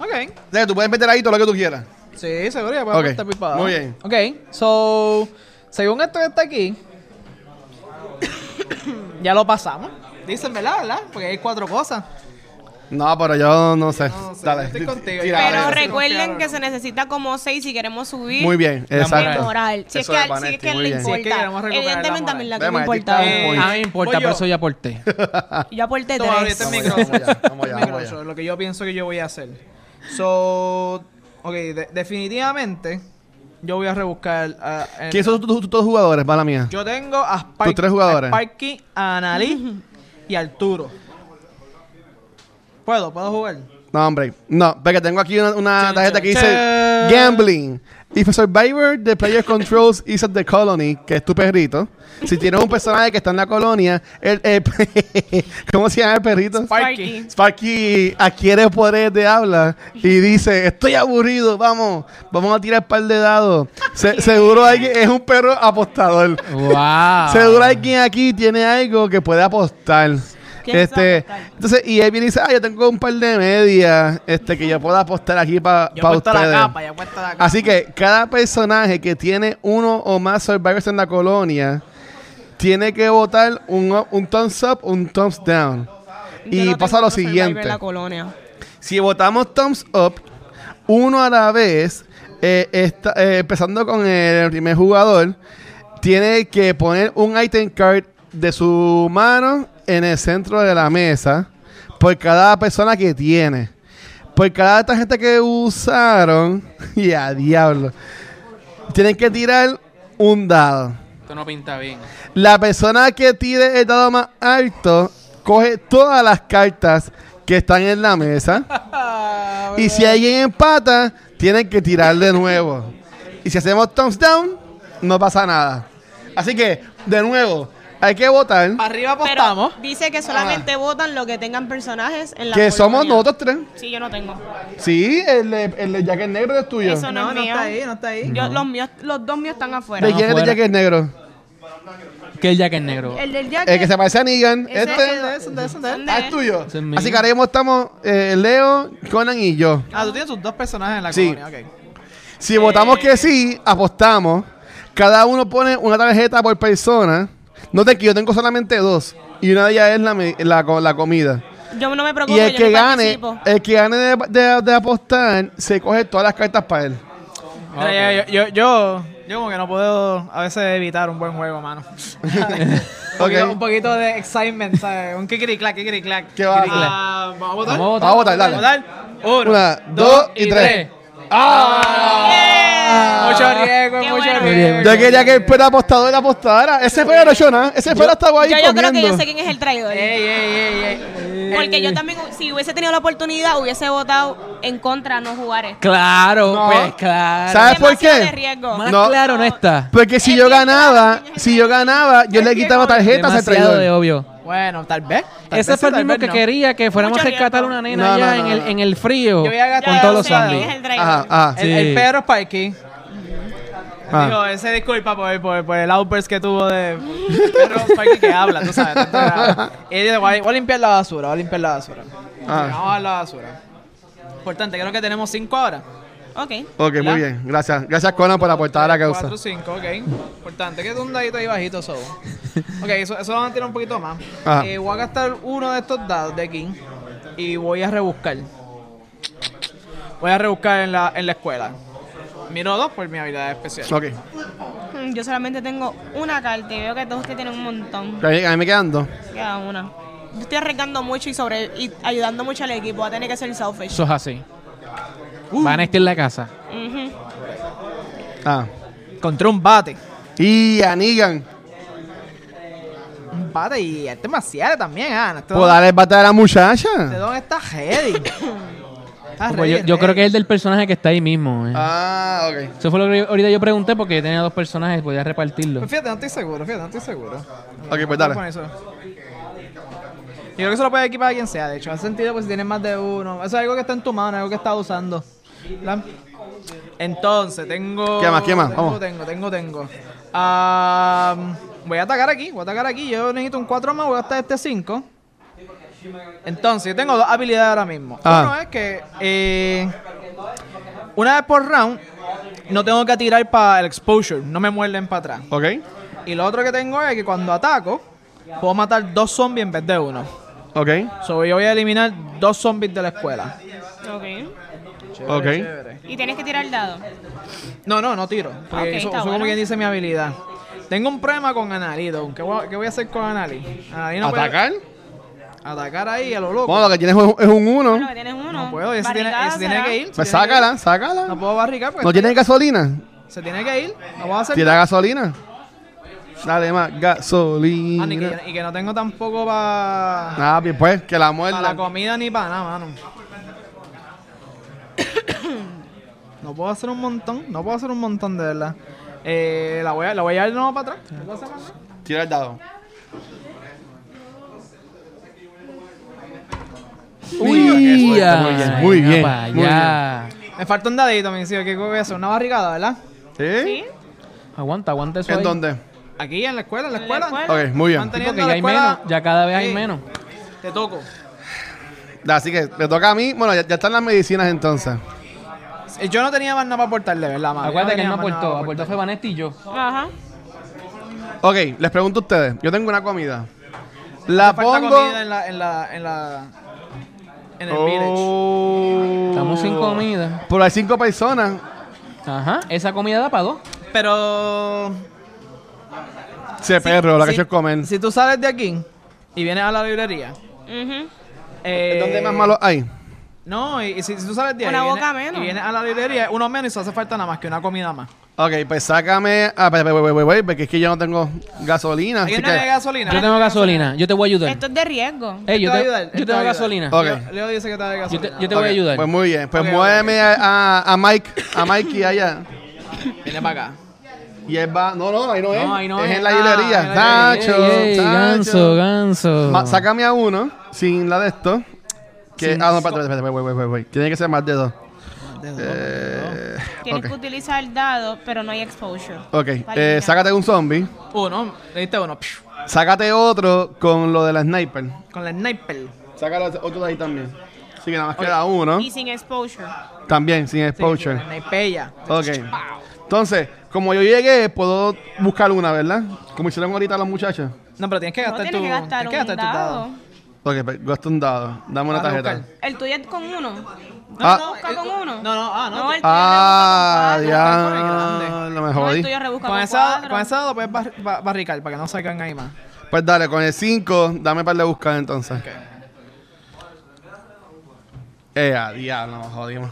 [SPEAKER 5] Ok.
[SPEAKER 2] O sea, tú puedes meter ahí todo lo que tú quieras.
[SPEAKER 5] Sí, seguro ya podemos
[SPEAKER 2] Ok,
[SPEAKER 5] estar pipados.
[SPEAKER 2] muy bien.
[SPEAKER 5] Ok, so, según esto que está aquí, ya lo pasamos. Dicen, ¿verdad? ¿Verdad? Porque hay cuatro cosas.
[SPEAKER 2] No, pero yo no sé.
[SPEAKER 5] No sé,
[SPEAKER 2] Dale.
[SPEAKER 5] yo estoy contigo.
[SPEAKER 2] Tira,
[SPEAKER 5] Claro,
[SPEAKER 4] Pero
[SPEAKER 2] dale.
[SPEAKER 5] re-
[SPEAKER 4] recuerden
[SPEAKER 5] confiaron.
[SPEAKER 4] que se necesita como 6 si queremos subir.
[SPEAKER 2] Muy bien,
[SPEAKER 4] de
[SPEAKER 2] exacto.
[SPEAKER 4] moral. Si
[SPEAKER 2] Eso de
[SPEAKER 4] es que, si es
[SPEAKER 2] Vanetti,
[SPEAKER 4] que
[SPEAKER 2] muy
[SPEAKER 4] le
[SPEAKER 2] bien.
[SPEAKER 5] Si es que
[SPEAKER 4] importa.
[SPEAKER 5] queremos recuperar la
[SPEAKER 4] Evidentemente a mí
[SPEAKER 5] moral.
[SPEAKER 4] la
[SPEAKER 2] Ve,
[SPEAKER 4] que me
[SPEAKER 2] Vanetti está
[SPEAKER 4] importa.
[SPEAKER 2] un
[SPEAKER 5] Eh,
[SPEAKER 2] point.
[SPEAKER 1] A mí me importa,
[SPEAKER 5] Voy
[SPEAKER 1] por
[SPEAKER 5] yo.
[SPEAKER 1] eso yo aporté.
[SPEAKER 4] Yo aporté
[SPEAKER 5] Esto ahorita
[SPEAKER 4] tres.
[SPEAKER 5] este es
[SPEAKER 2] Vamos
[SPEAKER 5] micro.
[SPEAKER 2] allá, vamos allá, vamos allá,
[SPEAKER 5] micro
[SPEAKER 2] vamos allá.
[SPEAKER 5] show, Lo que yo pienso que yo voy a hacer. So, ok, de- definitivamente, yo voy a rebuscar. a- en-
[SPEAKER 2] ¿Quiénes son tus tus- tus jugadores, mala mía?
[SPEAKER 5] Yo tengo a Spike,
[SPEAKER 2] Tus tres jugadores.
[SPEAKER 5] a Sparky, a Analí y a Arturo. ¿Puedo? ¿Puedo jugar?
[SPEAKER 2] No, hombre. No, porque tengo aquí una, una
[SPEAKER 5] Chan,
[SPEAKER 2] tarjeta
[SPEAKER 5] chan,
[SPEAKER 2] que dice
[SPEAKER 5] chan.
[SPEAKER 2] Gambling. If a survivor, the player controls is at the colony, que es tu perrito. Si tienes un personaje que está en la colonia, el, el- ¿cómo se llama el perrito?
[SPEAKER 4] Sparky.
[SPEAKER 2] Sparky adquiere poderes de habla y dice, estoy aburrido, vamos, vamos a tirar un par de dados. Se- seguro alguien es un perro apostador.
[SPEAKER 1] ¡Wow!
[SPEAKER 2] Seguro alguien aquí tiene algo que puede apostar.
[SPEAKER 4] Ah. ¿Quién
[SPEAKER 2] Este,
[SPEAKER 4] sabe apostar?
[SPEAKER 2] entonces, y él viene y dice, ah, yo tengo un par de medias este, que yo puedo apostar aquí para
[SPEAKER 5] Yo he puesto la
[SPEAKER 2] ustedes.
[SPEAKER 5] capa, yo he puesto la capa.
[SPEAKER 2] Así que cada personaje que tiene uno o más survivors en la colonia tiene que votar un, up- un thumbs up, un thumbs down.
[SPEAKER 4] Yo
[SPEAKER 2] Y
[SPEAKER 4] no
[SPEAKER 2] pasa
[SPEAKER 4] tengo
[SPEAKER 2] lo
[SPEAKER 4] otro survivor
[SPEAKER 2] siguiente.
[SPEAKER 4] en la colonia.
[SPEAKER 2] Si votamos thumbs up, uno a la vez, eh, esta- eh, empezando con el primer jugador, tiene que poner un item card de su mano en el centro de la mesa por cada persona que tiene. Por cada tarjeta que usaron, y a diablo, tienen que tirar un dado.
[SPEAKER 1] Esto no pinta bien.
[SPEAKER 2] La persona que tire el dado más alto coge todas las cartas que están en la mesa.
[SPEAKER 4] Ah,
[SPEAKER 2] y si alguien empata, tienen que tirar de nuevo. Y si hacemos thumbs down, no pasa nada. Así que, de nuevo, hay que votar
[SPEAKER 5] Arriba
[SPEAKER 4] Pero
[SPEAKER 5] apostamos.
[SPEAKER 4] dice que solamente votan lo que tengan personajes en la
[SPEAKER 2] que somos
[SPEAKER 4] polonia.
[SPEAKER 2] nosotros tres.
[SPEAKER 4] Sí, yo no tengo.
[SPEAKER 2] Sí, el de, el de Jacket Negro es tuyo.
[SPEAKER 4] Eso no,
[SPEAKER 5] No,
[SPEAKER 4] es
[SPEAKER 5] no
[SPEAKER 4] mío.
[SPEAKER 5] está ahí, no está ahí.
[SPEAKER 4] Yo- los, míos- los dos míos están afuera.
[SPEAKER 2] ¿De quién es el de
[SPEAKER 1] afuera.
[SPEAKER 2] Jacket Negro?
[SPEAKER 1] Que el jacket negro.
[SPEAKER 4] El del Jack.
[SPEAKER 2] El que se parece a Negan.
[SPEAKER 4] Ese
[SPEAKER 2] este
[SPEAKER 4] es el-
[SPEAKER 2] ah,
[SPEAKER 5] Eso, de eso, de eso.
[SPEAKER 4] ¿Dónde
[SPEAKER 2] es tuyo.
[SPEAKER 1] Ese es mío.
[SPEAKER 2] Así que ahora mismo estamos eh, Leo, Conan y yo.
[SPEAKER 5] Ah, tú tienes tus dos personajes en la
[SPEAKER 2] Sí.
[SPEAKER 5] colonia, ok.
[SPEAKER 2] Si votamos que sí, apostamos. Cada uno pone una tarjeta por persona. No te yo tengo solamente dos. Y una de ellas es la, me- la, co- la comida.
[SPEAKER 4] Yo no me preocupo.
[SPEAKER 2] Y el
[SPEAKER 4] yo
[SPEAKER 2] que
[SPEAKER 4] ni
[SPEAKER 2] gane,
[SPEAKER 4] participo.
[SPEAKER 2] el que gane de, de- de apostar, se coge todas las cartas para él.
[SPEAKER 5] Mira, yo, yo, yo, yo como que no puedo a veces evitar un buen juego, mano. Un poquito-
[SPEAKER 2] Ok.
[SPEAKER 5] Un poquito de excitement, ¿sabes? Un kikiriclac, kikiriclac.
[SPEAKER 2] ¿Qué va?
[SPEAKER 5] kikiriclac. Ah, Vamos a votar.
[SPEAKER 1] Vamos a votar.
[SPEAKER 2] Vamos a votar, dale.
[SPEAKER 5] Vamos a votar. Uno,
[SPEAKER 2] Una, dos y tres. ¡Ah!
[SPEAKER 5] Mucho riesgo,
[SPEAKER 4] Qué
[SPEAKER 5] mucho
[SPEAKER 4] bueno.
[SPEAKER 5] riesgo.
[SPEAKER 2] Yo quería que el per apostador apostara. Ese per no echó nada. Ese per estaba ahí
[SPEAKER 4] Ya yo creo que yo
[SPEAKER 2] comiendo.
[SPEAKER 4] sé quién es el traidor.
[SPEAKER 5] Ey, ey, ey, ey.
[SPEAKER 4] Porque yo también, si hubiese tenido la oportunidad, hubiese votado en contra no jugar esto.
[SPEAKER 1] Claro,
[SPEAKER 2] No.
[SPEAKER 1] pues claro.
[SPEAKER 2] ¿Sabes Ah, por
[SPEAKER 4] Demasiado de
[SPEAKER 2] qué?
[SPEAKER 4] riesgo.
[SPEAKER 1] Más
[SPEAKER 2] No.
[SPEAKER 1] claro no está.
[SPEAKER 2] Porque si
[SPEAKER 4] Es
[SPEAKER 2] yo
[SPEAKER 4] bien
[SPEAKER 2] ganaba,
[SPEAKER 4] claro, niños,
[SPEAKER 2] si yo ganaba, yo le quitaba tarjetas al
[SPEAKER 1] Demasiado de
[SPEAKER 2] traidor.
[SPEAKER 1] obvio.
[SPEAKER 5] Bueno, tal vez. tal
[SPEAKER 1] Ese
[SPEAKER 5] vez
[SPEAKER 1] fue el
[SPEAKER 5] sí, tal
[SPEAKER 1] mismo
[SPEAKER 5] vez
[SPEAKER 1] que
[SPEAKER 5] no.
[SPEAKER 1] quería que fuéramos a
[SPEAKER 4] Mucho
[SPEAKER 1] rescatar a
[SPEAKER 4] riesgo.
[SPEAKER 1] una nena
[SPEAKER 2] No,
[SPEAKER 1] allá
[SPEAKER 2] no,
[SPEAKER 1] en,
[SPEAKER 2] no,
[SPEAKER 1] el,
[SPEAKER 2] no.
[SPEAKER 1] en el frío
[SPEAKER 5] Yo voy
[SPEAKER 4] Ya
[SPEAKER 5] a gastar
[SPEAKER 1] con
[SPEAKER 4] yo
[SPEAKER 1] todos
[SPEAKER 4] sé
[SPEAKER 1] los
[SPEAKER 4] quién
[SPEAKER 1] zombies.
[SPEAKER 4] es el traidor.
[SPEAKER 2] Ajá, ah.
[SPEAKER 5] El,
[SPEAKER 1] Sí.
[SPEAKER 5] el Pedro Sparky.
[SPEAKER 2] Ah.
[SPEAKER 5] Digo, ese disculpa por, por, por el outburst que tuvo de el Pedro Sparky que habla, tú sabes. tanto que habla. Y él dice, voy, voy a limpiar la basura, voy a limpiar la basura.
[SPEAKER 2] Ah.
[SPEAKER 5] Vamos a la basura. Importante, creo que tenemos cinco ahora.
[SPEAKER 4] Ok.
[SPEAKER 2] Ok, muy
[SPEAKER 5] ¿Ya?
[SPEAKER 2] bien. Gracias. Gracias, Conan, por aportar a la causa.
[SPEAKER 5] Cuatro, cinco, ok. Importante, que es un dadito ahí bajito solo. Ok, eso, eso lo van a tirar un poquito más.
[SPEAKER 2] Ajá.
[SPEAKER 5] Eh, voy a gastar uno de estos dados de aquí y voy a rebuscar. Voy a rebuscar en la, en la escuela. Miro dos por mi habilidad especial.
[SPEAKER 2] Ok.
[SPEAKER 4] Mm, Yo solamente tengo una carta y veo que todos ustedes tienen un montón.
[SPEAKER 2] A mí, a mí me quedan dos.
[SPEAKER 4] Queda una. Yo estoy arriesgando mucho y sobre y ayudando mucho al equipo. Va a tener que ser selfish.
[SPEAKER 1] Eso es así.
[SPEAKER 2] Uh.
[SPEAKER 1] Van a estar en la casa.
[SPEAKER 4] Ujú.
[SPEAKER 2] Ah.
[SPEAKER 5] Encontré un bate.
[SPEAKER 2] Y a Negan.
[SPEAKER 5] Un bate y este marcial también, ah. Este
[SPEAKER 2] ¿Puedo
[SPEAKER 5] don,
[SPEAKER 2] darle bata a la
[SPEAKER 5] este
[SPEAKER 2] muchacha?
[SPEAKER 5] don está heavy. Está
[SPEAKER 1] Pues
[SPEAKER 5] ready,
[SPEAKER 1] yo, yo
[SPEAKER 5] ready.
[SPEAKER 1] creo que es el del personaje que está ahí mismo. eh.
[SPEAKER 2] Ah, ok.
[SPEAKER 1] Eso fue lo que yo- ahorita yo pregunté porque yo tenía dos personajes, podía repartirlo.
[SPEAKER 5] Pues fíjate, no estoy seguro, fíjate, no estoy seguro.
[SPEAKER 2] Ok, pues
[SPEAKER 5] Vamos
[SPEAKER 2] dale.
[SPEAKER 5] con eso. Yo creo que se lo puede equipar a quien sea, de hecho. Hace sentido pues si tienes más de uno. Eso es algo que está en tu mano, algo que estás usando. ¿Verdad? Entonces, tengo.
[SPEAKER 2] ¿Qué más, qué más?
[SPEAKER 5] Tengo,
[SPEAKER 2] Vamos.
[SPEAKER 5] tengo, tengo, tengo. Ah, voy a atacar aquí, voy a atacar aquí. Yo necesito un 4 más, voy a gastar este 5. Entonces, yo tengo dos habilidades ahora mismo.
[SPEAKER 2] Ah.
[SPEAKER 5] Uno es que eh, una vez por round no tengo que tirar para el exposure, no me muerden para atrás.
[SPEAKER 2] Ok.
[SPEAKER 5] Y lo otro que tengo es que cuando ataco, puedo matar dos zombies en vez de uno.
[SPEAKER 2] Ok.
[SPEAKER 5] So, yo voy a eliminar dos zombies de la escuela.
[SPEAKER 4] Ok.
[SPEAKER 5] Chévere,
[SPEAKER 2] Ok.
[SPEAKER 5] chévere.
[SPEAKER 4] Y tienes que tirar el dado.
[SPEAKER 5] No, no, no tiro. Porque
[SPEAKER 4] Ok,
[SPEAKER 5] eso,
[SPEAKER 4] está
[SPEAKER 5] eso como
[SPEAKER 4] bueno.
[SPEAKER 5] quien dice mi habilidad. Tengo un problema con Anali, Don. ¿Qué voy, a- qué voy a hacer con Anali? Anali no puede-
[SPEAKER 2] ¿Atacar?
[SPEAKER 5] atacar ahí a lo loco.
[SPEAKER 2] Bueno, lo que tienes es un- es un
[SPEAKER 4] Bueno,
[SPEAKER 2] uno.
[SPEAKER 4] que tienes uno.
[SPEAKER 5] no puedo, y ese tiene,
[SPEAKER 4] Barricada
[SPEAKER 5] ese tiene
[SPEAKER 4] será.
[SPEAKER 5] que ir.
[SPEAKER 2] Pues
[SPEAKER 5] se tiene que
[SPEAKER 2] sácala,
[SPEAKER 5] ir. No
[SPEAKER 2] sácala.
[SPEAKER 5] puedo barricar porque
[SPEAKER 2] ¿No tienes gasolina?
[SPEAKER 5] se tiene que ir. No puedo hacer
[SPEAKER 2] Tira gasolina. Dale más
[SPEAKER 5] Ah, ni que- y,
[SPEAKER 2] gasolina.
[SPEAKER 5] que, no tengo tampoco para
[SPEAKER 2] Ah, bien, pues, que la muerda.
[SPEAKER 5] la comida ni para nada, mano. no puedo hacer un montón, no puedo hacer un montón de verdad. Eh, la, voy a, la voy a llevar de nuevo para atrás. No puedo hacer más nada.
[SPEAKER 2] Tira el dado.
[SPEAKER 1] Uy, ya.
[SPEAKER 2] Muy bien,
[SPEAKER 1] Ya,
[SPEAKER 2] muy
[SPEAKER 1] ya.
[SPEAKER 5] Me falta un dadito, me dice, ¿qué voy a hacer? Una barricada, ¿verdad?
[SPEAKER 2] ¿Sí?
[SPEAKER 4] Sí.
[SPEAKER 1] Aguanta, aguanta eso.
[SPEAKER 2] ¿En
[SPEAKER 1] ahí.
[SPEAKER 2] dónde?
[SPEAKER 5] Aquí, en la escuela, en la
[SPEAKER 4] En la
[SPEAKER 5] escuela.
[SPEAKER 4] escuela.
[SPEAKER 2] Ok, muy bien.
[SPEAKER 1] Sí,
[SPEAKER 5] Manteniendo
[SPEAKER 1] porque
[SPEAKER 5] la
[SPEAKER 1] ya hay
[SPEAKER 5] escuela-
[SPEAKER 1] menos, ya cada vez hay
[SPEAKER 5] Sí.
[SPEAKER 1] menos.
[SPEAKER 5] Te toco.
[SPEAKER 2] Así que me toca a mí. Bueno, ya, ya están las medicinas entonces.
[SPEAKER 5] Eh, Yo no tenía más nada para aportarle, ¿verdad, mano?
[SPEAKER 1] Acuérdate que
[SPEAKER 5] Yo
[SPEAKER 1] él
[SPEAKER 5] no
[SPEAKER 1] no
[SPEAKER 5] tenía más nada
[SPEAKER 1] aportó,
[SPEAKER 5] para
[SPEAKER 1] aportó fue Vanetti y yo.
[SPEAKER 4] Ajá.
[SPEAKER 2] Ok, les pregunto a ustedes. Yo tengo una comida. La
[SPEAKER 5] aportar. Falta
[SPEAKER 2] pongo.
[SPEAKER 5] comida en la, en la, en la, en el village.
[SPEAKER 2] Oh.
[SPEAKER 1] Estamos sin comida.
[SPEAKER 2] Pero hay cinco personas.
[SPEAKER 1] Ajá, esa comida da para dos.
[SPEAKER 5] Pero
[SPEAKER 2] Ese perro, la que
[SPEAKER 5] si-
[SPEAKER 2] ellos comen.
[SPEAKER 5] si tú sales de aquí y vienes a la librería,
[SPEAKER 4] Ujú.
[SPEAKER 5] Eh,
[SPEAKER 2] ¿Dónde más malos hay?
[SPEAKER 5] No, y, y si, si tú sabes de ahí,
[SPEAKER 4] Una
[SPEAKER 5] y
[SPEAKER 4] boca
[SPEAKER 5] vienes-
[SPEAKER 4] menos.
[SPEAKER 5] Y vienes a la librería, uno menos y se hace falta nada más que una comida más.
[SPEAKER 2] Ok, pues sácame. Ah, pues, pues, pues, pues, pues, porque es que yo no tengo gasolina. Así
[SPEAKER 5] ¿Alguien tiene
[SPEAKER 2] que.
[SPEAKER 5] gasolina?
[SPEAKER 1] Yo tengo gasolina, yo te voy a ayudar.
[SPEAKER 4] Esto es de riesgo.
[SPEAKER 1] Ey, yo,
[SPEAKER 5] te va a
[SPEAKER 1] te-
[SPEAKER 5] ayudar,
[SPEAKER 1] yo
[SPEAKER 5] te va
[SPEAKER 1] tengo
[SPEAKER 5] a ayudar.
[SPEAKER 1] gasolina.
[SPEAKER 2] Ok.
[SPEAKER 5] Leo, Leo dice que está de
[SPEAKER 1] Yo
[SPEAKER 5] gasolina.
[SPEAKER 1] te, yo te voy a
[SPEAKER 2] Ok,
[SPEAKER 1] ayudar.
[SPEAKER 2] Pues muy bien. Pues
[SPEAKER 5] Ok, ok,
[SPEAKER 2] muéveme A, a Mike, a Mikey allá.
[SPEAKER 5] Viene para acá.
[SPEAKER 2] Y él va. No, no, ahí no, es.
[SPEAKER 5] No, ahí no
[SPEAKER 2] es.
[SPEAKER 5] es.
[SPEAKER 2] en la
[SPEAKER 5] Ah,
[SPEAKER 2] hilería.
[SPEAKER 5] en la
[SPEAKER 2] Nacho,
[SPEAKER 1] Ey, ey, ganso, ganso.
[SPEAKER 2] Ma- sácame a uno sin la de esto. Que, ah, no, espérate, espérate, espérate, wait, wait, wait, wait. Tiene que ser más de dos. Eh,
[SPEAKER 4] Tienes
[SPEAKER 2] ok.
[SPEAKER 4] que utilizar el dado, pero no hay exposure.
[SPEAKER 2] Ok,
[SPEAKER 4] Vale,
[SPEAKER 2] eh,
[SPEAKER 4] ya.
[SPEAKER 2] sácate un zombie.
[SPEAKER 5] Uno, le diste uno. psh,
[SPEAKER 2] Sácate otro con lo de la sniper.
[SPEAKER 5] Con la sniper.
[SPEAKER 2] Sácate otro de ahí también. Así que nada más queda uno.
[SPEAKER 4] Y sin exposure.
[SPEAKER 2] También, sin
[SPEAKER 5] Sí, con
[SPEAKER 2] exposure.
[SPEAKER 5] La snipeya.
[SPEAKER 2] Ok. Entonces, como yo llegué, puedo buscar una, ¿verdad? Como hicieron ahorita los muchachos.
[SPEAKER 5] No, pero tienes que
[SPEAKER 4] No
[SPEAKER 5] gastar
[SPEAKER 4] tienes
[SPEAKER 5] tu
[SPEAKER 4] que gastar
[SPEAKER 5] tienes que
[SPEAKER 4] un
[SPEAKER 5] gastar tus
[SPEAKER 4] dado.
[SPEAKER 5] dados.
[SPEAKER 2] Ok, pues, gasto un dado. Dame una
[SPEAKER 5] Para
[SPEAKER 2] tarjeta.
[SPEAKER 5] buscar.
[SPEAKER 4] El tuyo es con uno.
[SPEAKER 2] Ah.
[SPEAKER 4] No, busca
[SPEAKER 5] eh,
[SPEAKER 4] con uno.
[SPEAKER 5] No, no, ah, no.
[SPEAKER 4] No, el tuyo
[SPEAKER 2] Ah,
[SPEAKER 4] rebusca con
[SPEAKER 2] ya. Lo
[SPEAKER 4] cuatro. No,
[SPEAKER 2] mejor.
[SPEAKER 4] el tuyo rebusca
[SPEAKER 5] Con
[SPEAKER 4] con
[SPEAKER 5] esa,
[SPEAKER 4] cuatro.
[SPEAKER 5] con esa dado puedes bar- ba- barricar para que no salgan ahí más.
[SPEAKER 2] Pues dale, con el 5, dame para de buscar entonces. Eh, a diablo, nos jodimos.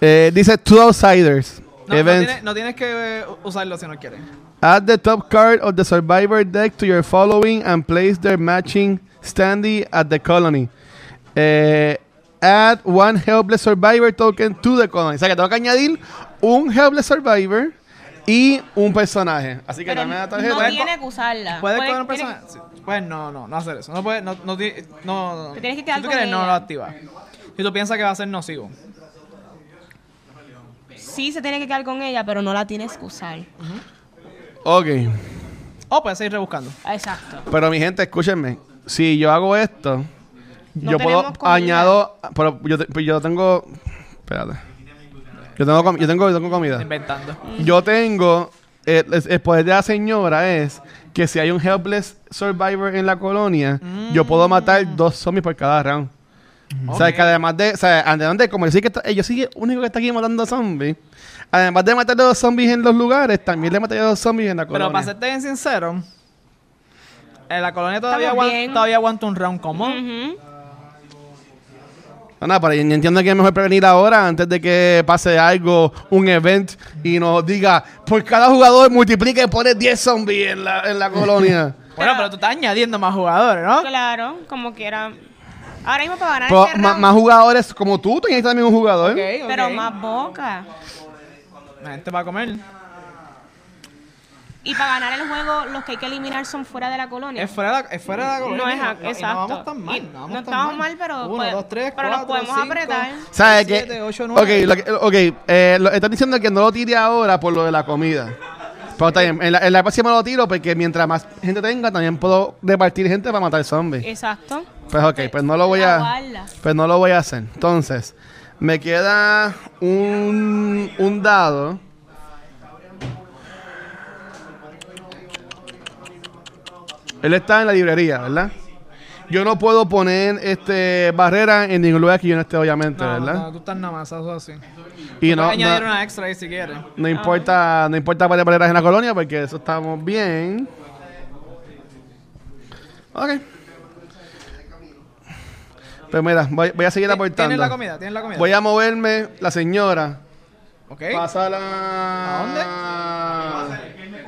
[SPEAKER 2] Eh, dice Two Outsiders.
[SPEAKER 5] No, no
[SPEAKER 2] event.
[SPEAKER 5] tienes, no tienes que eh, usarlo si no quieres.
[SPEAKER 2] Add the top card of the survivor deck to your following and place their matching standee at the colony. Eh, add one helpless survivor token to the colony. O sea que tengo que añadir un helpless survivor y un personaje. Así que
[SPEAKER 4] Pero
[SPEAKER 2] dame la
[SPEAKER 4] no
[SPEAKER 2] tarjeta.
[SPEAKER 4] tiene que usarla. Ah, Puede-
[SPEAKER 5] ¿Puedes coger un
[SPEAKER 4] tiene-
[SPEAKER 5] personaje? Sí. Pues no, no, no hacer eso. No puedes, no, no, ti- no, no.
[SPEAKER 4] Te tienes que quedar
[SPEAKER 5] si tú
[SPEAKER 4] con
[SPEAKER 5] quieres, no
[SPEAKER 4] ella.
[SPEAKER 5] lo activas. Si tú piensas que va a ser nocivo.
[SPEAKER 4] Sí, se tiene que quedar con ella, pero no la tienes que usar.
[SPEAKER 2] Ok.
[SPEAKER 5] O puedes seguir rebuscando.
[SPEAKER 4] Exacto.
[SPEAKER 2] Pero mi gente, escúchenme. Si yo hago esto,
[SPEAKER 4] No
[SPEAKER 2] yo puedo
[SPEAKER 4] tenemos comida.
[SPEAKER 2] añado. Pero yo, te- yo tengo. Espérate. Yo tengo, comi- yo tengo, yo tengo comida.
[SPEAKER 5] Inventando.
[SPEAKER 2] Yo tengo. El, el- el poder de la señora es que si hay un helpless survivor en la colonia, yo
[SPEAKER 4] Mm.
[SPEAKER 2] puedo matar dos zombies por cada round. O sea, que además de. O sea, además de como decir que está- eh, yo soy el único que está aquí matando zombies. Además de matar a los zombies en los lugares, también le maté a los zombies en la
[SPEAKER 5] Pero
[SPEAKER 2] colonia.
[SPEAKER 5] para serte bien sincero, en la colonia todavía,
[SPEAKER 4] Estamos
[SPEAKER 5] aguan-
[SPEAKER 4] bien.
[SPEAKER 5] todavía aguanta un round común.
[SPEAKER 4] Ujú.
[SPEAKER 2] No, no, pero yo entiendo que es mejor prevenir ahora antes de que pase algo, un event, y nos diga, por cada jugador multiplica y pone 10 zombies en la, en la colonia.
[SPEAKER 5] Bueno, pero tú estás añadiendo más jugadores, ¿no?
[SPEAKER 4] Claro, como quiera. Ahora mismo para ganar
[SPEAKER 2] Pero
[SPEAKER 4] este
[SPEAKER 2] ma-
[SPEAKER 4] round,
[SPEAKER 2] más jugadores como tú, tú tienes también un jugador.
[SPEAKER 5] Ah, Ok, ok.
[SPEAKER 4] pero más boca.
[SPEAKER 5] La gente va a comer.
[SPEAKER 4] Y para ganar el juego, los que hay que eliminar son fuera de la colonia.
[SPEAKER 5] Es fuera de la, es fuera de la colonia.
[SPEAKER 4] No es ac-
[SPEAKER 5] y
[SPEAKER 4] exacto.
[SPEAKER 5] No vamos tan mal.
[SPEAKER 4] Y
[SPEAKER 5] No, vamos
[SPEAKER 4] no
[SPEAKER 5] tan
[SPEAKER 4] estamos mal, pero
[SPEAKER 5] Uno,
[SPEAKER 4] puede-
[SPEAKER 5] dos, tres,
[SPEAKER 4] pero nos
[SPEAKER 5] cuatro,
[SPEAKER 4] podemos
[SPEAKER 5] cinco,
[SPEAKER 4] apretar.
[SPEAKER 2] ¿Sabes
[SPEAKER 5] seis,
[SPEAKER 2] qué?
[SPEAKER 5] siete, ocho,
[SPEAKER 2] Ok,
[SPEAKER 5] nueve.
[SPEAKER 2] lo que- ok, eh, lo- están diciendo que no lo tire ahora por lo de la comida. Pero está bien, en la, en la próxima lo tiro porque mientras más gente tenga, también puedo repartir gente para matar zombies.
[SPEAKER 4] Exacto.
[SPEAKER 2] Pues ok, pues no lo voy a...
[SPEAKER 4] Aguarla.
[SPEAKER 2] Pues no lo voy a hacer. Entonces, me queda un, un dado. Él está en la librería, ¿verdad? Yo no puedo poner este barrera en ningún lugar que yo no esté, obviamente,
[SPEAKER 5] No,
[SPEAKER 2] ¿verdad?
[SPEAKER 5] no, tú estás nada más, eso así.
[SPEAKER 2] y
[SPEAKER 5] Puedes
[SPEAKER 2] no,
[SPEAKER 5] añadir
[SPEAKER 2] no,
[SPEAKER 5] una extra ahí si quieres.
[SPEAKER 2] no importa, no importa poner barreras en la colonia porque eso estamos bien. Ok. Pues mira, voy, voy a seguir aportando.
[SPEAKER 5] Tienes la comida, tienes la comida.
[SPEAKER 2] Voy a moverme la señora.
[SPEAKER 5] Ok.
[SPEAKER 2] Pásala. ¿A dónde?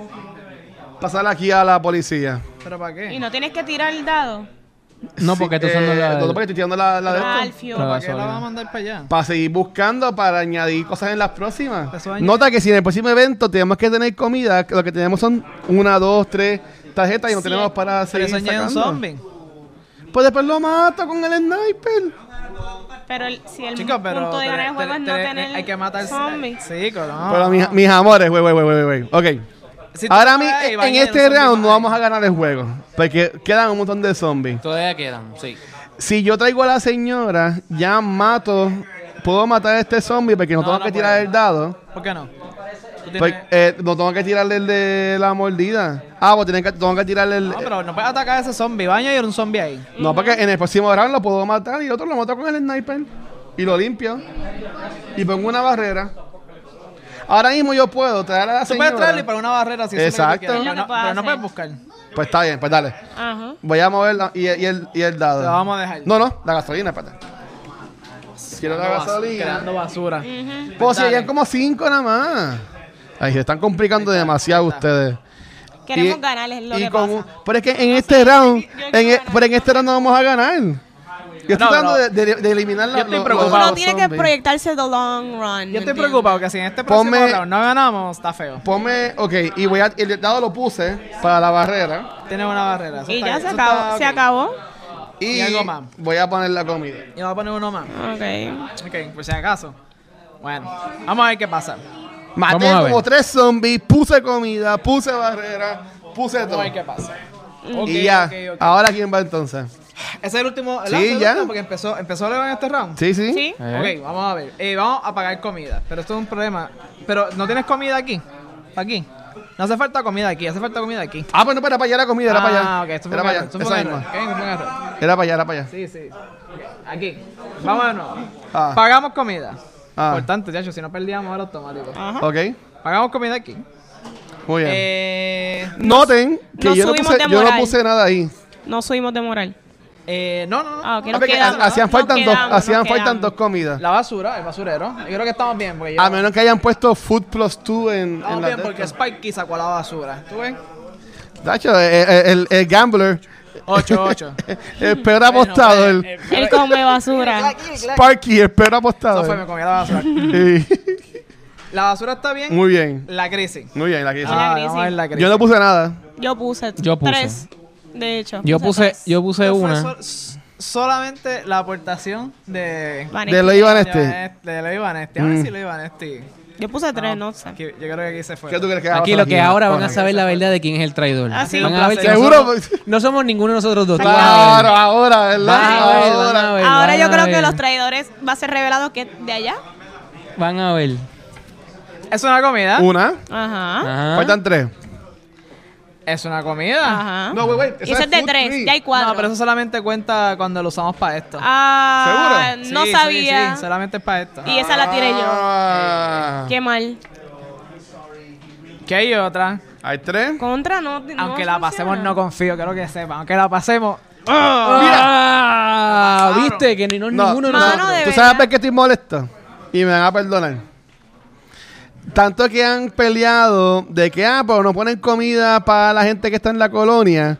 [SPEAKER 2] Pásala aquí a la policía.
[SPEAKER 5] ¿Pero para
[SPEAKER 4] Y
[SPEAKER 5] qué?
[SPEAKER 4] no tienes que tirar el dado.
[SPEAKER 1] No, porque tú
[SPEAKER 2] Sí,
[SPEAKER 1] estás usando
[SPEAKER 2] eh,
[SPEAKER 1] la-
[SPEAKER 2] no, porque estoy tirando la, la de
[SPEAKER 4] Ah,
[SPEAKER 2] esto.
[SPEAKER 4] el fio.
[SPEAKER 1] No,
[SPEAKER 5] ¿Para qué la
[SPEAKER 1] sorry.
[SPEAKER 5] vas a mandar para allá?
[SPEAKER 2] Para seguir buscando, para añadir cosas en las próximas.
[SPEAKER 5] Eso añade.
[SPEAKER 2] Nota que si en el próximo evento tenemos que tener comida, lo que tenemos son una, dos, tres tarjetas y no
[SPEAKER 4] Sí,
[SPEAKER 2] tenemos para
[SPEAKER 5] Pero
[SPEAKER 2] seguir
[SPEAKER 5] eso añade un
[SPEAKER 2] sacando.
[SPEAKER 5] zombie.
[SPEAKER 2] Pues después lo mato con el sniper.
[SPEAKER 4] Pero el- si el
[SPEAKER 5] Chicos, pero.
[SPEAKER 4] punto de ganar el
[SPEAKER 5] te-
[SPEAKER 4] juego es no
[SPEAKER 5] te-
[SPEAKER 4] tener
[SPEAKER 5] Hay que matar
[SPEAKER 4] zombies.
[SPEAKER 5] Sí, no.
[SPEAKER 2] Pero mis, mis amores, wey, wey, wey, wey, wey. Ok.
[SPEAKER 5] Ah. Si tú
[SPEAKER 2] Ahora
[SPEAKER 5] vas
[SPEAKER 2] mi-
[SPEAKER 5] ahí,
[SPEAKER 2] en
[SPEAKER 5] va a añadir
[SPEAKER 2] este
[SPEAKER 5] un zombie
[SPEAKER 2] round
[SPEAKER 5] más
[SPEAKER 2] no
[SPEAKER 5] ahí.
[SPEAKER 2] vamos a ganar el juego. Porque quedan un montón de zombies.
[SPEAKER 1] Todavía quedan, sí.
[SPEAKER 2] Si yo traigo a la señora, ya mato. Puedo matar a este zombie porque no,
[SPEAKER 5] No,
[SPEAKER 2] tengo
[SPEAKER 5] no
[SPEAKER 2] que tirar
[SPEAKER 5] puede.
[SPEAKER 2] el dado.
[SPEAKER 5] ¿Por qué no? Tú tienes-
[SPEAKER 2] Porque, eh, no tengo que tirarle el de la mordida. Ah, pues tienen que, tengo que tirarle el.
[SPEAKER 5] No, pero no puedes atacar a ese zombie. Va a añadir un zombie ahí.
[SPEAKER 2] No, porque en el próximo round lo puedo matar y el otro lo mato con el sniper. Y lo limpio. Y pongo una barrera. Ahora mismo yo puedo traer a la
[SPEAKER 5] Tú puedes
[SPEAKER 2] señora.
[SPEAKER 5] traerle para una barrera si eso es lo
[SPEAKER 2] Exacto.
[SPEAKER 5] que tú quieres,
[SPEAKER 4] Es lo
[SPEAKER 5] pero
[SPEAKER 4] que
[SPEAKER 5] no-
[SPEAKER 4] puedes
[SPEAKER 5] Pero no
[SPEAKER 4] hacer.
[SPEAKER 5] puedes buscar.
[SPEAKER 2] Pues está bien, pues dale.
[SPEAKER 4] Ajá.
[SPEAKER 2] Voy a mover la- y, el- y el, y el dado.
[SPEAKER 5] Lo vamos a dejar.
[SPEAKER 2] No, no, la gasolina, espérate. Quiero la
[SPEAKER 5] Creando
[SPEAKER 2] gasolina.
[SPEAKER 5] basura.
[SPEAKER 2] Pues si hayan como cinco nada más. Ay, se están complicando demasiado ustedes.
[SPEAKER 4] Queremos
[SPEAKER 2] Y-
[SPEAKER 4] ganar, es lo
[SPEAKER 2] y
[SPEAKER 4] que
[SPEAKER 2] con
[SPEAKER 4] pasa.
[SPEAKER 2] un- pero es que en este round, en,
[SPEAKER 4] yo
[SPEAKER 2] e-
[SPEAKER 4] quiero
[SPEAKER 2] pero en este round no vamos a ganar. Yo estoy
[SPEAKER 5] No,
[SPEAKER 2] tratando
[SPEAKER 5] bro.
[SPEAKER 2] de, de- de eliminar la.
[SPEAKER 5] Yo estoy
[SPEAKER 2] lo-
[SPEAKER 5] preocupado.
[SPEAKER 2] los
[SPEAKER 4] Uno tiene que
[SPEAKER 2] zombies.
[SPEAKER 4] proyectarse the long run.
[SPEAKER 5] Yo
[SPEAKER 4] ¿me
[SPEAKER 5] estoy
[SPEAKER 4] entiendes?
[SPEAKER 5] preocupado que si en este próximo
[SPEAKER 2] Ponme-
[SPEAKER 5] round no ganamos, está feo.
[SPEAKER 2] Ponme, ok, y voy a, el dado lo puse para la barrera.
[SPEAKER 5] Tiene una barrera. eso
[SPEAKER 4] Y
[SPEAKER 5] está
[SPEAKER 4] ya
[SPEAKER 5] bien,
[SPEAKER 4] se
[SPEAKER 5] eso está
[SPEAKER 4] acabó. Se
[SPEAKER 5] ok.
[SPEAKER 4] acabó.
[SPEAKER 2] Y
[SPEAKER 5] Y algo más.
[SPEAKER 2] voy a poner la comida.
[SPEAKER 5] Yo voy a poner uno más.
[SPEAKER 4] Ok.
[SPEAKER 5] Ok, por si acaso. Bueno, vamos a ver qué pasa.
[SPEAKER 2] Maté
[SPEAKER 1] Vamos a ver.
[SPEAKER 2] como tres zombies, puse comida, puse barrera, puse todo.
[SPEAKER 5] Vamos a ver qué pasa.
[SPEAKER 2] Mm. y
[SPEAKER 5] Ok,
[SPEAKER 2] ya,
[SPEAKER 5] ok, ok.
[SPEAKER 2] ahora quién va entonces.
[SPEAKER 5] Ese es el último. ¿verdad?
[SPEAKER 2] Sí,
[SPEAKER 5] Ese es el
[SPEAKER 2] ya.
[SPEAKER 5] último Porque empezó, empezó Leo en este round.
[SPEAKER 2] Sí, sí.
[SPEAKER 4] Sí.
[SPEAKER 5] Ok, vamos a ver. Eh, vamos a pagar comida. Pero esto es un problema. Pero no tienes comida aquí. Aquí. No hace falta comida aquí. Hace falta comida aquí.
[SPEAKER 2] Ah, bueno, para, para allá era comida, era para allá.
[SPEAKER 5] Ah, ok, esto fue
[SPEAKER 2] era
[SPEAKER 5] un
[SPEAKER 2] para
[SPEAKER 5] error,
[SPEAKER 2] allá.
[SPEAKER 5] esto fue
[SPEAKER 2] Esa
[SPEAKER 5] un
[SPEAKER 2] misma.
[SPEAKER 5] error, ok, esto fue un error.
[SPEAKER 2] Era para allá, era para allá.
[SPEAKER 5] Sí, sí. Ok, Aquí. Vamos de nuevo.
[SPEAKER 2] Ah.
[SPEAKER 5] Pagamos comida.
[SPEAKER 2] Ah.
[SPEAKER 5] Importante, chacho, si no perdíamos era automático.
[SPEAKER 4] Ajá.
[SPEAKER 2] Ok,
[SPEAKER 5] Pagamos comida aquí.
[SPEAKER 2] muy bien.
[SPEAKER 5] Eh,
[SPEAKER 2] Noten que
[SPEAKER 4] nos
[SPEAKER 2] yo, no
[SPEAKER 4] subimos
[SPEAKER 2] puse,
[SPEAKER 4] de
[SPEAKER 2] yo no
[SPEAKER 4] moral.
[SPEAKER 2] puse nada ahí.
[SPEAKER 4] No subimos de moral.
[SPEAKER 5] eh, no, no, no.
[SPEAKER 4] Ah, ok.
[SPEAKER 2] Ah,
[SPEAKER 4] Nos
[SPEAKER 2] porque
[SPEAKER 4] quedamos,
[SPEAKER 2] ha- hacían
[SPEAKER 4] nos
[SPEAKER 2] faltan,
[SPEAKER 4] quedamos,
[SPEAKER 2] dos,
[SPEAKER 4] nos
[SPEAKER 2] hacían faltan
[SPEAKER 4] quedamos.
[SPEAKER 2] dos comidas.
[SPEAKER 5] La basura, el basurero. Yo creo que estamos bien. Porque yo,
[SPEAKER 2] A menos que hayan puesto Food Plus 2 en, en
[SPEAKER 5] estamos
[SPEAKER 2] la
[SPEAKER 5] bien
[SPEAKER 2] de
[SPEAKER 5] porque
[SPEAKER 2] esto.
[SPEAKER 5] Spikey sacó la basura. ¿Tú ves?
[SPEAKER 2] Dacho, eh, eh, el, el gambler. eh,
[SPEAKER 5] 8, 8.
[SPEAKER 2] El peor apostado, el
[SPEAKER 4] Él come basura.
[SPEAKER 2] Sparky, el peor
[SPEAKER 5] Eso fue, me
[SPEAKER 2] apostado.
[SPEAKER 5] comí la basura.
[SPEAKER 2] Sí.
[SPEAKER 5] La basura está bien.
[SPEAKER 2] Muy bien.
[SPEAKER 5] La crisis.
[SPEAKER 2] Muy bien, la que hice.
[SPEAKER 4] Ah,
[SPEAKER 5] vamos a ver la crisis.
[SPEAKER 2] Yo no puse nada.
[SPEAKER 4] Yo puse,
[SPEAKER 1] Yo puse.
[SPEAKER 4] tres. De hecho.
[SPEAKER 1] Yo puse,
[SPEAKER 4] tres.
[SPEAKER 1] yo puse
[SPEAKER 5] Esto fue
[SPEAKER 1] una.
[SPEAKER 5] sol- s- solamente la aportación de.
[SPEAKER 4] Vanesca.
[SPEAKER 2] De lo Iván este.
[SPEAKER 5] De de lo Ivanesti. A
[SPEAKER 2] Mm.
[SPEAKER 5] ver si lo Ivanesti.
[SPEAKER 4] Yo puse tres, no sé.
[SPEAKER 5] Aquí- Yo creo que aquí se fue.
[SPEAKER 2] ¿Qué tú crees que
[SPEAKER 1] Aquí
[SPEAKER 2] va a
[SPEAKER 1] lo
[SPEAKER 2] pasar
[SPEAKER 1] que ahora van a
[SPEAKER 2] Ojalá.
[SPEAKER 1] saber la verdad de quién es el traidor.
[SPEAKER 4] Ah, sí.
[SPEAKER 1] Van a ver que
[SPEAKER 2] Seguro,
[SPEAKER 1] nosotros-
[SPEAKER 2] pues.
[SPEAKER 1] no somos ninguno de nosotros dos. Tú vas a ver.
[SPEAKER 2] Claro, ahora, ¿verdad?
[SPEAKER 1] Van a ver, van a
[SPEAKER 2] Ahora.
[SPEAKER 1] ver,
[SPEAKER 4] Ahora
[SPEAKER 1] van
[SPEAKER 4] yo
[SPEAKER 1] a
[SPEAKER 4] creo que
[SPEAKER 1] ver.
[SPEAKER 4] los traidores va a ser revelado que de allá.
[SPEAKER 1] Van a ver.
[SPEAKER 5] Es una comida.
[SPEAKER 2] Una.
[SPEAKER 4] Ajá.
[SPEAKER 1] Ajá.
[SPEAKER 2] Faltan tres.
[SPEAKER 5] Es una comida.
[SPEAKER 4] Ajá.
[SPEAKER 2] No, wait, wait,
[SPEAKER 4] Y
[SPEAKER 2] esa
[SPEAKER 4] ese
[SPEAKER 2] es
[SPEAKER 4] es de
[SPEAKER 2] food
[SPEAKER 4] tres,
[SPEAKER 2] tree.
[SPEAKER 4] ya hay cuatro.
[SPEAKER 5] No, pero eso solamente cuenta cuando lo usamos para esto.
[SPEAKER 4] Ah,
[SPEAKER 2] ¿Seguro?
[SPEAKER 4] no
[SPEAKER 5] Sí, sí,
[SPEAKER 4] sabía.
[SPEAKER 5] sí, solamente es para esto. Ah,
[SPEAKER 4] Y esa la tiré yo.
[SPEAKER 2] Ah.
[SPEAKER 4] Qué mal.
[SPEAKER 5] Que hay otra.
[SPEAKER 2] Hay tres.
[SPEAKER 4] Contra no. no
[SPEAKER 5] Aunque la pasemos,
[SPEAKER 4] funciona.
[SPEAKER 5] no confío, quiero que sepan. Aunque la pasemos.
[SPEAKER 1] Ah,
[SPEAKER 5] Claro.
[SPEAKER 1] viste que ni no es Ah, ninguno de
[SPEAKER 4] Mano,
[SPEAKER 1] nosotros.
[SPEAKER 4] de
[SPEAKER 2] Tú
[SPEAKER 4] verdad.
[SPEAKER 2] sabes por qué estoy molesto. Y me van a perdonar. Tanto que han peleado de que, ah, pero no ponen comida para la gente que está en la colonia.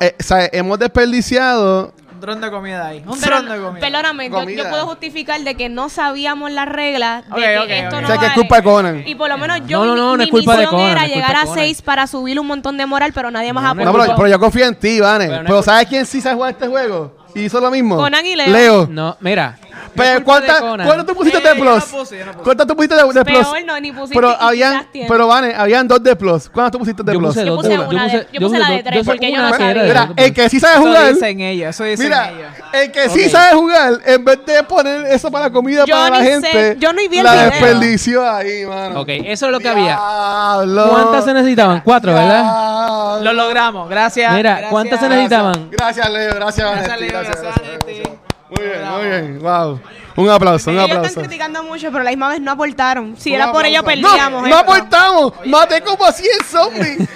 [SPEAKER 2] Eh, o sea, hemos desperdiciado.
[SPEAKER 5] Un dron de comida ahí. Un
[SPEAKER 4] Pero,
[SPEAKER 5] dron de comida.
[SPEAKER 4] perdóname, yo,
[SPEAKER 2] Comida.
[SPEAKER 4] yo puedo justificar de que no sabíamos las reglas de
[SPEAKER 5] Ok,
[SPEAKER 4] que
[SPEAKER 5] ok,
[SPEAKER 4] esto
[SPEAKER 5] ok.
[SPEAKER 4] no
[SPEAKER 2] o sea, que es
[SPEAKER 4] vale.
[SPEAKER 2] culpa de Conan.
[SPEAKER 4] Y por lo menos yo,
[SPEAKER 1] No, no, no,
[SPEAKER 4] mi,
[SPEAKER 1] no es
[SPEAKER 4] mi
[SPEAKER 1] culpa de
[SPEAKER 4] misión
[SPEAKER 1] Conan,
[SPEAKER 4] era
[SPEAKER 1] no es culpa de
[SPEAKER 4] llegar a
[SPEAKER 1] Conan.
[SPEAKER 4] 6 para subir un montón de moral, pero nadie más
[SPEAKER 1] No, no es
[SPEAKER 2] No,
[SPEAKER 4] aportó.
[SPEAKER 2] pero, pero yo confío en ti, Vane.
[SPEAKER 1] Pero no
[SPEAKER 2] Pero,
[SPEAKER 1] es por-
[SPEAKER 2] ¿sabes quién sí sabe jugar este juego? Y hizo lo mismo.
[SPEAKER 4] Conan y Leo.
[SPEAKER 1] No, mira.
[SPEAKER 2] Pero
[SPEAKER 1] ¿cuántas
[SPEAKER 2] ¿cuántas ¿cuántas tú pusiste de
[SPEAKER 5] Eh, yo no
[SPEAKER 2] plus?
[SPEAKER 5] puse, yo no puse.
[SPEAKER 2] ¿Cuántas tú pusiste de, de plus?
[SPEAKER 4] Peor no, ni pusiste
[SPEAKER 2] pero
[SPEAKER 4] y quizás
[SPEAKER 2] habían,
[SPEAKER 4] tiene.
[SPEAKER 2] pero Vane, habían dos de plus. ¿Cuántas tú pusiste de
[SPEAKER 1] Yo
[SPEAKER 2] plus?
[SPEAKER 1] puse
[SPEAKER 4] Yo
[SPEAKER 1] dos.
[SPEAKER 4] puse una de- yo puse la de
[SPEAKER 1] dos-
[SPEAKER 4] tres, porque yo no
[SPEAKER 1] una que era
[SPEAKER 4] sabía.
[SPEAKER 1] de
[SPEAKER 2] Mira,
[SPEAKER 1] dos,
[SPEAKER 2] el que sí sabe
[SPEAKER 5] Eso
[SPEAKER 2] jugar.
[SPEAKER 5] dicen ellos, eso dicen ellos.
[SPEAKER 2] Mira, el que sí sabe jugar, en vez de poner eso para la comida
[SPEAKER 4] Yo
[SPEAKER 2] para la
[SPEAKER 4] ni sé,
[SPEAKER 2] gente,
[SPEAKER 4] yo ni vi el
[SPEAKER 2] la
[SPEAKER 4] video.
[SPEAKER 2] desperdició ahí, mano.
[SPEAKER 1] Ok, eso es lo que había.
[SPEAKER 2] Diablo.
[SPEAKER 1] ¿Cuántas se necesitaban? Cuatro, ¿verdad?
[SPEAKER 2] Diablo.
[SPEAKER 5] Lo logramos, gracias.
[SPEAKER 1] Mira,
[SPEAKER 5] gracias.
[SPEAKER 1] ¿cuántas se necesitaban?
[SPEAKER 2] Gracias, Leo. Gracias,
[SPEAKER 5] Gracias,
[SPEAKER 2] Vanetti,
[SPEAKER 5] Leo,
[SPEAKER 2] gracias,
[SPEAKER 5] gracias,
[SPEAKER 2] gracias,
[SPEAKER 5] Vanetti.
[SPEAKER 2] gracias. Muy bien, muy bien. Wow. Un aplauso, un
[SPEAKER 4] Ellos están
[SPEAKER 2] aplauso.
[SPEAKER 4] criticando mucho, pero la misma vez no aportaron. Si
[SPEAKER 2] Un
[SPEAKER 4] era por ello,
[SPEAKER 2] aplauso.
[SPEAKER 4] perdíamos.
[SPEAKER 2] No, no
[SPEAKER 4] ¿eh?
[SPEAKER 2] aportamos. Maté como a 100 zombies.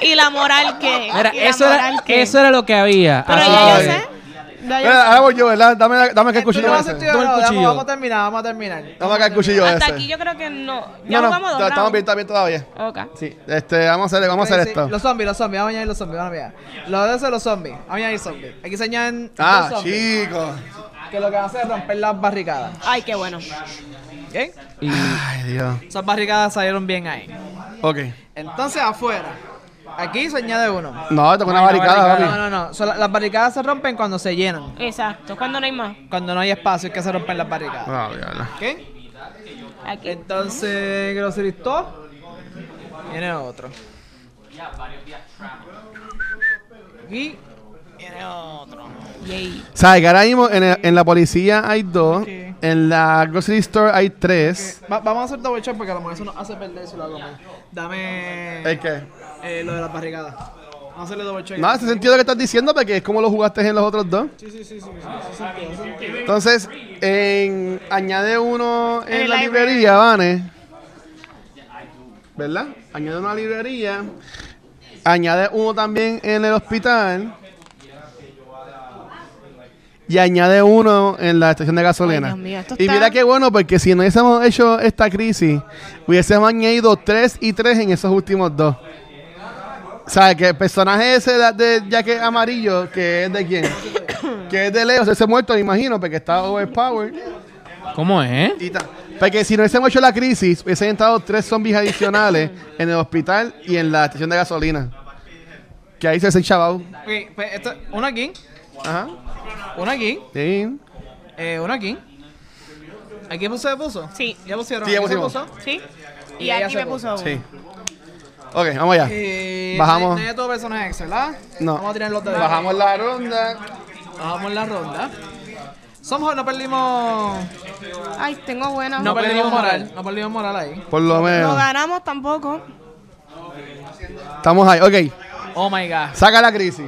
[SPEAKER 4] Y la moral que.
[SPEAKER 1] Mira,
[SPEAKER 4] y la
[SPEAKER 1] eso era,
[SPEAKER 4] moral que-
[SPEAKER 1] eso era lo que había.
[SPEAKER 4] Pero
[SPEAKER 1] Así
[SPEAKER 4] ya
[SPEAKER 1] que-
[SPEAKER 4] yo
[SPEAKER 2] Ay.
[SPEAKER 4] sé. Ya yo
[SPEAKER 2] Mira,
[SPEAKER 4] sé.
[SPEAKER 2] ahora voy yo, ¿verdad? Dame, la- dame acá el
[SPEAKER 5] Tú no
[SPEAKER 2] cuchillo
[SPEAKER 5] vas a
[SPEAKER 2] ese.
[SPEAKER 5] estudiar,
[SPEAKER 1] Toma el
[SPEAKER 5] no, vamos-
[SPEAKER 1] cuchillo.
[SPEAKER 5] vamos a terminar, vamos a terminar.
[SPEAKER 2] Dame acá el cuchillo
[SPEAKER 4] Hasta
[SPEAKER 2] ese.
[SPEAKER 4] aquí yo creo que no.
[SPEAKER 2] No,
[SPEAKER 4] Ya no,
[SPEAKER 2] no,
[SPEAKER 4] vamos a
[SPEAKER 2] t-
[SPEAKER 4] dos
[SPEAKER 2] estamos bien,
[SPEAKER 4] rounds.
[SPEAKER 2] estamos bien todavía.
[SPEAKER 4] Ok.
[SPEAKER 2] Sí, este, vamos a hacer, vamos a hacer
[SPEAKER 5] Sí,
[SPEAKER 2] esto.
[SPEAKER 5] Los zombies, los zombies, vamos a añadir los zombies, vamos a mirar. Los de esos, los zombies, vamos a añadir zombies. Aquí se añaden dos
[SPEAKER 2] Ah,
[SPEAKER 5] zombies,
[SPEAKER 2] chicos.
[SPEAKER 5] que lo que van a hacer es romper las barricadas.
[SPEAKER 4] Ay, qué bueno.
[SPEAKER 5] ¿Ok?
[SPEAKER 1] y-
[SPEAKER 2] Ay, Dios.
[SPEAKER 5] Esas barricadas salieron bien ahí.
[SPEAKER 2] Ok.
[SPEAKER 5] Entonces, afuera, aquí se añade uno.
[SPEAKER 2] No, esto es una barricada,
[SPEAKER 5] No,
[SPEAKER 2] papi.
[SPEAKER 5] no, no. son la- las barricadas se rompen cuando se llenan.
[SPEAKER 4] Exacto. Cuando no hay más?
[SPEAKER 5] Cuando no hay espacio es que se rompen las barricadas.
[SPEAKER 2] Ah, diablo.
[SPEAKER 5] ¿Ok? Eh.
[SPEAKER 4] Aquí.
[SPEAKER 5] Entonces, Grocery Store. Viene otro. Y viene otro.
[SPEAKER 4] Yay.
[SPEAKER 2] O sea, que ahora mismo en, el- en la policía hay dos,
[SPEAKER 5] Ok.
[SPEAKER 2] en la grocery store hay tres.
[SPEAKER 5] Va- vamos a hacer double check porque a lo mejor eso nos hace perder si lo hago mal. Dame
[SPEAKER 2] ¿El qué?
[SPEAKER 5] eh, lo de las barricadas. Vamos a hacerle double check.
[SPEAKER 2] No, ese sentido que estás diciendo porque es como lo jugaste en los otros dos.
[SPEAKER 5] Sí, sí, sí, sí, sí, sí, sí, sí, sí, sí.
[SPEAKER 2] Entonces, en- añade uno en,
[SPEAKER 4] el
[SPEAKER 2] la
[SPEAKER 4] library.
[SPEAKER 2] librería, Vane. ¿Verdad? Añade una librería. Añade uno también en el hospital. Y añade uno en la estación de gasolina.
[SPEAKER 4] Ay, Dios mío, esto
[SPEAKER 2] y
[SPEAKER 4] está-
[SPEAKER 2] mira qué bueno, porque si no hubiésemos hecho esta crisis, hubiésemos añadido tres y tres en esos últimos dos. O sea, que el personaje ese de, de Jaque Amarillo, que es de quién? que es de Leo, ese muerto, me imagino, porque está overpowered.
[SPEAKER 1] ¿Cómo es, eh?
[SPEAKER 2] Y ta- Porque si no hubiésemos hecho la crisis, hubiesen estado tres zombies adicionales en el hospital y en la estación de gasolina. Que ahí se hacen chaval.
[SPEAKER 5] Ok, pues esto, uno aquí,
[SPEAKER 2] Ajá.
[SPEAKER 5] uno aquí,
[SPEAKER 2] Sí.
[SPEAKER 5] eh, uno aquí. Aquí puse, puso.
[SPEAKER 4] Sí.
[SPEAKER 5] Ya pusieron.
[SPEAKER 2] Sí, ya
[SPEAKER 5] aquí se
[SPEAKER 2] pusimos.
[SPEAKER 5] puso.
[SPEAKER 4] ¿Sí? Y,
[SPEAKER 5] Y ella
[SPEAKER 4] aquí
[SPEAKER 5] se
[SPEAKER 4] me
[SPEAKER 5] puso.
[SPEAKER 4] puso uno.
[SPEAKER 2] Sí. Ok, vamos allá.
[SPEAKER 5] Eh,
[SPEAKER 2] Bajamos.
[SPEAKER 5] Nadie todo personaje extra, ¿verdad?
[SPEAKER 2] No.
[SPEAKER 5] Vamos a tirar los dedos.
[SPEAKER 2] Bajamos la ronda.
[SPEAKER 5] Bajamos la ronda. Somehow no perdimos.
[SPEAKER 4] Ay, tengo buena.
[SPEAKER 5] No,
[SPEAKER 4] No,
[SPEAKER 5] perdimos moral. No perdimos moral ahí.
[SPEAKER 2] Por lo menos.
[SPEAKER 4] ganamos tampoco.
[SPEAKER 2] Estamos ahí. Ok,
[SPEAKER 5] Oh my god.
[SPEAKER 2] saca la crisis.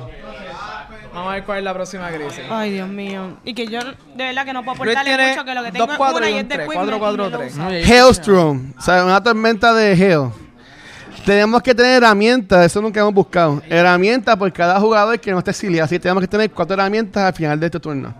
[SPEAKER 5] Vamos a ver cuál es la próxima crisis.
[SPEAKER 4] Ay, Dios mío. Y que yo de verdad que no puedo
[SPEAKER 5] Luis
[SPEAKER 4] aportarle
[SPEAKER 5] tiene
[SPEAKER 4] mucho, que lo que
[SPEAKER 5] dos
[SPEAKER 4] tengo es
[SPEAKER 5] cuadros
[SPEAKER 4] una
[SPEAKER 5] y
[SPEAKER 4] y este
[SPEAKER 5] un
[SPEAKER 4] es de
[SPEAKER 5] tres,
[SPEAKER 4] Queen.
[SPEAKER 5] cuatro,
[SPEAKER 4] y
[SPEAKER 5] cuatro,
[SPEAKER 4] no lo
[SPEAKER 5] tres.
[SPEAKER 4] uso.
[SPEAKER 2] Hailstorm. O sea, una tormenta de hail. Tenemos que tener herramientas, eso nunca hemos buscado. Herramientas por cada jugador que no esté exiliado. Así que tenemos que tener cuatro herramientas al final de este turno.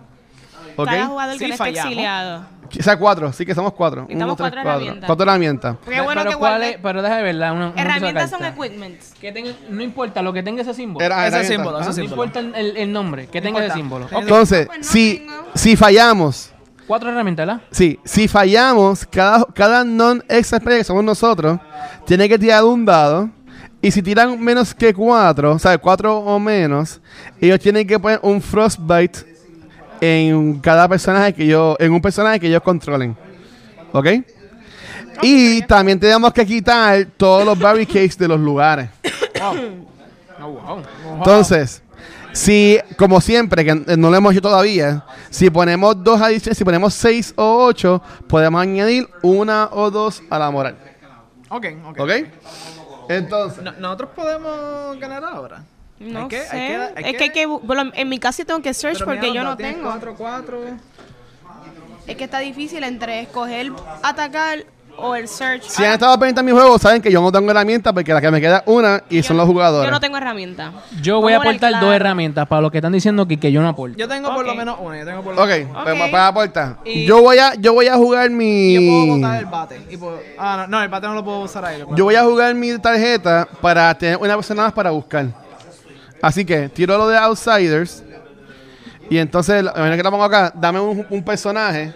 [SPEAKER 2] ¿Ok?
[SPEAKER 4] Cada jugador
[SPEAKER 5] Sí,
[SPEAKER 4] que no esté
[SPEAKER 5] fallamos.
[SPEAKER 4] exiliado.
[SPEAKER 2] O sea, cuatro, sí que somos cuatro.
[SPEAKER 4] Necesitamos
[SPEAKER 2] Uno, tres,
[SPEAKER 4] cuatro
[SPEAKER 2] cuatro.
[SPEAKER 4] herramientas.
[SPEAKER 2] Cuatro herramientas.
[SPEAKER 4] Qué bueno
[SPEAKER 1] pero
[SPEAKER 4] que
[SPEAKER 1] ¿cuál
[SPEAKER 4] guardé.
[SPEAKER 1] es- pero deja de verla. Una, una
[SPEAKER 4] Herramientas
[SPEAKER 1] cosa
[SPEAKER 4] son
[SPEAKER 1] carta.
[SPEAKER 4] equipments.
[SPEAKER 1] Que tenga- no importa lo que tenga ese símbolo.
[SPEAKER 2] Era-
[SPEAKER 5] Ese
[SPEAKER 2] herramientas.
[SPEAKER 5] símbolo,
[SPEAKER 2] Ah.
[SPEAKER 5] ese
[SPEAKER 1] no
[SPEAKER 5] símbolo.
[SPEAKER 1] importa el, el nombre, que tenga ese símbolo.
[SPEAKER 5] Ok.
[SPEAKER 2] Entonces,
[SPEAKER 4] Pues no
[SPEAKER 2] si,
[SPEAKER 4] tengo.
[SPEAKER 2] si fallamos,
[SPEAKER 1] Cuatro herramientas, ¿verdad?
[SPEAKER 2] sí, si fallamos, cada, cada non-extra player que somos nosotros, tiene que tirar un dado. Y si tiran menos que cuatro, o sea, cuatro o menos, ellos tienen que poner un frostbite en cada personaje que yo, en un personaje que ellos controlen. ¿Ok? Y también tenemos que quitar todos los barricades de los lugares.
[SPEAKER 1] Oh, wow.
[SPEAKER 2] Entonces, si, como siempre, que n- no lo hemos hecho todavía, si ponemos dos adiciones, si ponemos seis o ocho, podemos añadir una o dos a la moral.
[SPEAKER 5] Ok, ok.
[SPEAKER 2] ¿Ok? Entonces,
[SPEAKER 5] No- nosotros podemos ganar ahora.
[SPEAKER 4] No
[SPEAKER 5] Hay que- hay
[SPEAKER 4] sé.
[SPEAKER 5] que- hay
[SPEAKER 4] es que hay
[SPEAKER 5] que-
[SPEAKER 4] que. bu- bueno, en mi caso tengo que search porque yo no tengo.
[SPEAKER 5] 4, 4.
[SPEAKER 4] Es que está difícil entre escoger atacar o el search.
[SPEAKER 2] si
[SPEAKER 4] Ah,
[SPEAKER 2] han estado pendientes a mi juego, saben que yo no tengo herramientas porque la que me queda es una y son los
[SPEAKER 4] yo
[SPEAKER 2] jugadores.
[SPEAKER 4] no tengo herramienta.
[SPEAKER 1] Yo voy a
[SPEAKER 4] Vamos poner
[SPEAKER 1] aportar dos
[SPEAKER 4] claro.
[SPEAKER 1] herramientas para los que están diciendo que, que yo no aporto.
[SPEAKER 5] Yo tengo por lo
[SPEAKER 4] Ok.
[SPEAKER 5] menos una. Yo tengo por lo
[SPEAKER 2] Ok,
[SPEAKER 5] menos
[SPEAKER 2] pues
[SPEAKER 4] Ok.
[SPEAKER 2] va para la puerta.
[SPEAKER 5] Y-
[SPEAKER 2] Yo voy a, yo voy a jugar
[SPEAKER 5] Y
[SPEAKER 2] mi.
[SPEAKER 5] yo puedo botar el bate. Y puedo- ah, no, no, el bate no lo puedo usar ahí. lo puedo-
[SPEAKER 2] Yo voy a jugar mi tarjeta para tener una persona más para buscar. Así que tiro lo de Outsiders. Y entonces, la manera que la pongo acá, dame un, un personaje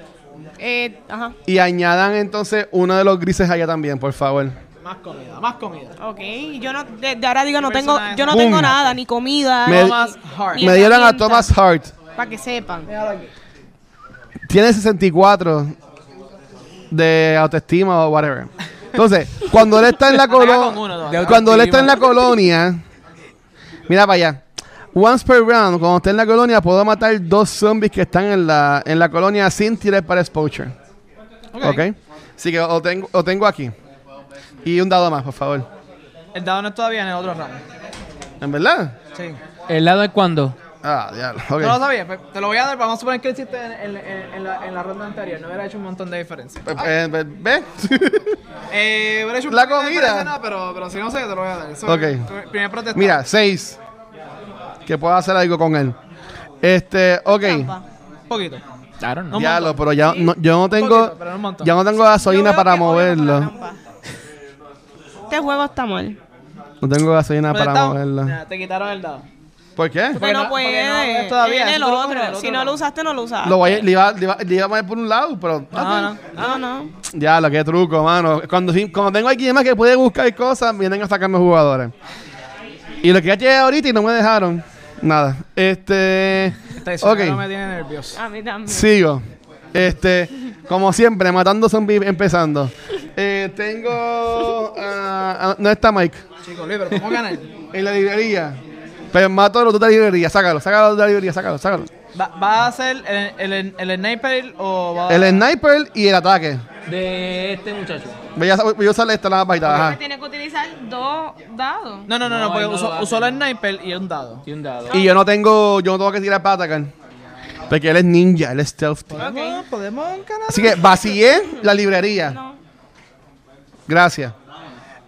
[SPEAKER 4] Eh, ajá.
[SPEAKER 2] y añadan entonces uno de los grises allá también, por favor.
[SPEAKER 5] Más comida, más comida.
[SPEAKER 4] Ok, yo no, de, de ahora digo, no tengo,
[SPEAKER 5] personaje
[SPEAKER 4] yo no
[SPEAKER 2] son?
[SPEAKER 4] tengo
[SPEAKER 2] Boom.
[SPEAKER 4] nada, ni comida.
[SPEAKER 2] Me-
[SPEAKER 4] ni-
[SPEAKER 5] Thomas Hart.
[SPEAKER 4] ni
[SPEAKER 2] Me dieron a
[SPEAKER 4] herramienta,
[SPEAKER 2] Thomas Hart.
[SPEAKER 4] Para que sepan.
[SPEAKER 5] Déjalo aquí.
[SPEAKER 2] Tiene 64 de autoestima o whatever. Entonces, cuando él está en la
[SPEAKER 5] Ataca con uno,
[SPEAKER 2] colonia.
[SPEAKER 5] dos.
[SPEAKER 1] De
[SPEAKER 2] Cuando él
[SPEAKER 1] autoestima.
[SPEAKER 2] está en la colonia. Mira para allá. Once per round, cuando esté en la colonia, puedo matar dos zombies que están en la, en la colonia sin tirar para exposure.
[SPEAKER 5] Ok.
[SPEAKER 2] Ok. Así que lo tengo, lo tengo aquí. Y un dado más, por favor.
[SPEAKER 5] El dado no es todavía en el otro round.
[SPEAKER 2] ¿En verdad?
[SPEAKER 5] Sí.
[SPEAKER 1] ¿El lado es cuándo?
[SPEAKER 2] Ah, diablo. ok.
[SPEAKER 5] No lo sabía, pues, te lo voy a dar. Vamos a suponer que lo hiciste en, en- en- en la, en la ronda anterior. No hubiera hecho un montón de diferencia.
[SPEAKER 2] Pues, eh, pues, ve.
[SPEAKER 5] Eh, hubiera hecho un
[SPEAKER 2] La
[SPEAKER 5] poquito de
[SPEAKER 2] comida.
[SPEAKER 5] diferencia, no, pero, pero si no sé, te lo voy a dar. Eso
[SPEAKER 2] Ok.
[SPEAKER 5] es tu Primer protesta.
[SPEAKER 2] Mira, seis. Que puedo hacer algo con él. Este, ok.
[SPEAKER 4] Trampa.
[SPEAKER 5] Un poquito.
[SPEAKER 2] Ah,
[SPEAKER 1] Claro, no.
[SPEAKER 5] Un
[SPEAKER 2] Diablo, pero ya no, yo no tengo.
[SPEAKER 5] poquito, pero no un montón.
[SPEAKER 2] ya no tengo
[SPEAKER 4] Yo
[SPEAKER 2] gasolina
[SPEAKER 4] veo
[SPEAKER 2] para
[SPEAKER 4] que odio con la
[SPEAKER 2] moverlo.
[SPEAKER 4] trampa. Este juego está mal.
[SPEAKER 2] No tengo gasolina para
[SPEAKER 5] ¿Protestado?
[SPEAKER 2] moverlo.
[SPEAKER 5] Nah, te quitaron el dado.
[SPEAKER 2] ¿Por qué?
[SPEAKER 4] Porque no
[SPEAKER 5] no- porque no
[SPEAKER 4] puede.
[SPEAKER 5] es todavía,
[SPEAKER 4] en
[SPEAKER 5] eso
[SPEAKER 4] pues, el
[SPEAKER 5] tú lo
[SPEAKER 4] otro.
[SPEAKER 5] coges en el
[SPEAKER 4] Si
[SPEAKER 5] otro
[SPEAKER 4] no lo
[SPEAKER 5] lado.
[SPEAKER 4] usaste, no lo usaste.
[SPEAKER 2] Lo voy a- le, iba, le, iba, le iba a poner por un lado, pero.
[SPEAKER 5] Ah, No, no.
[SPEAKER 4] No, no.
[SPEAKER 2] Diablo, qué truco, mano. Cuando, cuando tengo alguien más que puede buscar cosas, vienen a sacarme jugadores. Y lo que ya llegué ahorita y no me dejaron. Nada. Este.
[SPEAKER 5] Traicionero
[SPEAKER 2] Ok.
[SPEAKER 5] me tiene nervioso.
[SPEAKER 4] A mí también.
[SPEAKER 2] Sigo. Este, como siempre, matando zombies empezando. Eh, tengo. ah, ah, no está Mike.
[SPEAKER 5] Chicos, Luis, pero ¿cómo ganar?
[SPEAKER 2] En la librería. Pero mato a los dos de la librería. Sácalo, sácalo de la librería, sácalo, sácalo.
[SPEAKER 5] ¿Va, va a ser el, el, el sniper o va a...
[SPEAKER 2] El sniper y el ataque.
[SPEAKER 1] De este muchacho.
[SPEAKER 2] Yo voy a usar esta nada más para
[SPEAKER 4] Pues
[SPEAKER 2] ajá.
[SPEAKER 4] Tiene que utilizar dos dados.
[SPEAKER 5] No, no, no,
[SPEAKER 1] No,
[SPEAKER 5] no, porque
[SPEAKER 1] ahí no lo
[SPEAKER 5] usó,
[SPEAKER 1] hace.
[SPEAKER 5] usó el sniper y un dado.
[SPEAKER 1] Y un dado.
[SPEAKER 2] Y yo no tengo. Yo no tengo que tirar para atacar. Porque él es ninja, él es stealth.
[SPEAKER 5] ¿Podemos, ¿Podemos ganar?
[SPEAKER 2] Así que vacié la librería.
[SPEAKER 4] No.
[SPEAKER 2] Gracias.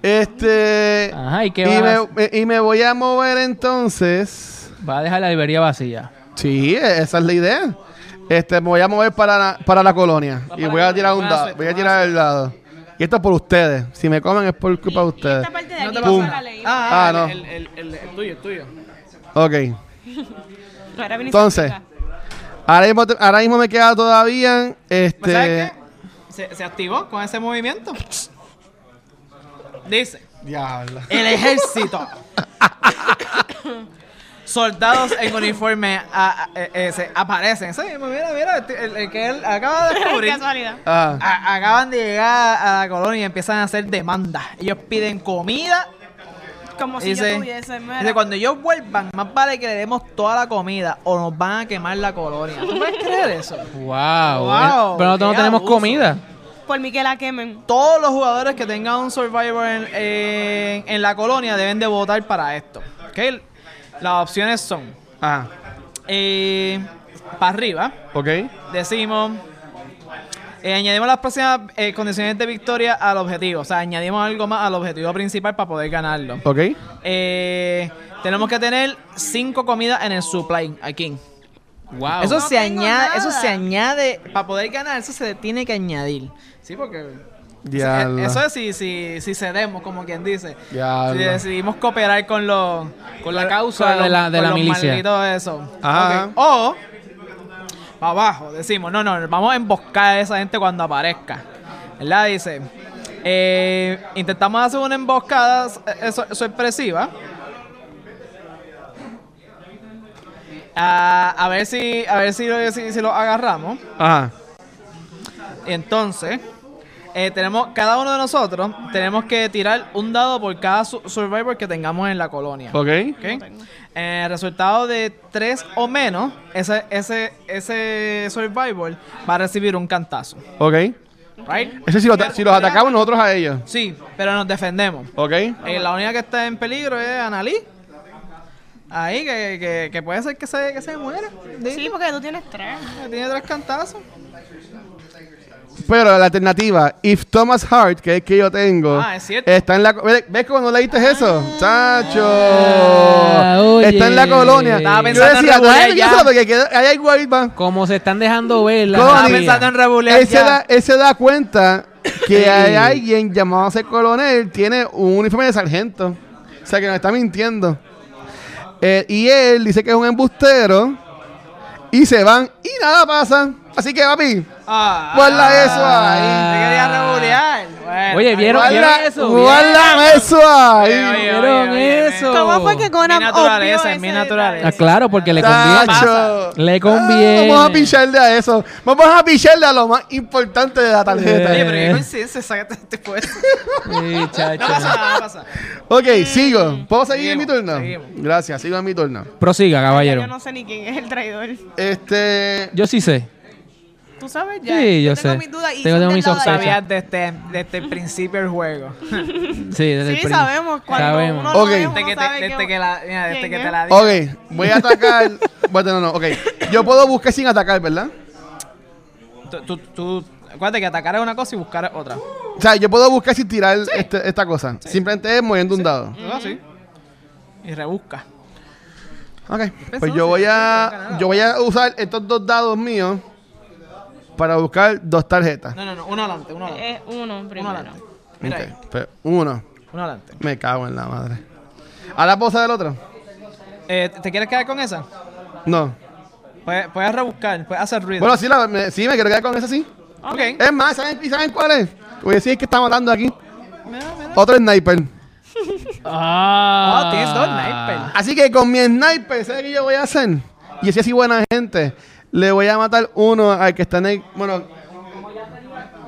[SPEAKER 2] Este.
[SPEAKER 1] Ajá, ¿y qué
[SPEAKER 2] y,
[SPEAKER 1] va, a-
[SPEAKER 2] me, me- y me voy a mover entonces.
[SPEAKER 1] va a dejar la librería vacía?
[SPEAKER 2] Sí, esa es la idea. Este, me voy a mover para la, para la colonia. Y voy a tirar un
[SPEAKER 5] Buena
[SPEAKER 2] dado.
[SPEAKER 5] suerte,
[SPEAKER 2] Voy a
[SPEAKER 5] buena
[SPEAKER 2] tirar el dado. Y esto es por ustedes. Si me comen es por culpa de ustedes.
[SPEAKER 4] Esta parte de aquí
[SPEAKER 2] te
[SPEAKER 4] no
[SPEAKER 2] pasa
[SPEAKER 4] se
[SPEAKER 2] nada.
[SPEAKER 4] la leí.
[SPEAKER 5] Ah,
[SPEAKER 2] Ah, no.
[SPEAKER 5] El, el, el- el tuyo, el tuyo.
[SPEAKER 2] Ok.
[SPEAKER 4] Ahora viene y se
[SPEAKER 2] Entonces,
[SPEAKER 4] explica.
[SPEAKER 2] ahora mismo, te- ahora mismo me queda todavía.
[SPEAKER 5] Pues, ¿Sabes
[SPEAKER 2] Este.
[SPEAKER 5] qué? Se, se activó con ese movimiento. Dice,
[SPEAKER 2] Diablo.
[SPEAKER 5] el ejército. Soldados en uniforme a- a- eh, eh, se aparecen. Sí, pues mira, mira, el- el, el que él acaba de
[SPEAKER 4] Qué
[SPEAKER 5] descubrir.
[SPEAKER 4] casualidad.
[SPEAKER 2] Ah.
[SPEAKER 5] A- acaban de llegar a la colonia y empiezan a hacer demandas. Ellos piden comida.
[SPEAKER 4] Como si
[SPEAKER 5] dice,
[SPEAKER 4] yo tuviese. mira.
[SPEAKER 5] dice, cuando ellos vuelvan, más vale que le demos toda la comida o nos van a quemar la colonia. ¿Tú puedes creer eso?
[SPEAKER 1] Wow.
[SPEAKER 5] Wow,
[SPEAKER 1] pero nosotros no
[SPEAKER 5] qué
[SPEAKER 1] tenemos
[SPEAKER 5] abuso.
[SPEAKER 1] comida.
[SPEAKER 4] Por mí que la quemen.
[SPEAKER 5] Todos los jugadores que tengan un Survivor en, en- en la colonia deben de votar para esto. ¿ok? Las opciones son,
[SPEAKER 2] Ah.
[SPEAKER 5] eh, para arriba,
[SPEAKER 2] Ok.
[SPEAKER 5] decimos, eh, añadimos las próximas eh, condiciones de victoria al objetivo. O sea, añadimos algo más al objetivo principal para poder ganarlo.
[SPEAKER 2] Ok.
[SPEAKER 5] Eh, tenemos que tener cinco comidas en el supply aquí.
[SPEAKER 1] Wow.
[SPEAKER 5] Eso,
[SPEAKER 4] No
[SPEAKER 5] se
[SPEAKER 4] tengo
[SPEAKER 5] añade, eso
[SPEAKER 4] nada.
[SPEAKER 5] se añade, para poder ganar, eso se tiene que añadir. Sí, porque...
[SPEAKER 2] Diablo.
[SPEAKER 5] Eh, Eso es si, si, si cedemos, como quien dice. Si
[SPEAKER 2] Diablo.
[SPEAKER 5] decidimos cooperar con los con la causa
[SPEAKER 1] con de la- de la milicia.
[SPEAKER 5] Todo eso.
[SPEAKER 2] Ajá.
[SPEAKER 5] Ok. O pa' abajo, decimos, no, no, vamos a emboscar a esa gente cuando aparezca. ¿Verdad? Dice. eh, intentamos hacer una emboscada eh, sor- sorpresiva. A, Ah, a ver si a ver si lo, si- si lo agarramos.
[SPEAKER 2] Ajá.
[SPEAKER 5] Entonces, eh, tenemos, cada uno de nosotros tenemos que tirar un dado por cada su- survivor que tengamos en la colonia.
[SPEAKER 2] Ok.
[SPEAKER 5] ¿ok? Eh, resultado de tres o menos, ese, ese, ese survivor va a recibir un cantazo.
[SPEAKER 2] Ok.
[SPEAKER 5] Right?
[SPEAKER 2] Eso si, lo ata- si los atacamos nosotros a ellos.
[SPEAKER 5] Sí, pero nos defendemos.
[SPEAKER 2] Ok.
[SPEAKER 5] Eh, la única que está en peligro es Analí. Ahí, que, que- que puede ser que se, que se muera.
[SPEAKER 4] Sí, porque tú tienes tres.
[SPEAKER 5] Tiene tres cantazos.
[SPEAKER 2] Pero la alternativa, if Thomas Hart, que es que yo tengo,
[SPEAKER 5] Ah, es cierto. Ah.
[SPEAKER 2] está en la. co- ¿Ves, ves cómo no leíste eso? ¡Chacho!
[SPEAKER 1] Ah, oye.
[SPEAKER 2] Está en la colonia.
[SPEAKER 1] Estaba
[SPEAKER 5] pensando
[SPEAKER 2] yo
[SPEAKER 5] en
[SPEAKER 2] decía,
[SPEAKER 5] rebulear
[SPEAKER 2] "Déjame
[SPEAKER 5] ya".
[SPEAKER 2] eso, porque queda- hay algo ahí más.
[SPEAKER 1] Como se están dejando ver la
[SPEAKER 2] Coño.
[SPEAKER 1] rabia.
[SPEAKER 5] Estaba pensando en rebulear
[SPEAKER 2] Él se,
[SPEAKER 5] ya.
[SPEAKER 2] da, él se da cuenta que
[SPEAKER 1] Sí.
[SPEAKER 2] hay alguien llamado a ser coronel, tiene un uniforme de sargento. O sea, que nos está mintiendo. Eh, y él dice que es un embustero. Y se van y nada pasa. Así que, papi,
[SPEAKER 5] Ah,
[SPEAKER 2] guarda eso ahí.
[SPEAKER 5] Te quería rebulear. Bueno,
[SPEAKER 1] Oye,
[SPEAKER 5] ahí
[SPEAKER 1] ¿vieron-
[SPEAKER 5] va.
[SPEAKER 1] vieron?
[SPEAKER 2] Guarda
[SPEAKER 1] eso,
[SPEAKER 2] guarda eso ahí.
[SPEAKER 5] Oye, oye,
[SPEAKER 1] ¿Vieron
[SPEAKER 5] oye,
[SPEAKER 1] eso?
[SPEAKER 4] ¿Cómo fue que Conan
[SPEAKER 5] Oh. Mi naturaleza,
[SPEAKER 4] obvió
[SPEAKER 5] es mi
[SPEAKER 4] ese
[SPEAKER 5] naturaleza.
[SPEAKER 1] Ah,
[SPEAKER 4] detalle?
[SPEAKER 1] claro, porque le conviene.
[SPEAKER 2] Tacho.
[SPEAKER 1] Le conviene.
[SPEAKER 2] Ah, vamos a picharle a eso. Vamos a picharle a lo más importante de la tarjeta.
[SPEAKER 5] Oye, pero
[SPEAKER 1] Eh.
[SPEAKER 5] qué coincidencia esa que te puede.
[SPEAKER 1] Sí,
[SPEAKER 5] este No pasa
[SPEAKER 1] chacho.
[SPEAKER 5] nada, no pasa.
[SPEAKER 2] Ok, sigo. ¿Puedo seguir en mi
[SPEAKER 5] Seguimos,
[SPEAKER 2] turno?
[SPEAKER 5] seguimos.
[SPEAKER 2] Gracias, sigo en mi turno.
[SPEAKER 1] Prosiga,
[SPEAKER 4] Yo
[SPEAKER 1] caballero.
[SPEAKER 4] no sé ni quién es el traidor.
[SPEAKER 2] Este.
[SPEAKER 1] Yo sí sé.
[SPEAKER 4] ¿Tú sabes ya?
[SPEAKER 1] Sí, yo
[SPEAKER 4] tengo
[SPEAKER 1] sé.
[SPEAKER 4] mis dudas
[SPEAKER 1] Tengo-
[SPEAKER 4] y son
[SPEAKER 1] tengo
[SPEAKER 4] del
[SPEAKER 1] mis
[SPEAKER 4] lado de
[SPEAKER 1] sospechas.
[SPEAKER 4] David.
[SPEAKER 5] Sabías desde, desde el este, principio del juego.
[SPEAKER 1] Sí, desde el
[SPEAKER 4] Sí,
[SPEAKER 1] prin-
[SPEAKER 4] sabemos. Cuando
[SPEAKER 1] Sabemos.
[SPEAKER 4] uno lo
[SPEAKER 2] Ok.
[SPEAKER 4] ve, uno
[SPEAKER 5] Desde que,
[SPEAKER 4] sabe
[SPEAKER 5] te, desde
[SPEAKER 4] que-
[SPEAKER 5] que la, mira, desde
[SPEAKER 4] ¿Quién
[SPEAKER 5] que te
[SPEAKER 4] es?
[SPEAKER 5] la digo.
[SPEAKER 2] Ok, voy a atacar. bueno, no, no, ok. Yo puedo buscar sin atacar, ¿verdad?
[SPEAKER 5] Tú, tú, tú- acuérdate que atacar es una cosa y buscar es otra.
[SPEAKER 2] O sea, yo puedo buscar sin tirar este- esta cosa. Simplemente es moviendo un dado.
[SPEAKER 5] Tú así. Ah, Y rebusca.
[SPEAKER 2] Ok. Pues
[SPEAKER 5] Pensando
[SPEAKER 2] yo
[SPEAKER 5] si
[SPEAKER 2] voy
[SPEAKER 5] no busca
[SPEAKER 2] a.
[SPEAKER 5] nada.
[SPEAKER 2] Yo voy a usar estos dos dados míos para buscar dos tarjetas.
[SPEAKER 5] No, no, no. Uno adelante, uno adelante.
[SPEAKER 4] Es uno
[SPEAKER 5] Uno
[SPEAKER 4] primero.
[SPEAKER 5] adelante. Mira ahí,
[SPEAKER 2] Ok. Pues uno.
[SPEAKER 5] Eh, Uno adelante.
[SPEAKER 2] Me cago en la madre. ¿Ahora puedo usar el otro?
[SPEAKER 5] Eh, ¿Te quieres quedar con esa?
[SPEAKER 2] No.
[SPEAKER 5] Puedes, puedes rebuscar, puedes hacer ruido.
[SPEAKER 2] Bueno, sí, la, me, sí, me quiero quedar con esa, sí.
[SPEAKER 5] ok.
[SPEAKER 2] Es más, ¿saben, ¿y saben cuál es? Voy a decir que está matando aquí.
[SPEAKER 5] Mira, mira.
[SPEAKER 2] Otro sniper.
[SPEAKER 1] Ah,
[SPEAKER 4] Oh,
[SPEAKER 5] Ah, tienes dos sniper.
[SPEAKER 2] Así que con mi sniper, ¿sabes qué yo voy a hacer? Y si así buena gente, le voy a matar uno al que está en el. Bueno.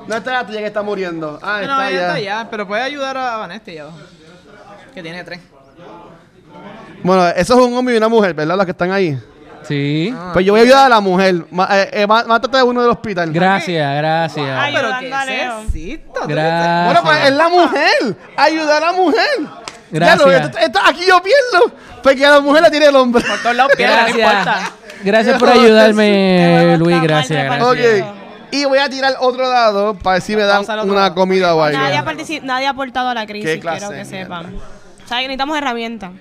[SPEAKER 2] No está la tuya que está muriendo. Ah,
[SPEAKER 5] No,
[SPEAKER 2] está
[SPEAKER 5] no, ella
[SPEAKER 2] allá.
[SPEAKER 5] está allá, pero puede ayudar a Vanesti allá abajo. Que tiene tres.
[SPEAKER 2] Bueno, eso es un hombre y una mujer, ¿verdad? Los que están ahí.
[SPEAKER 1] Sí.
[SPEAKER 5] Ah,
[SPEAKER 2] pues yo voy a ayudar a la mujer. Ma- eh, eh, má- mátate a uno del hospital.
[SPEAKER 1] Gracias, gracias.
[SPEAKER 4] Ay,
[SPEAKER 5] Pero
[SPEAKER 4] Ayudando a Leo.
[SPEAKER 5] que es
[SPEAKER 1] Gracias.
[SPEAKER 2] Bueno, pues es la mujer. Ayudar a la mujer. Ya lo-
[SPEAKER 1] Gracias.
[SPEAKER 2] esto- esto- aquí yo pierdo. Porque a la mujer la tiene el hombre.
[SPEAKER 5] Por todos lados piedra, no importa.
[SPEAKER 1] Gracias. Gracias por
[SPEAKER 2] Yo-
[SPEAKER 1] ayudarme,
[SPEAKER 4] Este juego
[SPEAKER 1] Luis.
[SPEAKER 4] está mal
[SPEAKER 1] Gracias,
[SPEAKER 4] repartido.
[SPEAKER 1] gracias.
[SPEAKER 2] Ok. Y voy a tirar otro dado para ver si me dan
[SPEAKER 5] Vamos al otro
[SPEAKER 2] una
[SPEAKER 5] lado.
[SPEAKER 2] comida o algo.
[SPEAKER 4] Nadie ha, partici- nadie ha aportado a la crisis,
[SPEAKER 2] Qué clase
[SPEAKER 4] quiero que
[SPEAKER 2] de mierda.
[SPEAKER 4] sepan. O sea, que necesitamos herramientas.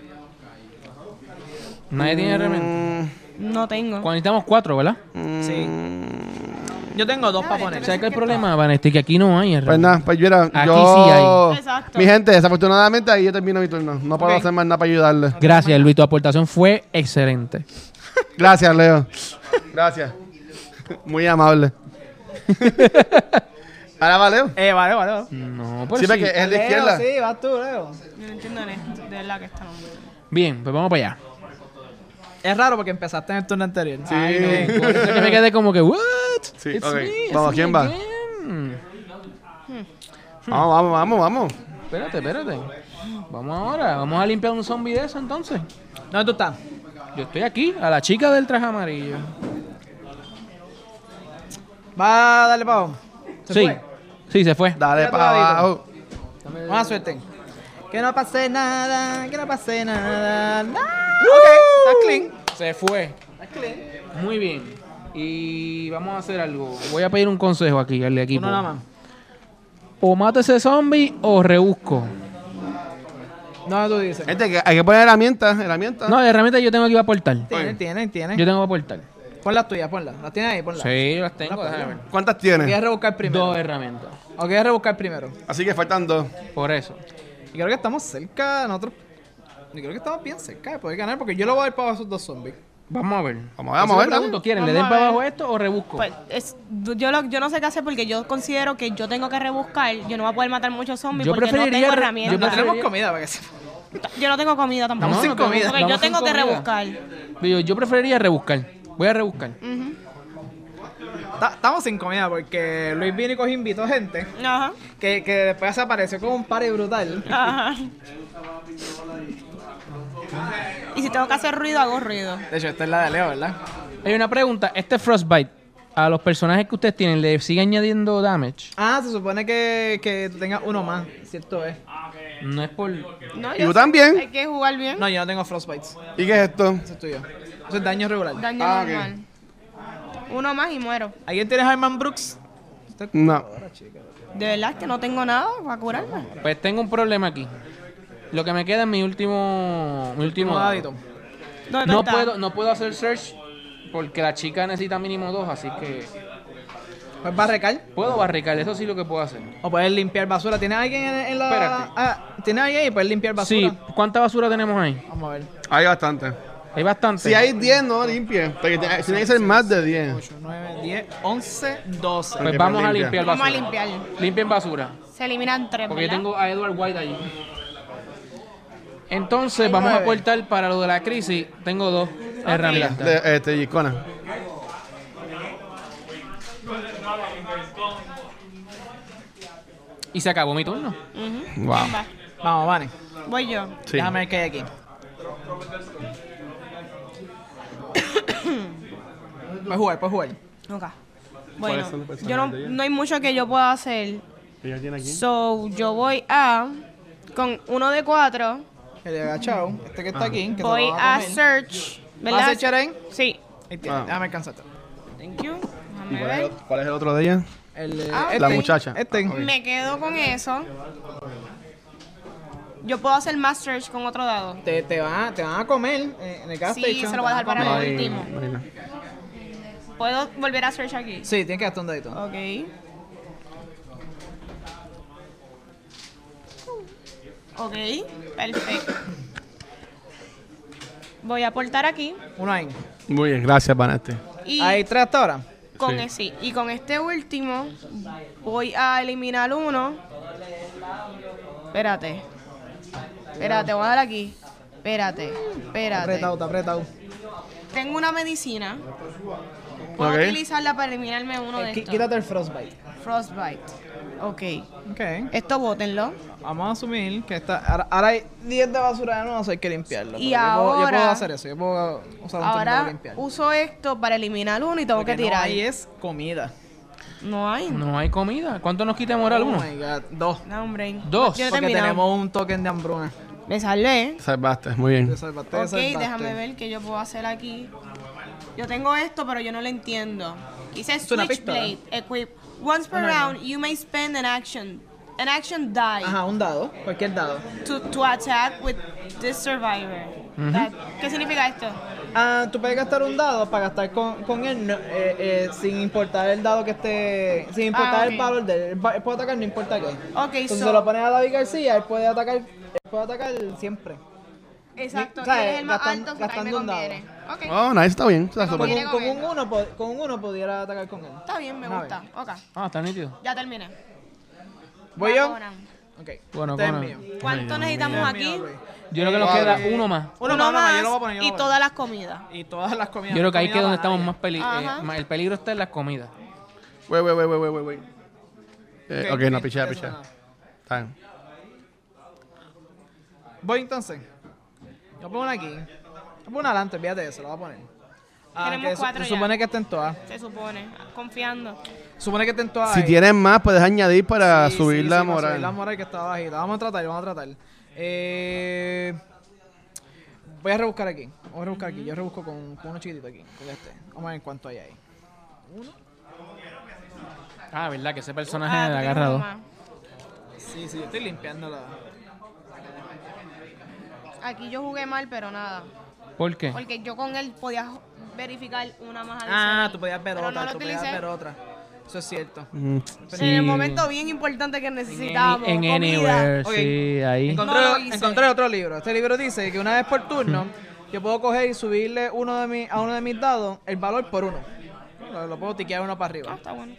[SPEAKER 1] Nadie tiene herramientas.
[SPEAKER 4] No tengo.
[SPEAKER 1] Cuando necesitamos cuatro, ¿verdad?
[SPEAKER 2] Mm.
[SPEAKER 5] Sí. Yo tengo dos para poner.
[SPEAKER 1] ¿Sabes qué es el problema, Vanesti? Que aquí no hay
[SPEAKER 2] Pues
[SPEAKER 1] herramientas.
[SPEAKER 2] nada, pues mira,
[SPEAKER 1] Aquí
[SPEAKER 2] yo...
[SPEAKER 1] sí
[SPEAKER 4] hay. Exacto.
[SPEAKER 2] Mi gente, desafortunadamente ahí yo termino mi turno. No puedo
[SPEAKER 5] Ok.
[SPEAKER 2] hacer más nada para ayudarle.
[SPEAKER 1] Gracias, Luis. Tu aportación fue excelente.
[SPEAKER 2] Gracias, Leo. Gracias. Muy amable. Ahora va, Leo.
[SPEAKER 5] Eh, vale, vale.
[SPEAKER 1] No, pero
[SPEAKER 2] Sí,
[SPEAKER 1] Pues sí.
[SPEAKER 2] porque es el de izquierda.
[SPEAKER 5] Leo, sí, vas tú, Leo.
[SPEAKER 4] Yo no entiendo en esto, de verdad que está mal.
[SPEAKER 1] Bien, pues vamos para allá.
[SPEAKER 5] Es raro porque empezaste en el turno anterior.
[SPEAKER 2] Sí.
[SPEAKER 1] Por eso es Pues, que me quedé como que, ¿what?
[SPEAKER 2] Sí,
[SPEAKER 1] It's
[SPEAKER 2] ok.
[SPEAKER 1] me, it's
[SPEAKER 2] Vamos,
[SPEAKER 1] me
[SPEAKER 2] ¿quién va?
[SPEAKER 1] again.
[SPEAKER 2] Vamos, vamos, vamos, vamos.
[SPEAKER 1] Espérate, espérate. Vamos ahora. Vamos a limpiar un zombie de eso entonces.
[SPEAKER 5] ¿Dónde tú estás?
[SPEAKER 1] Yo estoy aquí, a la chica del traje amarillo.
[SPEAKER 5] Va, dale, Pavo. ¿Se
[SPEAKER 1] Sí.
[SPEAKER 5] fue?
[SPEAKER 1] Sí, se fue.
[SPEAKER 2] Dale
[SPEAKER 5] Mira tu
[SPEAKER 2] para
[SPEAKER 5] dadito.
[SPEAKER 2] abajo.
[SPEAKER 5] Buena suerte. este. Que no pase nada, que no pase nada. No. Ok, estás clean.
[SPEAKER 1] Se fue.
[SPEAKER 5] Estás clean.
[SPEAKER 1] Muy bien. Y vamos a hacer algo. Voy a pedir un consejo aquí al equipo.
[SPEAKER 5] Uno nada más.
[SPEAKER 1] O mato ese zombie o rebusco.
[SPEAKER 5] No, tú dices.
[SPEAKER 2] Gente, que hay que poner herramientas, herramientas.
[SPEAKER 1] No, la herramienta yo tengo que ir a aportar.
[SPEAKER 5] Tienen, tienen,
[SPEAKER 1] Yo
[SPEAKER 5] tienen.
[SPEAKER 1] tengo que aportar.
[SPEAKER 5] Pon las tuyas, ponlas. Las tienes ahí, ponlas.
[SPEAKER 1] Sí, yo las tengo, déjame ver.
[SPEAKER 2] ¿Cuántas
[SPEAKER 5] Quieres
[SPEAKER 2] tienes?
[SPEAKER 5] rebuscar primero.
[SPEAKER 1] Dos herramientas.
[SPEAKER 5] O quieres rebuscar primero.
[SPEAKER 2] Así que faltan dos.
[SPEAKER 1] Por eso.
[SPEAKER 5] Y creo que estamos cerca, nosotros. Yo creo que estamos bien cerca de poder ganar porque yo lo voy a dar para esos dos zombies.
[SPEAKER 1] Vamos a ver.
[SPEAKER 2] Vamos a ver, vamos a ver,
[SPEAKER 1] Pregunto,
[SPEAKER 2] dale.
[SPEAKER 1] ¿Quieren? ¿Le
[SPEAKER 4] Vamos
[SPEAKER 1] den
[SPEAKER 4] a
[SPEAKER 1] para
[SPEAKER 4] ver.
[SPEAKER 1] abajo esto o rebusco?
[SPEAKER 4] Pues es- yo, lo- yo no sé qué hacer porque yo considero que yo tengo que rebuscar. Yo no voy a poder matar muchos zombies
[SPEAKER 1] Yo
[SPEAKER 4] porque no
[SPEAKER 1] preferiría
[SPEAKER 4] tengo
[SPEAKER 1] re- yo
[SPEAKER 4] herramientas.
[SPEAKER 5] No
[SPEAKER 1] preferiría-
[SPEAKER 5] tenemos comida para que se.
[SPEAKER 4] Yo no tengo comida tampoco.
[SPEAKER 1] No,
[SPEAKER 5] sin
[SPEAKER 1] no tengo-
[SPEAKER 5] comida.
[SPEAKER 4] Ok,
[SPEAKER 1] vamos
[SPEAKER 4] yo
[SPEAKER 1] sin
[SPEAKER 4] tengo que
[SPEAKER 1] comida.
[SPEAKER 4] rebuscar.
[SPEAKER 1] Yo, yo preferiría rebuscar. Voy a rebuscar.
[SPEAKER 4] Mm.
[SPEAKER 5] Ta- Estamos sin comida porque Luis vino y cogió- invitó gente
[SPEAKER 4] Ajá.
[SPEAKER 5] que, que después se apareció con un party brutal.
[SPEAKER 4] Ajá. Y si tengo que hacer ruido, hago ruido.
[SPEAKER 5] De hecho, esta es la de Leo, ¿verdad?
[SPEAKER 1] Hay una pregunta. Este Frostbite, a los personajes que ustedes tienen, ¿le sigue añadiendo damage?
[SPEAKER 5] Ah, se supone que, que tú tengas uno más, ¿cierto? Es.
[SPEAKER 1] No es por...
[SPEAKER 4] No,
[SPEAKER 2] Y
[SPEAKER 4] yo
[SPEAKER 2] tú
[SPEAKER 4] sé,
[SPEAKER 2] también.
[SPEAKER 4] Hay que jugar bien.
[SPEAKER 5] No, yo no tengo frostbites.
[SPEAKER 2] ¿Y qué es esto?
[SPEAKER 5] Eso es tuyo. Eso es daño regular.
[SPEAKER 4] Daño
[SPEAKER 2] Ah,
[SPEAKER 4] normal. Uno más y muero.
[SPEAKER 5] ¿Alguien tiene Harman Brooks?
[SPEAKER 2] No.
[SPEAKER 4] De verdad que no tengo nada para curarme.
[SPEAKER 1] Pues tengo un problema aquí. Lo que me queda es mi último... Mi último
[SPEAKER 5] Último
[SPEAKER 1] dado.
[SPEAKER 5] dadito.
[SPEAKER 4] ¿Dónde tú
[SPEAKER 1] No
[SPEAKER 4] estás?
[SPEAKER 1] puedo, no puedo hacer search porque la chica necesita mínimo dos, así que...
[SPEAKER 5] Pues barrecar.
[SPEAKER 1] Puedo barricar, eso sí lo que puedo hacer.
[SPEAKER 5] O puedes limpiar basura. ¿Tiene alguien en, en la.
[SPEAKER 1] Espérate.
[SPEAKER 5] Ah, ¿Tiene alguien y puedes limpiar basura?
[SPEAKER 1] Sí, ¿cuánta basura tenemos ahí?
[SPEAKER 5] Vamos a ver.
[SPEAKER 2] Hay bastante.
[SPEAKER 1] Hay bastante.
[SPEAKER 2] Si hay 10, no limpie. Porque te- tiene que ser más de 10.
[SPEAKER 5] 8, 9, 10, 11, 12.
[SPEAKER 1] Pues vamos a
[SPEAKER 2] Limpia.
[SPEAKER 1] limpiar
[SPEAKER 4] Vamos a
[SPEAKER 1] basura.
[SPEAKER 4] limpiar.
[SPEAKER 1] Limpien basura.
[SPEAKER 4] Se eliminan tres.
[SPEAKER 1] Porque yo
[SPEAKER 4] ¿verdad?
[SPEAKER 1] tengo a Edward White allí. Entonces,
[SPEAKER 5] Hay
[SPEAKER 1] vamos a
[SPEAKER 5] nueve.
[SPEAKER 1] aportar para lo de la crisis. Tengo
[SPEAKER 5] Ah,
[SPEAKER 1] dos herramientas.
[SPEAKER 2] De, este, Giscona.
[SPEAKER 1] Y se acabó mi turno.
[SPEAKER 4] Ujú.
[SPEAKER 2] Wow.
[SPEAKER 4] Va.
[SPEAKER 5] Vamos, Vane.
[SPEAKER 4] Voy yo.
[SPEAKER 2] Sí.
[SPEAKER 5] Déjame ver qué hay aquí. puedes jugar, puedes jugar.
[SPEAKER 4] Ok.
[SPEAKER 2] ¿Cuáles
[SPEAKER 4] Bueno,
[SPEAKER 2] son los personajes
[SPEAKER 4] yo no,
[SPEAKER 2] de ella?
[SPEAKER 4] no hay mucho que yo pueda hacer.
[SPEAKER 2] ¿Ella tiene aquí?
[SPEAKER 4] So, yo voy a. Con uno de cuatro,
[SPEAKER 5] El de agachado, este
[SPEAKER 2] Ah.
[SPEAKER 5] que está aquí. Que
[SPEAKER 4] voy
[SPEAKER 5] te lo va
[SPEAKER 4] a,
[SPEAKER 5] a comer.
[SPEAKER 4] search. ¿Verdad?
[SPEAKER 5] ¿Vas a echar ahí?
[SPEAKER 4] Sí.
[SPEAKER 5] Ahí tiene,
[SPEAKER 2] Ah.
[SPEAKER 5] Déjame alcanzarte.
[SPEAKER 4] Thank you.
[SPEAKER 2] ¿Y
[SPEAKER 4] Déjame
[SPEAKER 2] cuál es,
[SPEAKER 4] ver.
[SPEAKER 2] el, cuál es el otro de ella?
[SPEAKER 5] El, eh,
[SPEAKER 4] Ah,
[SPEAKER 5] este,
[SPEAKER 2] La muchacha.
[SPEAKER 5] Este.
[SPEAKER 4] Me quedo con eso. Yo puedo hacer más search con otro dado.
[SPEAKER 5] Te, te, van, a- te van a comer eh, en el gas
[SPEAKER 4] Sí,
[SPEAKER 5] station,
[SPEAKER 4] se lo voy a
[SPEAKER 5] te
[SPEAKER 4] dejar
[SPEAKER 5] van
[SPEAKER 4] para
[SPEAKER 5] comer.
[SPEAKER 4] el último. Puedo volver a search aquí.
[SPEAKER 5] Sí, tienes que gastar un dedito.
[SPEAKER 4] Ok. Ok, perfecto. Voy a aportar aquí.
[SPEAKER 5] Uno ahí.
[SPEAKER 2] Muy bien, gracias, Vanesti.
[SPEAKER 4] Y
[SPEAKER 5] ¿Hay tres hasta ahora?
[SPEAKER 4] con
[SPEAKER 2] Sí.
[SPEAKER 4] e- sí, y con este último voy a eliminar uno. Espérate. Espérate, voy a dar aquí. Espérate, espérate.
[SPEAKER 5] Apretado, está apretado.
[SPEAKER 4] Tengo una medicina. Puedo
[SPEAKER 2] Ok.
[SPEAKER 4] utilizarla para eliminarme uno de
[SPEAKER 5] Eh, qui-
[SPEAKER 4] estos.
[SPEAKER 5] quítate el frostbite.
[SPEAKER 4] Frostbite. Ok.
[SPEAKER 5] Ok.
[SPEAKER 4] Esto bótenlo.
[SPEAKER 5] Vamos a asumir que está, ahora, ahora hay 10 de basura de nuevo, así hay que limpiarlo.
[SPEAKER 4] Y
[SPEAKER 5] pero yo puedo- Yo puedo,
[SPEAKER 4] ahora-
[SPEAKER 5] hacer eso, yo puedo usar un turno para
[SPEAKER 4] Ahora
[SPEAKER 5] limpiar.
[SPEAKER 4] uso esto para eliminar uno y tengo
[SPEAKER 5] Lo que
[SPEAKER 4] que tirar.
[SPEAKER 5] no hay es comida.
[SPEAKER 4] No hay. No,
[SPEAKER 1] No hay comida. ¿Cuánto nos quita moral
[SPEAKER 5] Oh
[SPEAKER 1] uno?
[SPEAKER 5] my god, dos.
[SPEAKER 4] hombre.
[SPEAKER 1] Dos.
[SPEAKER 4] Yo he
[SPEAKER 5] Porque
[SPEAKER 4] terminado.
[SPEAKER 5] tenemos un token de hambruna.
[SPEAKER 4] Me salvé.
[SPEAKER 2] Salvaste, muy bien.
[SPEAKER 5] Te salvaste, te
[SPEAKER 4] Ok,
[SPEAKER 5] salvaste.
[SPEAKER 4] déjame ver qué yo puedo hacer aquí. Yo tengo esto, pero yo no lo entiendo. Dice
[SPEAKER 5] Es una pistola.
[SPEAKER 4] Switchblade, equip. Once per round, you may spend an action, an action die
[SPEAKER 5] Ajá, un dado, cualquier dado.
[SPEAKER 4] to, to attack with this survivor. That- ¿Qué significa esto?
[SPEAKER 5] Ah, tú puedes gastar un dado para gastar con, con él no, eh, eh, sin importar el dado que esté. Sin importar
[SPEAKER 4] Ah,
[SPEAKER 5] el
[SPEAKER 4] ok.
[SPEAKER 5] valor de él. Él va- él puede atacar, no importa qué.
[SPEAKER 4] Ok,
[SPEAKER 5] Entonces
[SPEAKER 4] so-
[SPEAKER 5] se lo pones a David García, él puede atacar, él puede atacar siempre.
[SPEAKER 4] Exacto,
[SPEAKER 5] o
[SPEAKER 4] que
[SPEAKER 5] sea,
[SPEAKER 4] eres el más
[SPEAKER 5] gastando-
[SPEAKER 4] alto, so que ahí me
[SPEAKER 5] gastando un dado.
[SPEAKER 4] conviene. Ok,
[SPEAKER 2] Oh, nice, está bien. Está
[SPEAKER 4] Como
[SPEAKER 5] Con
[SPEAKER 2] súper.
[SPEAKER 4] viene
[SPEAKER 5] un, con un
[SPEAKER 4] esto.
[SPEAKER 5] uno, po- con un uno pudiera atacar con él.
[SPEAKER 4] está bien, me
[SPEAKER 5] Ajá,
[SPEAKER 4] gusta. Ok,
[SPEAKER 1] Ah, está nítido.
[SPEAKER 4] ya terminé.
[SPEAKER 5] ¿Voy
[SPEAKER 4] Va,
[SPEAKER 5] yo?
[SPEAKER 4] Conan.
[SPEAKER 5] Ok.
[SPEAKER 1] Bueno,
[SPEAKER 5] este es
[SPEAKER 1] Conan.
[SPEAKER 5] mío.
[SPEAKER 4] ¿Cuánto necesitamos aquí?
[SPEAKER 1] Yo creo que nos
[SPEAKER 6] Wow.
[SPEAKER 1] queda uno más.
[SPEAKER 6] Uno más, uno más, yo lo voy a poner, yo lo voy
[SPEAKER 4] y
[SPEAKER 6] a poner.
[SPEAKER 4] todas las comidas.
[SPEAKER 6] Y todas las comidas.
[SPEAKER 1] Yo creo que ahí
[SPEAKER 6] comida
[SPEAKER 1] que es donde
[SPEAKER 6] banal.
[SPEAKER 1] estamos más peligrosos.
[SPEAKER 4] Ajá.
[SPEAKER 1] el peligro está en las comidas.
[SPEAKER 2] Wait, wait, wait, wait, wait, wait, wait. Eh,
[SPEAKER 6] ¿Qué-
[SPEAKER 2] ok,
[SPEAKER 6] qué-
[SPEAKER 2] no, pichea,
[SPEAKER 6] qué
[SPEAKER 2] pichea.
[SPEAKER 6] sonaba?
[SPEAKER 2] Está bien.
[SPEAKER 5] Voy entonces. Yo pongo una aquí. Yo pongo una adelante, fíjate eso, lo voy a poner. Ah,
[SPEAKER 4] Tenemos
[SPEAKER 5] que su-
[SPEAKER 4] cuatro
[SPEAKER 5] se
[SPEAKER 4] ya.
[SPEAKER 5] supone que estén todas.
[SPEAKER 4] Se supone, confiando.
[SPEAKER 5] Supone que estén todas.
[SPEAKER 2] Si
[SPEAKER 5] ahí.
[SPEAKER 2] tienes más, puedes añadir para
[SPEAKER 5] Sí,
[SPEAKER 2] subir
[SPEAKER 5] sí,
[SPEAKER 2] la
[SPEAKER 5] sí, para
[SPEAKER 2] moral.
[SPEAKER 5] subir la moral que está bajita. Vamos a tratar, vamos a tratar. Eh, voy a rebuscar aquí. Voy a rebuscar aquí. Yo rebusco con, con uno chiquitito aquí. Con este. Vamos a ver cuánto hay ahí.
[SPEAKER 1] Ah, verdad, que ese personaje
[SPEAKER 4] Ah, tú
[SPEAKER 1] le
[SPEAKER 4] tienes
[SPEAKER 1] agarra
[SPEAKER 4] uno
[SPEAKER 1] dos.
[SPEAKER 4] más.
[SPEAKER 5] Sí, sí, yo estoy limpiando la.
[SPEAKER 4] Aquí yo jugué mal, pero nada.
[SPEAKER 1] ¿Por qué?
[SPEAKER 4] Porque yo con él podía verificar una más adicional.
[SPEAKER 5] Ah, tú podías ver
[SPEAKER 4] pero
[SPEAKER 5] otra.
[SPEAKER 4] no lo
[SPEAKER 5] tú podías
[SPEAKER 4] utilicé.
[SPEAKER 5] ver otra. Eso es cierto.
[SPEAKER 2] Mm,
[SPEAKER 4] En el
[SPEAKER 1] Sí.
[SPEAKER 4] momento bien importante que
[SPEAKER 1] En,
[SPEAKER 4] necesitábamos.
[SPEAKER 1] en
[SPEAKER 4] comida.
[SPEAKER 1] Anywhere,
[SPEAKER 5] Ok.
[SPEAKER 1] sí, ahí.
[SPEAKER 5] Encontré,
[SPEAKER 4] No lo hice.
[SPEAKER 5] encontré otro libro. Este libro dice que una vez por turno yo puedo coger y subirle uno de mi, a uno de mis dados el valor por uno. Lo, lo puedo tiquear uno para
[SPEAKER 4] Ah,
[SPEAKER 5] arriba.
[SPEAKER 4] está bueno.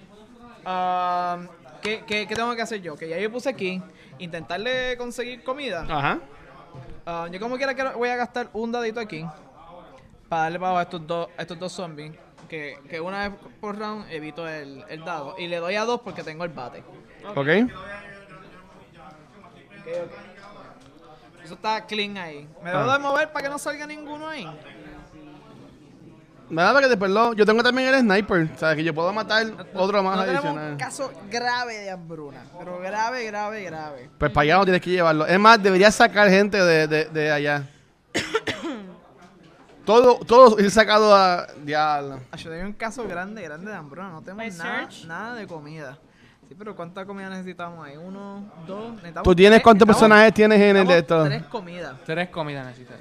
[SPEAKER 5] Ah, ¿qué, qué, qué tengo que hacer yo? Que ya yo puse aquí, intentarle conseguir comida.
[SPEAKER 2] Ajá.
[SPEAKER 5] Ah, yo como quiera que voy a gastar un dadito aquí para darle para abajo a estos dos, a estos dos zombies. Que, que una vez por round evito el, el dado. Y le doy a dos porque tengo el bate.
[SPEAKER 2] Ok.
[SPEAKER 5] Ok, ok. Eso está clean ahí. Me
[SPEAKER 2] Ah.
[SPEAKER 5] debo de mover para que no salga ninguno ahí.
[SPEAKER 2] Nada, para que después lo... Yo tengo también el sniper. O sea, que yo puedo matar otro más
[SPEAKER 5] no tenemos
[SPEAKER 2] adicional.
[SPEAKER 5] un caso grave de hambruna. Pero grave, grave, grave.
[SPEAKER 2] Pues para allá no tienes que llevarlo. Es más, deberías sacar gente de, de, de allá. todo, todo ir sacado a diablo.
[SPEAKER 5] Ah, Yo tenía un caso grande, grande de hambruna. No
[SPEAKER 4] By
[SPEAKER 5] tenemos nada,
[SPEAKER 4] search.
[SPEAKER 5] nada de comida. Sí, pero ¿cuánta comida necesitamos ahí? Uno, dos. necesitamos
[SPEAKER 2] ¿Tú tienes
[SPEAKER 5] tres,
[SPEAKER 2] cuántos
[SPEAKER 5] necesitamos-
[SPEAKER 2] personajes tienes en el de
[SPEAKER 5] necesitamos
[SPEAKER 2] esto?
[SPEAKER 5] Tres comidas.
[SPEAKER 1] Tres comidas necesitas.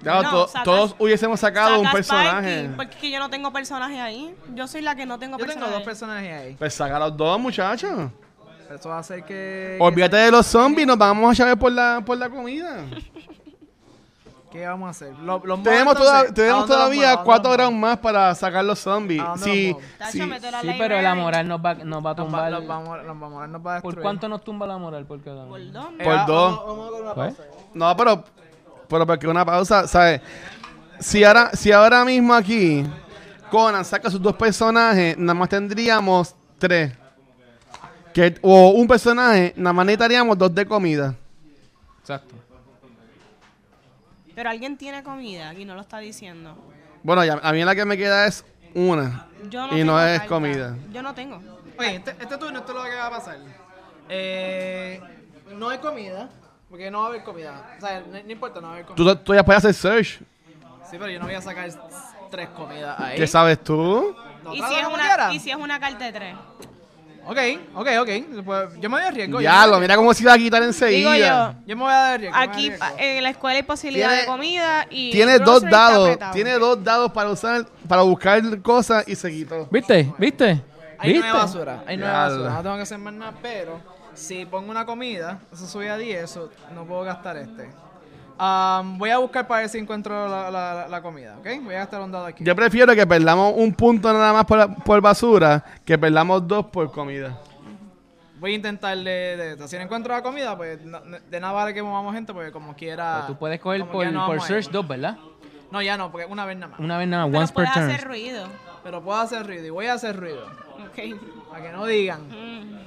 [SPEAKER 2] Diablo,
[SPEAKER 4] No,
[SPEAKER 2] to-
[SPEAKER 4] sacas-
[SPEAKER 2] todos hubiésemos sacado un
[SPEAKER 4] Saca
[SPEAKER 2] personaje.
[SPEAKER 5] pues.
[SPEAKER 4] Sparky, porque es que yo no tengo personaje ahí. Yo soy la que no eh. tengo
[SPEAKER 5] Yo tengo
[SPEAKER 4] personaje.
[SPEAKER 5] dos personajes ahí.
[SPEAKER 2] Pues saca los dos, muchachos.
[SPEAKER 5] Pero Eso va a hacer que.
[SPEAKER 2] Olvídate de los zombies, nos vamos a echar por la, por la comida.
[SPEAKER 5] que- ¿Qué vamos a hacer? Lo- los muevo
[SPEAKER 2] tenemos
[SPEAKER 5] entonces.
[SPEAKER 2] toda-
[SPEAKER 5] ¿A
[SPEAKER 2] tenemos
[SPEAKER 5] dónde los
[SPEAKER 2] todavía
[SPEAKER 5] muevo? ¿A dónde
[SPEAKER 2] cuatro
[SPEAKER 5] los muevo?
[SPEAKER 2] rounds más para sacar los zombies.
[SPEAKER 5] ¿A dónde los
[SPEAKER 2] Sí,
[SPEAKER 5] muevo?
[SPEAKER 4] Tacho,
[SPEAKER 2] sí.
[SPEAKER 4] mete la
[SPEAKER 1] Sí,
[SPEAKER 4] library.
[SPEAKER 1] pero la moral nos va, nos va a
[SPEAKER 5] Los, va-
[SPEAKER 1] tumbar.
[SPEAKER 5] los vamos, a- los vamos a nos va a destruir.
[SPEAKER 1] ¿Por cuánto nos tumba la moral? ¿Por qué?
[SPEAKER 4] Por dos.
[SPEAKER 5] Eh,
[SPEAKER 2] Por
[SPEAKER 5] ah,
[SPEAKER 2] dos.
[SPEAKER 5] vamos- vamos con una
[SPEAKER 1] Pues.
[SPEAKER 5] pausa.
[SPEAKER 2] No, pero, pero porque una pausa, ¿sabes? Si ahora, si ahora mismo aquí Conan saca sus dos personajes, nada más tendríamos tres. Que, o un personaje, nada más necesitaríamos dos de comida.
[SPEAKER 1] Exacto.
[SPEAKER 4] Pero alguien tiene comida y no lo está diciendo.
[SPEAKER 2] Bueno, ya- a mí la que me queda es una.
[SPEAKER 4] Yo no
[SPEAKER 2] y no
[SPEAKER 4] tengo
[SPEAKER 2] es
[SPEAKER 4] carta.
[SPEAKER 2] comida.
[SPEAKER 4] Yo no tengo.
[SPEAKER 5] Ok, este, este turno esto es lo que va a pasar. Eh, no hay comida. Porque no va a haber comida. O sea, no, no importa, no va a haber comida.
[SPEAKER 2] Tú, tú ya puedes hacer search.
[SPEAKER 5] Sí, pero yo no voy a sacar s- tres comidas ahí.
[SPEAKER 2] ¿Qué sabes tú?
[SPEAKER 5] No,
[SPEAKER 4] ¿Y
[SPEAKER 5] trata
[SPEAKER 4] si, es
[SPEAKER 5] como
[SPEAKER 4] una,
[SPEAKER 5] quiera.
[SPEAKER 4] ¿Y si es una carta de tres?
[SPEAKER 5] Ok, ok, ok. Pues, yo me voy a riesgo. yo me voy a
[SPEAKER 2] Diablo,
[SPEAKER 5] riesgo.
[SPEAKER 2] mira cómo se iba a quitar
[SPEAKER 4] Digo yo,
[SPEAKER 2] enseguida.
[SPEAKER 5] Yo me voy a dar riesgo. me voy a
[SPEAKER 4] aquí
[SPEAKER 5] dar riesgo.
[SPEAKER 7] eh,
[SPEAKER 4] en la escuela hay posibilidad
[SPEAKER 2] Tiene-
[SPEAKER 4] de comida y...
[SPEAKER 2] Tiene
[SPEAKER 4] el
[SPEAKER 2] dos
[SPEAKER 4] grocery está
[SPEAKER 2] dados.
[SPEAKER 4] apretado.
[SPEAKER 2] Tiene dos dados para usar, para buscar cosas y se quitó.
[SPEAKER 1] ¿Viste? ¿Viste?
[SPEAKER 5] Hay
[SPEAKER 1] ¿Viste?
[SPEAKER 5] nueva basura, hay nueva
[SPEAKER 2] Diablo.
[SPEAKER 5] basura, no tengo que hacer más nada, pero si pongo una comida, eso sube a 10, eso no puedo gastar este. Am, voy a buscar para ver si encuentro la, la- la comida, ¿ok? Voy a gastar un dado aquí.
[SPEAKER 2] Yo prefiero que perdamos un punto nada más por, por basura que perdamos dos por comida.
[SPEAKER 5] Voy a intentarle de esto. Si no encuentro la comida, pues no- de nada vale que movamos gente, porque como quiera...
[SPEAKER 1] Pero Pues Tú puedes coger
[SPEAKER 5] como
[SPEAKER 1] por,
[SPEAKER 5] quiera no
[SPEAKER 1] por
[SPEAKER 5] vamos a ir.
[SPEAKER 1] search dos, ¿verdad?
[SPEAKER 5] No, ya no, porque una vez nada más.
[SPEAKER 1] Una vez nada,
[SPEAKER 4] Pero
[SPEAKER 1] once per
[SPEAKER 4] puedes
[SPEAKER 1] turn.
[SPEAKER 4] hacer ruido.
[SPEAKER 5] Pero puedo hacer ruido y voy a hacer ruido,
[SPEAKER 4] Ok.
[SPEAKER 5] para que no digan.
[SPEAKER 4] Mm.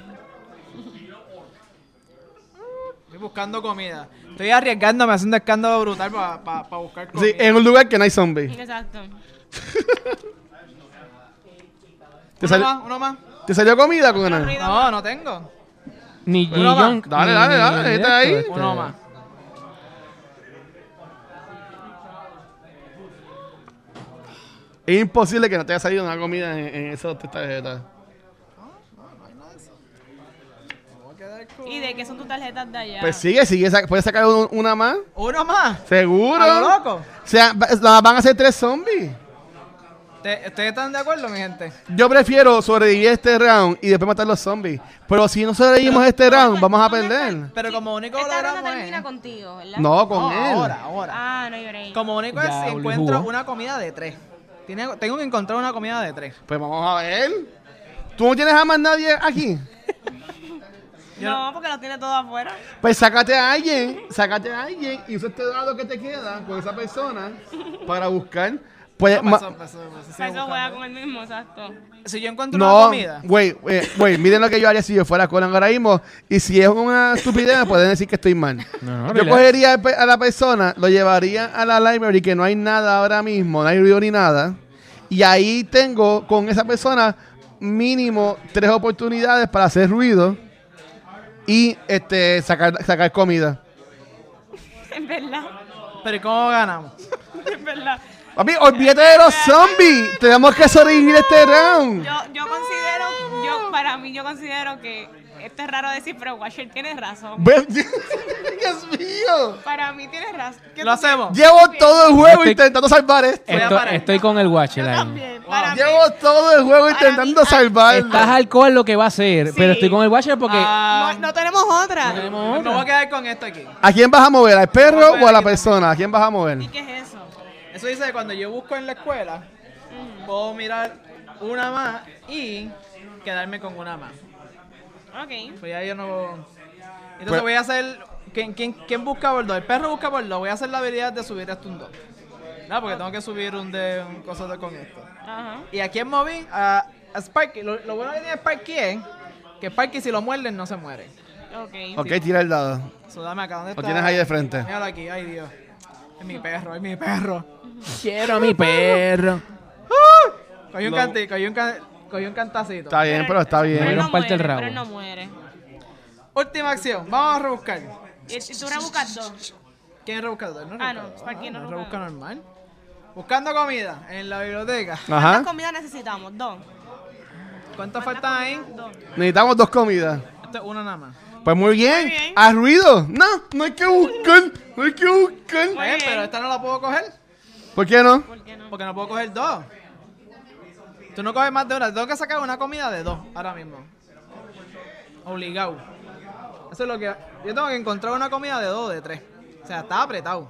[SPEAKER 5] Estoy buscando comida. Estoy arriesgándome, haciendo escándalo brutal para buscar comida.
[SPEAKER 2] Sí, en un lugar que no hay zombies.
[SPEAKER 4] Exacto.
[SPEAKER 2] ¿Te,
[SPEAKER 5] uno
[SPEAKER 2] sal-
[SPEAKER 5] más, uno más.
[SPEAKER 2] ¿Te salió comida, Conan?
[SPEAKER 5] No, no tengo.
[SPEAKER 1] Ni
[SPEAKER 2] Uno
[SPEAKER 1] Gion.
[SPEAKER 2] más. Dale, dale, dale, está ahí.
[SPEAKER 5] este Uno más.
[SPEAKER 2] Es imposible que no te haya salido una comida en, en esas tres tarjetas.
[SPEAKER 7] ¿Y de qué son tus tarjetas de allá?
[SPEAKER 2] Pues sigue, sigue. sa- ¿Puedes sacar un- una más?
[SPEAKER 5] ¿Uno más?
[SPEAKER 2] Seguro.
[SPEAKER 5] ¿A lo loco?
[SPEAKER 2] O sea, va- la- van a ser tres zombies.
[SPEAKER 5] ¿Te- ¿Ustedes están de acuerdo, mi gente?
[SPEAKER 2] Yo prefiero sobrevivir este round y después matar los zombies. Pero si no sobrevivimos este round, vamos a perder.
[SPEAKER 5] Pero como único
[SPEAKER 7] Esta ronda
[SPEAKER 5] logramos
[SPEAKER 7] termina
[SPEAKER 5] es...
[SPEAKER 7] contigo, ¿verdad?
[SPEAKER 2] No, con
[SPEAKER 5] No,
[SPEAKER 2] él.
[SPEAKER 5] ahora, ahora.
[SPEAKER 7] Ah, no lloré.
[SPEAKER 5] Como único es
[SPEAKER 1] Ya,
[SPEAKER 5] si
[SPEAKER 1] Uli
[SPEAKER 5] encuentro
[SPEAKER 1] jugó.
[SPEAKER 5] una comida de tres. Tiene- tengo que encontrar una comida de tres.
[SPEAKER 2] Pues vamos a ver. ¿Tú no tienes a más nadie aquí?
[SPEAKER 7] No, porque lo tiene todo afuera.
[SPEAKER 2] Pues sácate a alguien, sácate a alguien y usa este dado que te queda con esa persona para buscar. Pues, ma-
[SPEAKER 5] Eso, eso, eso, sí,
[SPEAKER 7] Para eso
[SPEAKER 5] buscando.
[SPEAKER 7] juega con el mismo, exacto.
[SPEAKER 5] Si yo encuentro una
[SPEAKER 2] no,
[SPEAKER 5] comida...
[SPEAKER 2] güey, güey, güey, miren lo que yo haría si yo fuera Conan ahora mismo. Y si es una estupidez, me pueden decir que estoy mal.
[SPEAKER 1] No, no,
[SPEAKER 2] yo
[SPEAKER 1] relax.
[SPEAKER 2] cogería pe- a la persona, lo llevaría a la library, que no hay nada ahora mismo, no hay ruido ni nada. Y ahí tengo con esa persona mínimo tres oportunidades para hacer ruido y este sacar, sacar comida.
[SPEAKER 7] Es verdad,
[SPEAKER 5] Pero ¿y ¿cómo ganamos?
[SPEAKER 7] es verdad.
[SPEAKER 2] Papi, olvídate de los zombies. Tenemos que sobrevivir este round.
[SPEAKER 7] Yo, yo considero, yo, para mí, yo considero que esto es raro decir, pero Washer tiene razón.
[SPEAKER 2] Ve- Dios mío.
[SPEAKER 7] Para mí tienes razón.
[SPEAKER 5] Lo hacemos.
[SPEAKER 2] Llevo todo el juego
[SPEAKER 1] Estoy-
[SPEAKER 2] intentando salvar esto.
[SPEAKER 5] Voy a
[SPEAKER 1] Esto-
[SPEAKER 5] parar.
[SPEAKER 1] estoy con el Watcher ahí.
[SPEAKER 7] También, para mí.
[SPEAKER 2] Llevo todo el juego
[SPEAKER 7] Para
[SPEAKER 2] intentando
[SPEAKER 7] mí, ah,
[SPEAKER 1] Estás
[SPEAKER 2] salvarlo.
[SPEAKER 1] alcohol lo que va a hacer, pero estoy con el Watcher porque.
[SPEAKER 5] Ah,
[SPEAKER 7] No, no tenemos otra.
[SPEAKER 1] tenemos
[SPEAKER 5] me
[SPEAKER 1] otra.
[SPEAKER 5] voy a quedar con esto aquí.
[SPEAKER 2] ¿A quién vas a mover? ¿Al perro
[SPEAKER 5] No,
[SPEAKER 2] o a la
[SPEAKER 5] no.
[SPEAKER 2] persona? ¿A quién vas a mover?
[SPEAKER 7] ¿Y qué es eso?
[SPEAKER 5] Eso dice que cuando yo busco en la escuela, puedo mirar una más y quedarme con una más.
[SPEAKER 7] Ok.
[SPEAKER 5] Pues ya yo no. Entonces
[SPEAKER 2] Pues-
[SPEAKER 5] voy a hacer. ¿quién, quién, quién busca por dos? El perro busca por dos. Voy a hacer la habilidad de subir esto un dos. No, porque tengo que subir un de un coso de con esto.
[SPEAKER 7] Ajá.
[SPEAKER 5] ¿Y a quién moví? A, a Sparky. Lo, lo bueno que tiene Sparky es que Sparky, si lo muerden, no se muere.
[SPEAKER 7] Ok.
[SPEAKER 2] Ok, tira el dado.
[SPEAKER 5] So, dame acá, ¿dónde
[SPEAKER 2] Lo
[SPEAKER 5] está?
[SPEAKER 2] tienes ahí de frente.
[SPEAKER 5] Míralo aquí, ay Dios. Es mi perro, es mi perro.
[SPEAKER 1] Quiero a mi perro.
[SPEAKER 5] Cogí un canti, cogí un, can- cogí un cantacito.
[SPEAKER 2] Está bien, pero está
[SPEAKER 7] Pero él
[SPEAKER 2] bien.
[SPEAKER 1] Bueno.
[SPEAKER 7] no
[SPEAKER 1] parte
[SPEAKER 7] muere,
[SPEAKER 1] el rabo.
[SPEAKER 7] pero él no muere.
[SPEAKER 5] Última acción, vamos a rebuscar.
[SPEAKER 7] Y y tú rebuscas dos.
[SPEAKER 5] ¿Quién es rebuscador? No, es
[SPEAKER 7] Ah, no,
[SPEAKER 5] rebuscador,
[SPEAKER 7] Sparky no
[SPEAKER 5] no
[SPEAKER 7] es
[SPEAKER 5] es rebusca normal. Buscando comida en la biblioteca.
[SPEAKER 2] Ajá.
[SPEAKER 7] ¿Cuántas comidas necesitamos? Dos.
[SPEAKER 5] ¿Cuántas faltan ahí?
[SPEAKER 7] Dos.
[SPEAKER 2] Necesitamos dos comidas.
[SPEAKER 5] Esto es una nada más.
[SPEAKER 2] Pues muy bien.
[SPEAKER 7] Muy bien.
[SPEAKER 2] ¿A ruido? No, no hay que buscar. No hay que buscar.
[SPEAKER 7] Muy
[SPEAKER 5] Oye,
[SPEAKER 7] bien.
[SPEAKER 5] Eh, pero esta no la puedo coger
[SPEAKER 2] ¿Por qué no?
[SPEAKER 7] ¿Por qué no?
[SPEAKER 5] porque no puedo coger dos. Tú no coges más de una, tengo que sacar una comida de dos ahora mismo. Obligado. Eso es lo que. Yo tengo que encontrar una comida de dos o de tres. O sea, está apretado.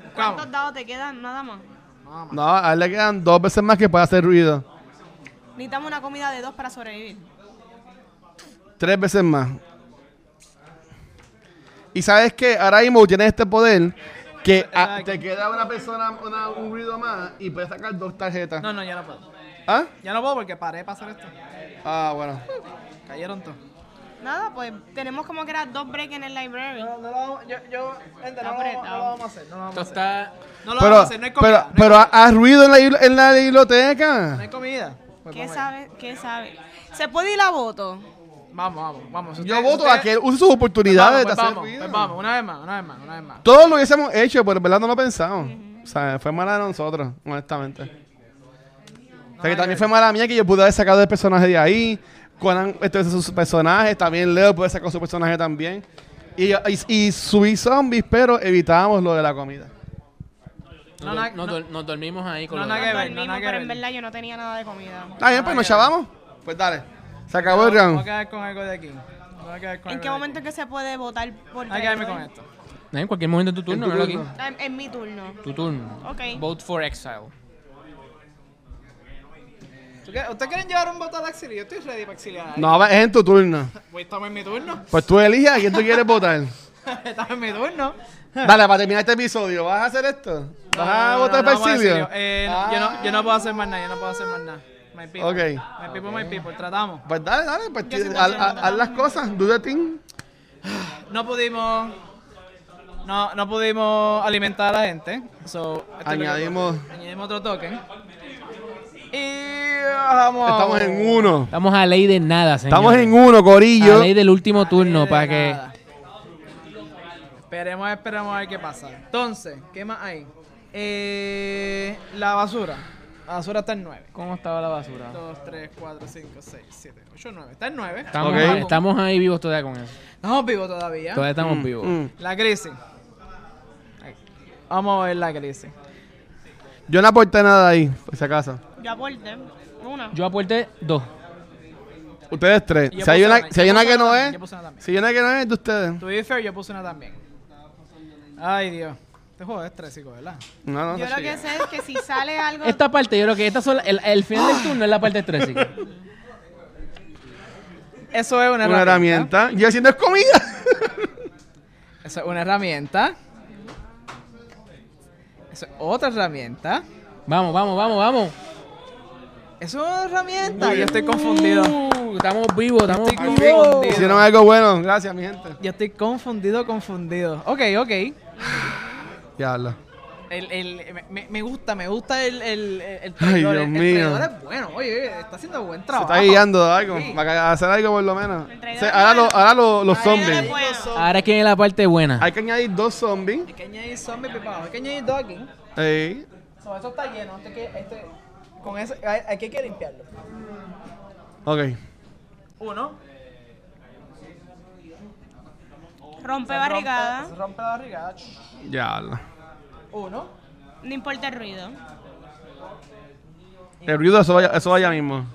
[SPEAKER 5] Vamos.
[SPEAKER 7] ¿Cuántos dados te quedan? Nada más.
[SPEAKER 2] No, a él le quedan dos veces más que pueda hacer ruido.
[SPEAKER 7] Necesitamos una comida de dos para sobrevivir.
[SPEAKER 2] Tres veces más. Y sabes que ahora mismo tienes este poder que ah, te queda una persona, una- un ruido más y puedes sacar dos tarjetas.
[SPEAKER 5] No, no, ya no puedo.
[SPEAKER 2] ¿Ah?
[SPEAKER 5] Ya no puedo porque paré para hacer esto.
[SPEAKER 2] Ah, bueno.
[SPEAKER 5] Cayeron todos.
[SPEAKER 7] Nada, pues tenemos como que era dos breaks en el library.
[SPEAKER 5] No, no lo vamos, yo, yo, gente, no, lo vamos- no lo vamos a hacer, no lo vamos a
[SPEAKER 1] Esto
[SPEAKER 5] hacer.
[SPEAKER 1] está.
[SPEAKER 5] No lo
[SPEAKER 2] Pero,
[SPEAKER 5] vamos a hacer, no hay comida.
[SPEAKER 2] pero,
[SPEAKER 5] no hay
[SPEAKER 2] pero
[SPEAKER 5] comida,
[SPEAKER 2] haz ruido en la, bibli- en la
[SPEAKER 5] no hay
[SPEAKER 2] biblioteca.
[SPEAKER 5] comida. Pues
[SPEAKER 7] ¿Qué
[SPEAKER 5] vamos allá.
[SPEAKER 7] sabe? ¿Qué sabe? ¿Se puede ir a voto?
[SPEAKER 5] Vamos, vamos, vamos.
[SPEAKER 2] Yo
[SPEAKER 5] Ustedes-
[SPEAKER 2] voto a
[SPEAKER 5] ustedes-
[SPEAKER 2] que él use sus
[SPEAKER 5] Pues
[SPEAKER 2] oportunidades
[SPEAKER 5] vamos, pues
[SPEAKER 2] de hacer
[SPEAKER 5] vamos,
[SPEAKER 2] ruido.
[SPEAKER 5] pues vamos, una vez más, una vez más, una vez más.
[SPEAKER 2] Todos lo hubiésemos hecho, pero en verdad no lo pensamos. O sea, fue mala de nosotros, honestamente. O sea, que también fue mala mía que yo pude haber sacado el personaje de ahí. Conan este, hizo sus personajes. También Leo puede sacar su personaje también. Y, y, y subí zombies, pero evitábamos lo de la comida.
[SPEAKER 5] No, no, no.
[SPEAKER 1] Nos dormimos ahí con
[SPEAKER 5] No,
[SPEAKER 1] lo
[SPEAKER 5] no,
[SPEAKER 1] de-
[SPEAKER 5] que ver,
[SPEAKER 7] Dormimos,
[SPEAKER 5] nada que
[SPEAKER 7] pero en
[SPEAKER 5] ver.
[SPEAKER 7] verdad yo no tenía nada de comida.
[SPEAKER 2] Está
[SPEAKER 5] Ah,
[SPEAKER 2] bien, pues nos chavamos. Pues dale. Se acabó el
[SPEAKER 5] Voy a
[SPEAKER 2] round.
[SPEAKER 5] quedar con algo de aquí. Voy a quedar con
[SPEAKER 7] ¿En
[SPEAKER 5] algo
[SPEAKER 7] qué
[SPEAKER 5] de
[SPEAKER 7] momento es que se puede votar por
[SPEAKER 5] aquí. Hay que quedarme con esto.
[SPEAKER 1] Eh, En cualquier momento de tu turno,
[SPEAKER 2] En tu
[SPEAKER 1] míralo aquí.
[SPEAKER 2] turno.
[SPEAKER 7] Ah, En, en mi turno.
[SPEAKER 1] Tu turno.
[SPEAKER 7] Ok.
[SPEAKER 1] Vote for exile.
[SPEAKER 5] ¿Tú qué- ¿Ustedes quieren llevar un voto al exilio? Yo estoy ready para exiliar.
[SPEAKER 2] No, va- es en tu turno.
[SPEAKER 5] Pues estamos en mi turno.
[SPEAKER 2] Pues tú eliges a quién tú quieres votar.
[SPEAKER 5] estamos en mi turno.
[SPEAKER 2] Dale, para terminar este episodio, ¿vas a hacer esto? ¿Vas a
[SPEAKER 5] No, no,
[SPEAKER 2] votar
[SPEAKER 5] no,
[SPEAKER 2] para
[SPEAKER 5] no, vamos a
[SPEAKER 2] Silvio?
[SPEAKER 5] exilio. Eh, no, yo, no, yo no puedo hacer más nada, yo no puedo hacer más nada. My people.
[SPEAKER 2] Ok.
[SPEAKER 5] My people, my people, tratamos.
[SPEAKER 2] Pues dale, dale, pues
[SPEAKER 7] Yo sí
[SPEAKER 2] haz-
[SPEAKER 7] puedo hacer
[SPEAKER 2] haz
[SPEAKER 7] voto
[SPEAKER 2] haz las cosas, do the thing.
[SPEAKER 5] No pudimos. No, no pudimos alimentar a la gente. So, esto es lo que-
[SPEAKER 2] Añadimos-
[SPEAKER 5] añadimos otro token. Y ah, vamos.
[SPEAKER 2] Estamos en uno.
[SPEAKER 1] Estamos a ley de nada, señor.
[SPEAKER 2] Estamos en uno, Corillo.
[SPEAKER 1] A ley del último turno
[SPEAKER 5] de
[SPEAKER 1] para que.
[SPEAKER 5] nada. Esperemos, esperemos a ver qué pasa. Entonces, ¿qué más hay? Eh, la basura. La basura está en 9.
[SPEAKER 8] ¿Cómo estaba la basura?
[SPEAKER 5] 2, 3, 4, 5, 6, 7, 8, 9. Está en 9.
[SPEAKER 1] Estamos,
[SPEAKER 2] Ok.
[SPEAKER 1] ahí, estamos ahí vivos todavía con eso.
[SPEAKER 5] Estamos vivos todavía.
[SPEAKER 1] Todavía estamos vivos.
[SPEAKER 2] Mm.
[SPEAKER 5] La crisis. Vamos a ver la crisis.
[SPEAKER 2] Yo no aporté nada ahí, por si acaso.
[SPEAKER 4] Yo aporté una.
[SPEAKER 1] Yo aporté dos.
[SPEAKER 2] Ustedes tres.
[SPEAKER 5] Y yo
[SPEAKER 2] Si hay
[SPEAKER 5] puse
[SPEAKER 2] una,
[SPEAKER 5] una-
[SPEAKER 2] si hay
[SPEAKER 5] yo
[SPEAKER 2] una
[SPEAKER 5] puse
[SPEAKER 2] que
[SPEAKER 5] una
[SPEAKER 2] no
[SPEAKER 5] también,
[SPEAKER 2] es,
[SPEAKER 5] yo puse una también.
[SPEAKER 2] si hay una que no es, de ustedes.
[SPEAKER 5] To be fair, yo puse una también. Ay, Dios. Este juego es estrésico, ¿verdad?
[SPEAKER 2] No, no.
[SPEAKER 4] Yo lo que sé es que si sale algo.
[SPEAKER 1] Esta parte, yo creo que esta sola, el, el final del turno es la parte estrésica.
[SPEAKER 5] Eso es una,
[SPEAKER 2] Una herramienta. Yo haciendo es comida.
[SPEAKER 5] Eso es una herramienta. Eso es otra herramienta.
[SPEAKER 1] Vamos, vamos, vamos, vamos.
[SPEAKER 5] Eso es una herramienta. Yo estoy confundido.
[SPEAKER 1] Uh, estamos vivos, estamos
[SPEAKER 5] Estoy
[SPEAKER 1] vivos.
[SPEAKER 5] confundido.
[SPEAKER 2] Hicieron algo bueno. Gracias, mi gente.
[SPEAKER 5] Yo estoy confundido, confundido. Ok, ok.
[SPEAKER 2] Ya habla.
[SPEAKER 5] El, el, me, me gusta, me gusta el, el, el, el
[SPEAKER 2] Ay,
[SPEAKER 5] traidor.
[SPEAKER 2] Dios
[SPEAKER 5] el,
[SPEAKER 2] mío.
[SPEAKER 5] traidor es bueno, oye, está haciendo buen
[SPEAKER 2] Se
[SPEAKER 5] trabajo.
[SPEAKER 2] está guiando de algo.
[SPEAKER 5] Sí.
[SPEAKER 2] Para hacer algo por lo menos.
[SPEAKER 4] El traidor
[SPEAKER 2] O sea,
[SPEAKER 4] es
[SPEAKER 2] ahora
[SPEAKER 4] bueno.
[SPEAKER 2] lo- ahora lo- los
[SPEAKER 4] Ahí
[SPEAKER 2] zombies.
[SPEAKER 4] es bueno.
[SPEAKER 1] Ahora es que viene la parte buena.
[SPEAKER 2] Hay que añadir dos zombies.
[SPEAKER 5] Hay que añadir zombie pipado, hay que añadir dos aquí.
[SPEAKER 2] Ey.
[SPEAKER 5] So, eso está lleno, este que, este, con eso, hay, aquí hay que limpiarlo.
[SPEAKER 2] Ok.
[SPEAKER 5] Uno,
[SPEAKER 4] Rompe barricada.
[SPEAKER 5] se rompe la barrigada. ch.
[SPEAKER 2] Ya habla.
[SPEAKER 5] Uno,
[SPEAKER 4] No importa el ruido.
[SPEAKER 2] El ruido, eso vaya, eso vaya mismo.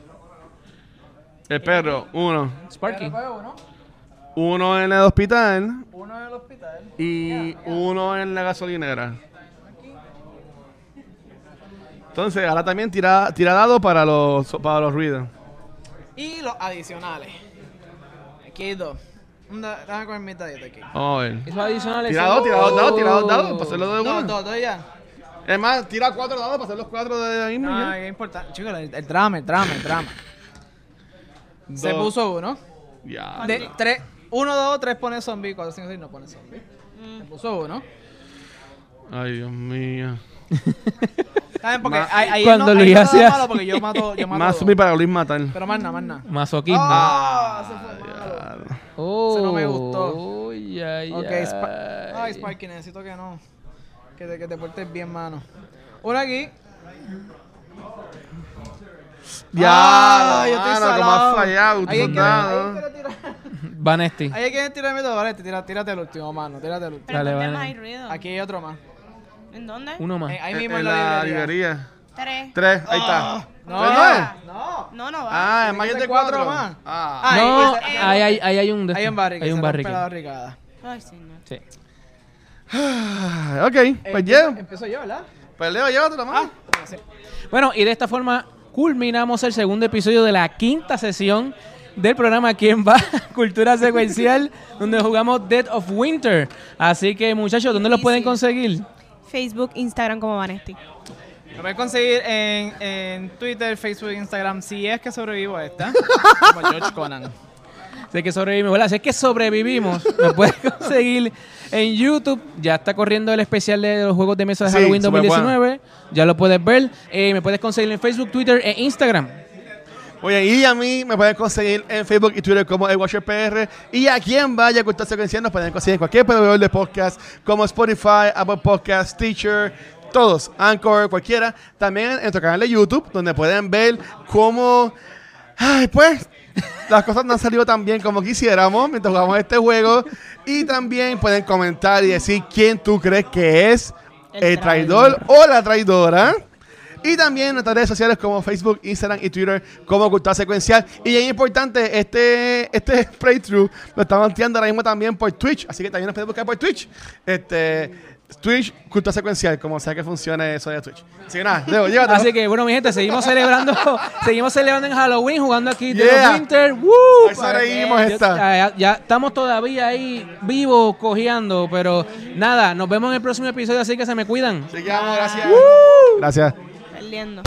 [SPEAKER 2] El perro, uno.
[SPEAKER 1] Sparky.
[SPEAKER 5] fue uno,
[SPEAKER 2] Uno en el hospital
[SPEAKER 5] uno en el hospital.
[SPEAKER 2] y uno en la gasolinera. Entonces, ahora también tira, tira dado para los, para los ruidos.
[SPEAKER 5] Y los adicionales. Aquí hay dos. Una, déjame coger mi dadito aquí.
[SPEAKER 2] Vamos a ver.
[SPEAKER 1] Eso adicional
[SPEAKER 2] Tira dos, tira dos dados, tira dos dados
[SPEAKER 1] Oh.
[SPEAKER 2] para hacer los de
[SPEAKER 5] Dos,
[SPEAKER 2] uno.
[SPEAKER 5] dos, dos ya.
[SPEAKER 2] Es más, tira cuatro dados para hacer los cuatro de ahí mismo.
[SPEAKER 5] No,
[SPEAKER 2] ya.
[SPEAKER 5] es importante. Chicos, el, el drama, el drama, el drama. Se
[SPEAKER 2] Dos.
[SPEAKER 5] puso uno.
[SPEAKER 2] Ya.
[SPEAKER 5] De tres, uno, dos, tres pone zombie, cuatro, cinco, seis no pone zombie. Se puso uno.
[SPEAKER 2] Ay, Dios mío.
[SPEAKER 5] ¿Saben? Porque
[SPEAKER 2] Ma-
[SPEAKER 5] ahí, ahí
[SPEAKER 1] Cuando
[SPEAKER 5] no, ahí
[SPEAKER 1] Luis
[SPEAKER 5] no
[SPEAKER 1] hace
[SPEAKER 5] da
[SPEAKER 1] así.
[SPEAKER 5] malo porque yo mato, yo mato
[SPEAKER 2] Más
[SPEAKER 5] dos.
[SPEAKER 2] zombie para Luis matar.
[SPEAKER 5] Pero más nada, más nada.
[SPEAKER 1] Masoquismo.
[SPEAKER 5] Ah, se fue malo.
[SPEAKER 2] Ya.
[SPEAKER 1] Oh,
[SPEAKER 5] eso no me gustó.
[SPEAKER 1] Uy, ay,
[SPEAKER 5] Ok,
[SPEAKER 1] ay.
[SPEAKER 5] Spa- Ay, Sparky, necesito que no. Que te, que te portes bien, mano. Una aquí.
[SPEAKER 2] Ya,
[SPEAKER 5] Ay, yo estoy
[SPEAKER 2] mano, como
[SPEAKER 5] salado.
[SPEAKER 2] has fallado,
[SPEAKER 5] Ahí hay
[SPEAKER 2] tus
[SPEAKER 5] que- ahí hay
[SPEAKER 2] dados.
[SPEAKER 5] que tirar-
[SPEAKER 1] Vanesti.
[SPEAKER 5] Ahí hay que tirarme todo, vale, tira- tírate el último, mano, tírate el último.
[SPEAKER 4] Pero
[SPEAKER 1] Dale,
[SPEAKER 4] ¿dónde
[SPEAKER 1] vale.
[SPEAKER 4] más hay ruido?
[SPEAKER 5] Aquí hay otro más.
[SPEAKER 4] ¿En dónde?
[SPEAKER 1] Uno más.
[SPEAKER 5] Eh, Ahí
[SPEAKER 2] En-
[SPEAKER 5] mismo
[SPEAKER 2] en
[SPEAKER 5] en
[SPEAKER 2] la
[SPEAKER 5] la librería. Ah,
[SPEAKER 2] librería.
[SPEAKER 4] Tres.
[SPEAKER 2] Tres, ahí está.
[SPEAKER 5] No,
[SPEAKER 2] ¿Tres no es?
[SPEAKER 5] no.
[SPEAKER 4] No, no va.
[SPEAKER 2] Ah, es
[SPEAKER 5] tiene
[SPEAKER 2] más
[SPEAKER 5] que
[SPEAKER 2] de
[SPEAKER 5] ser
[SPEAKER 2] cuatro.
[SPEAKER 5] cuatro más.
[SPEAKER 2] Ah.
[SPEAKER 5] Ah, ahí,
[SPEAKER 1] no,
[SPEAKER 5] ese- ese-
[SPEAKER 1] ahí, hay- ahí hay un. de
[SPEAKER 5] Hay
[SPEAKER 1] estos.
[SPEAKER 5] un barrique.
[SPEAKER 1] Hay un
[SPEAKER 5] se rompe
[SPEAKER 1] barrique.
[SPEAKER 5] la barricada.
[SPEAKER 4] Ay, señor.
[SPEAKER 1] Sí.
[SPEAKER 2] Ah, ok,
[SPEAKER 5] Este,
[SPEAKER 2] pues llevo.
[SPEAKER 5] Eh, Empiezo yo, ¿verdad?
[SPEAKER 2] Pues Leo, llévatelo
[SPEAKER 5] Ah.
[SPEAKER 2] más.
[SPEAKER 1] Bueno, y de esta forma culminamos el segundo episodio de la quinta sesión del programa ¿Quién va? Cultura secuencial, donde jugamos Dead of Winter. Así que, muchachos, ¿dónde los pueden conseguir?
[SPEAKER 9] Facebook, Instagram como Vanesti.
[SPEAKER 5] Lo puedes conseguir en, en Twitter, Facebook, Instagram, si es que sobrevivo a esta. Como George Conan.
[SPEAKER 1] Sé que sobrevivimos, ¿verdad? Sé que sobrevivimos. Nos puedes conseguir en YouTube. Ya está corriendo el especial de los juegos de mesa de
[SPEAKER 2] Sí,
[SPEAKER 1] Halloween
[SPEAKER 2] súper bueno.
[SPEAKER 1] 2019. Ya lo puedes ver. Eh, me puedes conseguir en Facebook, Twitter e Instagram.
[SPEAKER 2] Oye, y a mí me pueden conseguir en Facebook y Twitter como el Watcher PR. Y a quien vaya a Cultura Secuencial nos pueden conseguir en cualquier proveedor de podcast como Spotify, Apple Podcasts, Teacher, todos, Anchor, cualquiera. También en nuestro canal de YouTube, donde pueden ver cómo. Ay, pues. Las cosas no han salido tan bien como quisiéramos mientras jugamos este juego. Y también pueden comentar y decir quién tú crees que es el,
[SPEAKER 4] El
[SPEAKER 2] traidor o la traidora. Y también en nuestras redes sociales como Facebook, Instagram y Twitter como Cultura Secuencial. Y es importante, este, este playthrough lo estamos tirando ahora mismo también por Twitch. Así que también nos pueden buscar por Twitch. Este, Twitch, Cultura Secuencial, como sea que funcione eso de Twitch. Así que nada, Leo, llévatelo.
[SPEAKER 1] Así que, bueno, mi gente, seguimos celebrando seguimos celebrando en Halloween, jugando aquí Dead of
[SPEAKER 2] Yeah.
[SPEAKER 1] Winter. ¡Woo!
[SPEAKER 2] Ahí sobrevivimos
[SPEAKER 1] Yo-
[SPEAKER 2] esta.
[SPEAKER 1] eh, ya, ya estamos todavía ahí vivos, cojeando, pero nada, nos vemos en el próximo episodio, así que se me cuidan.
[SPEAKER 2] Así que vamos, gracias. Gracias.
[SPEAKER 4] Perdiendo.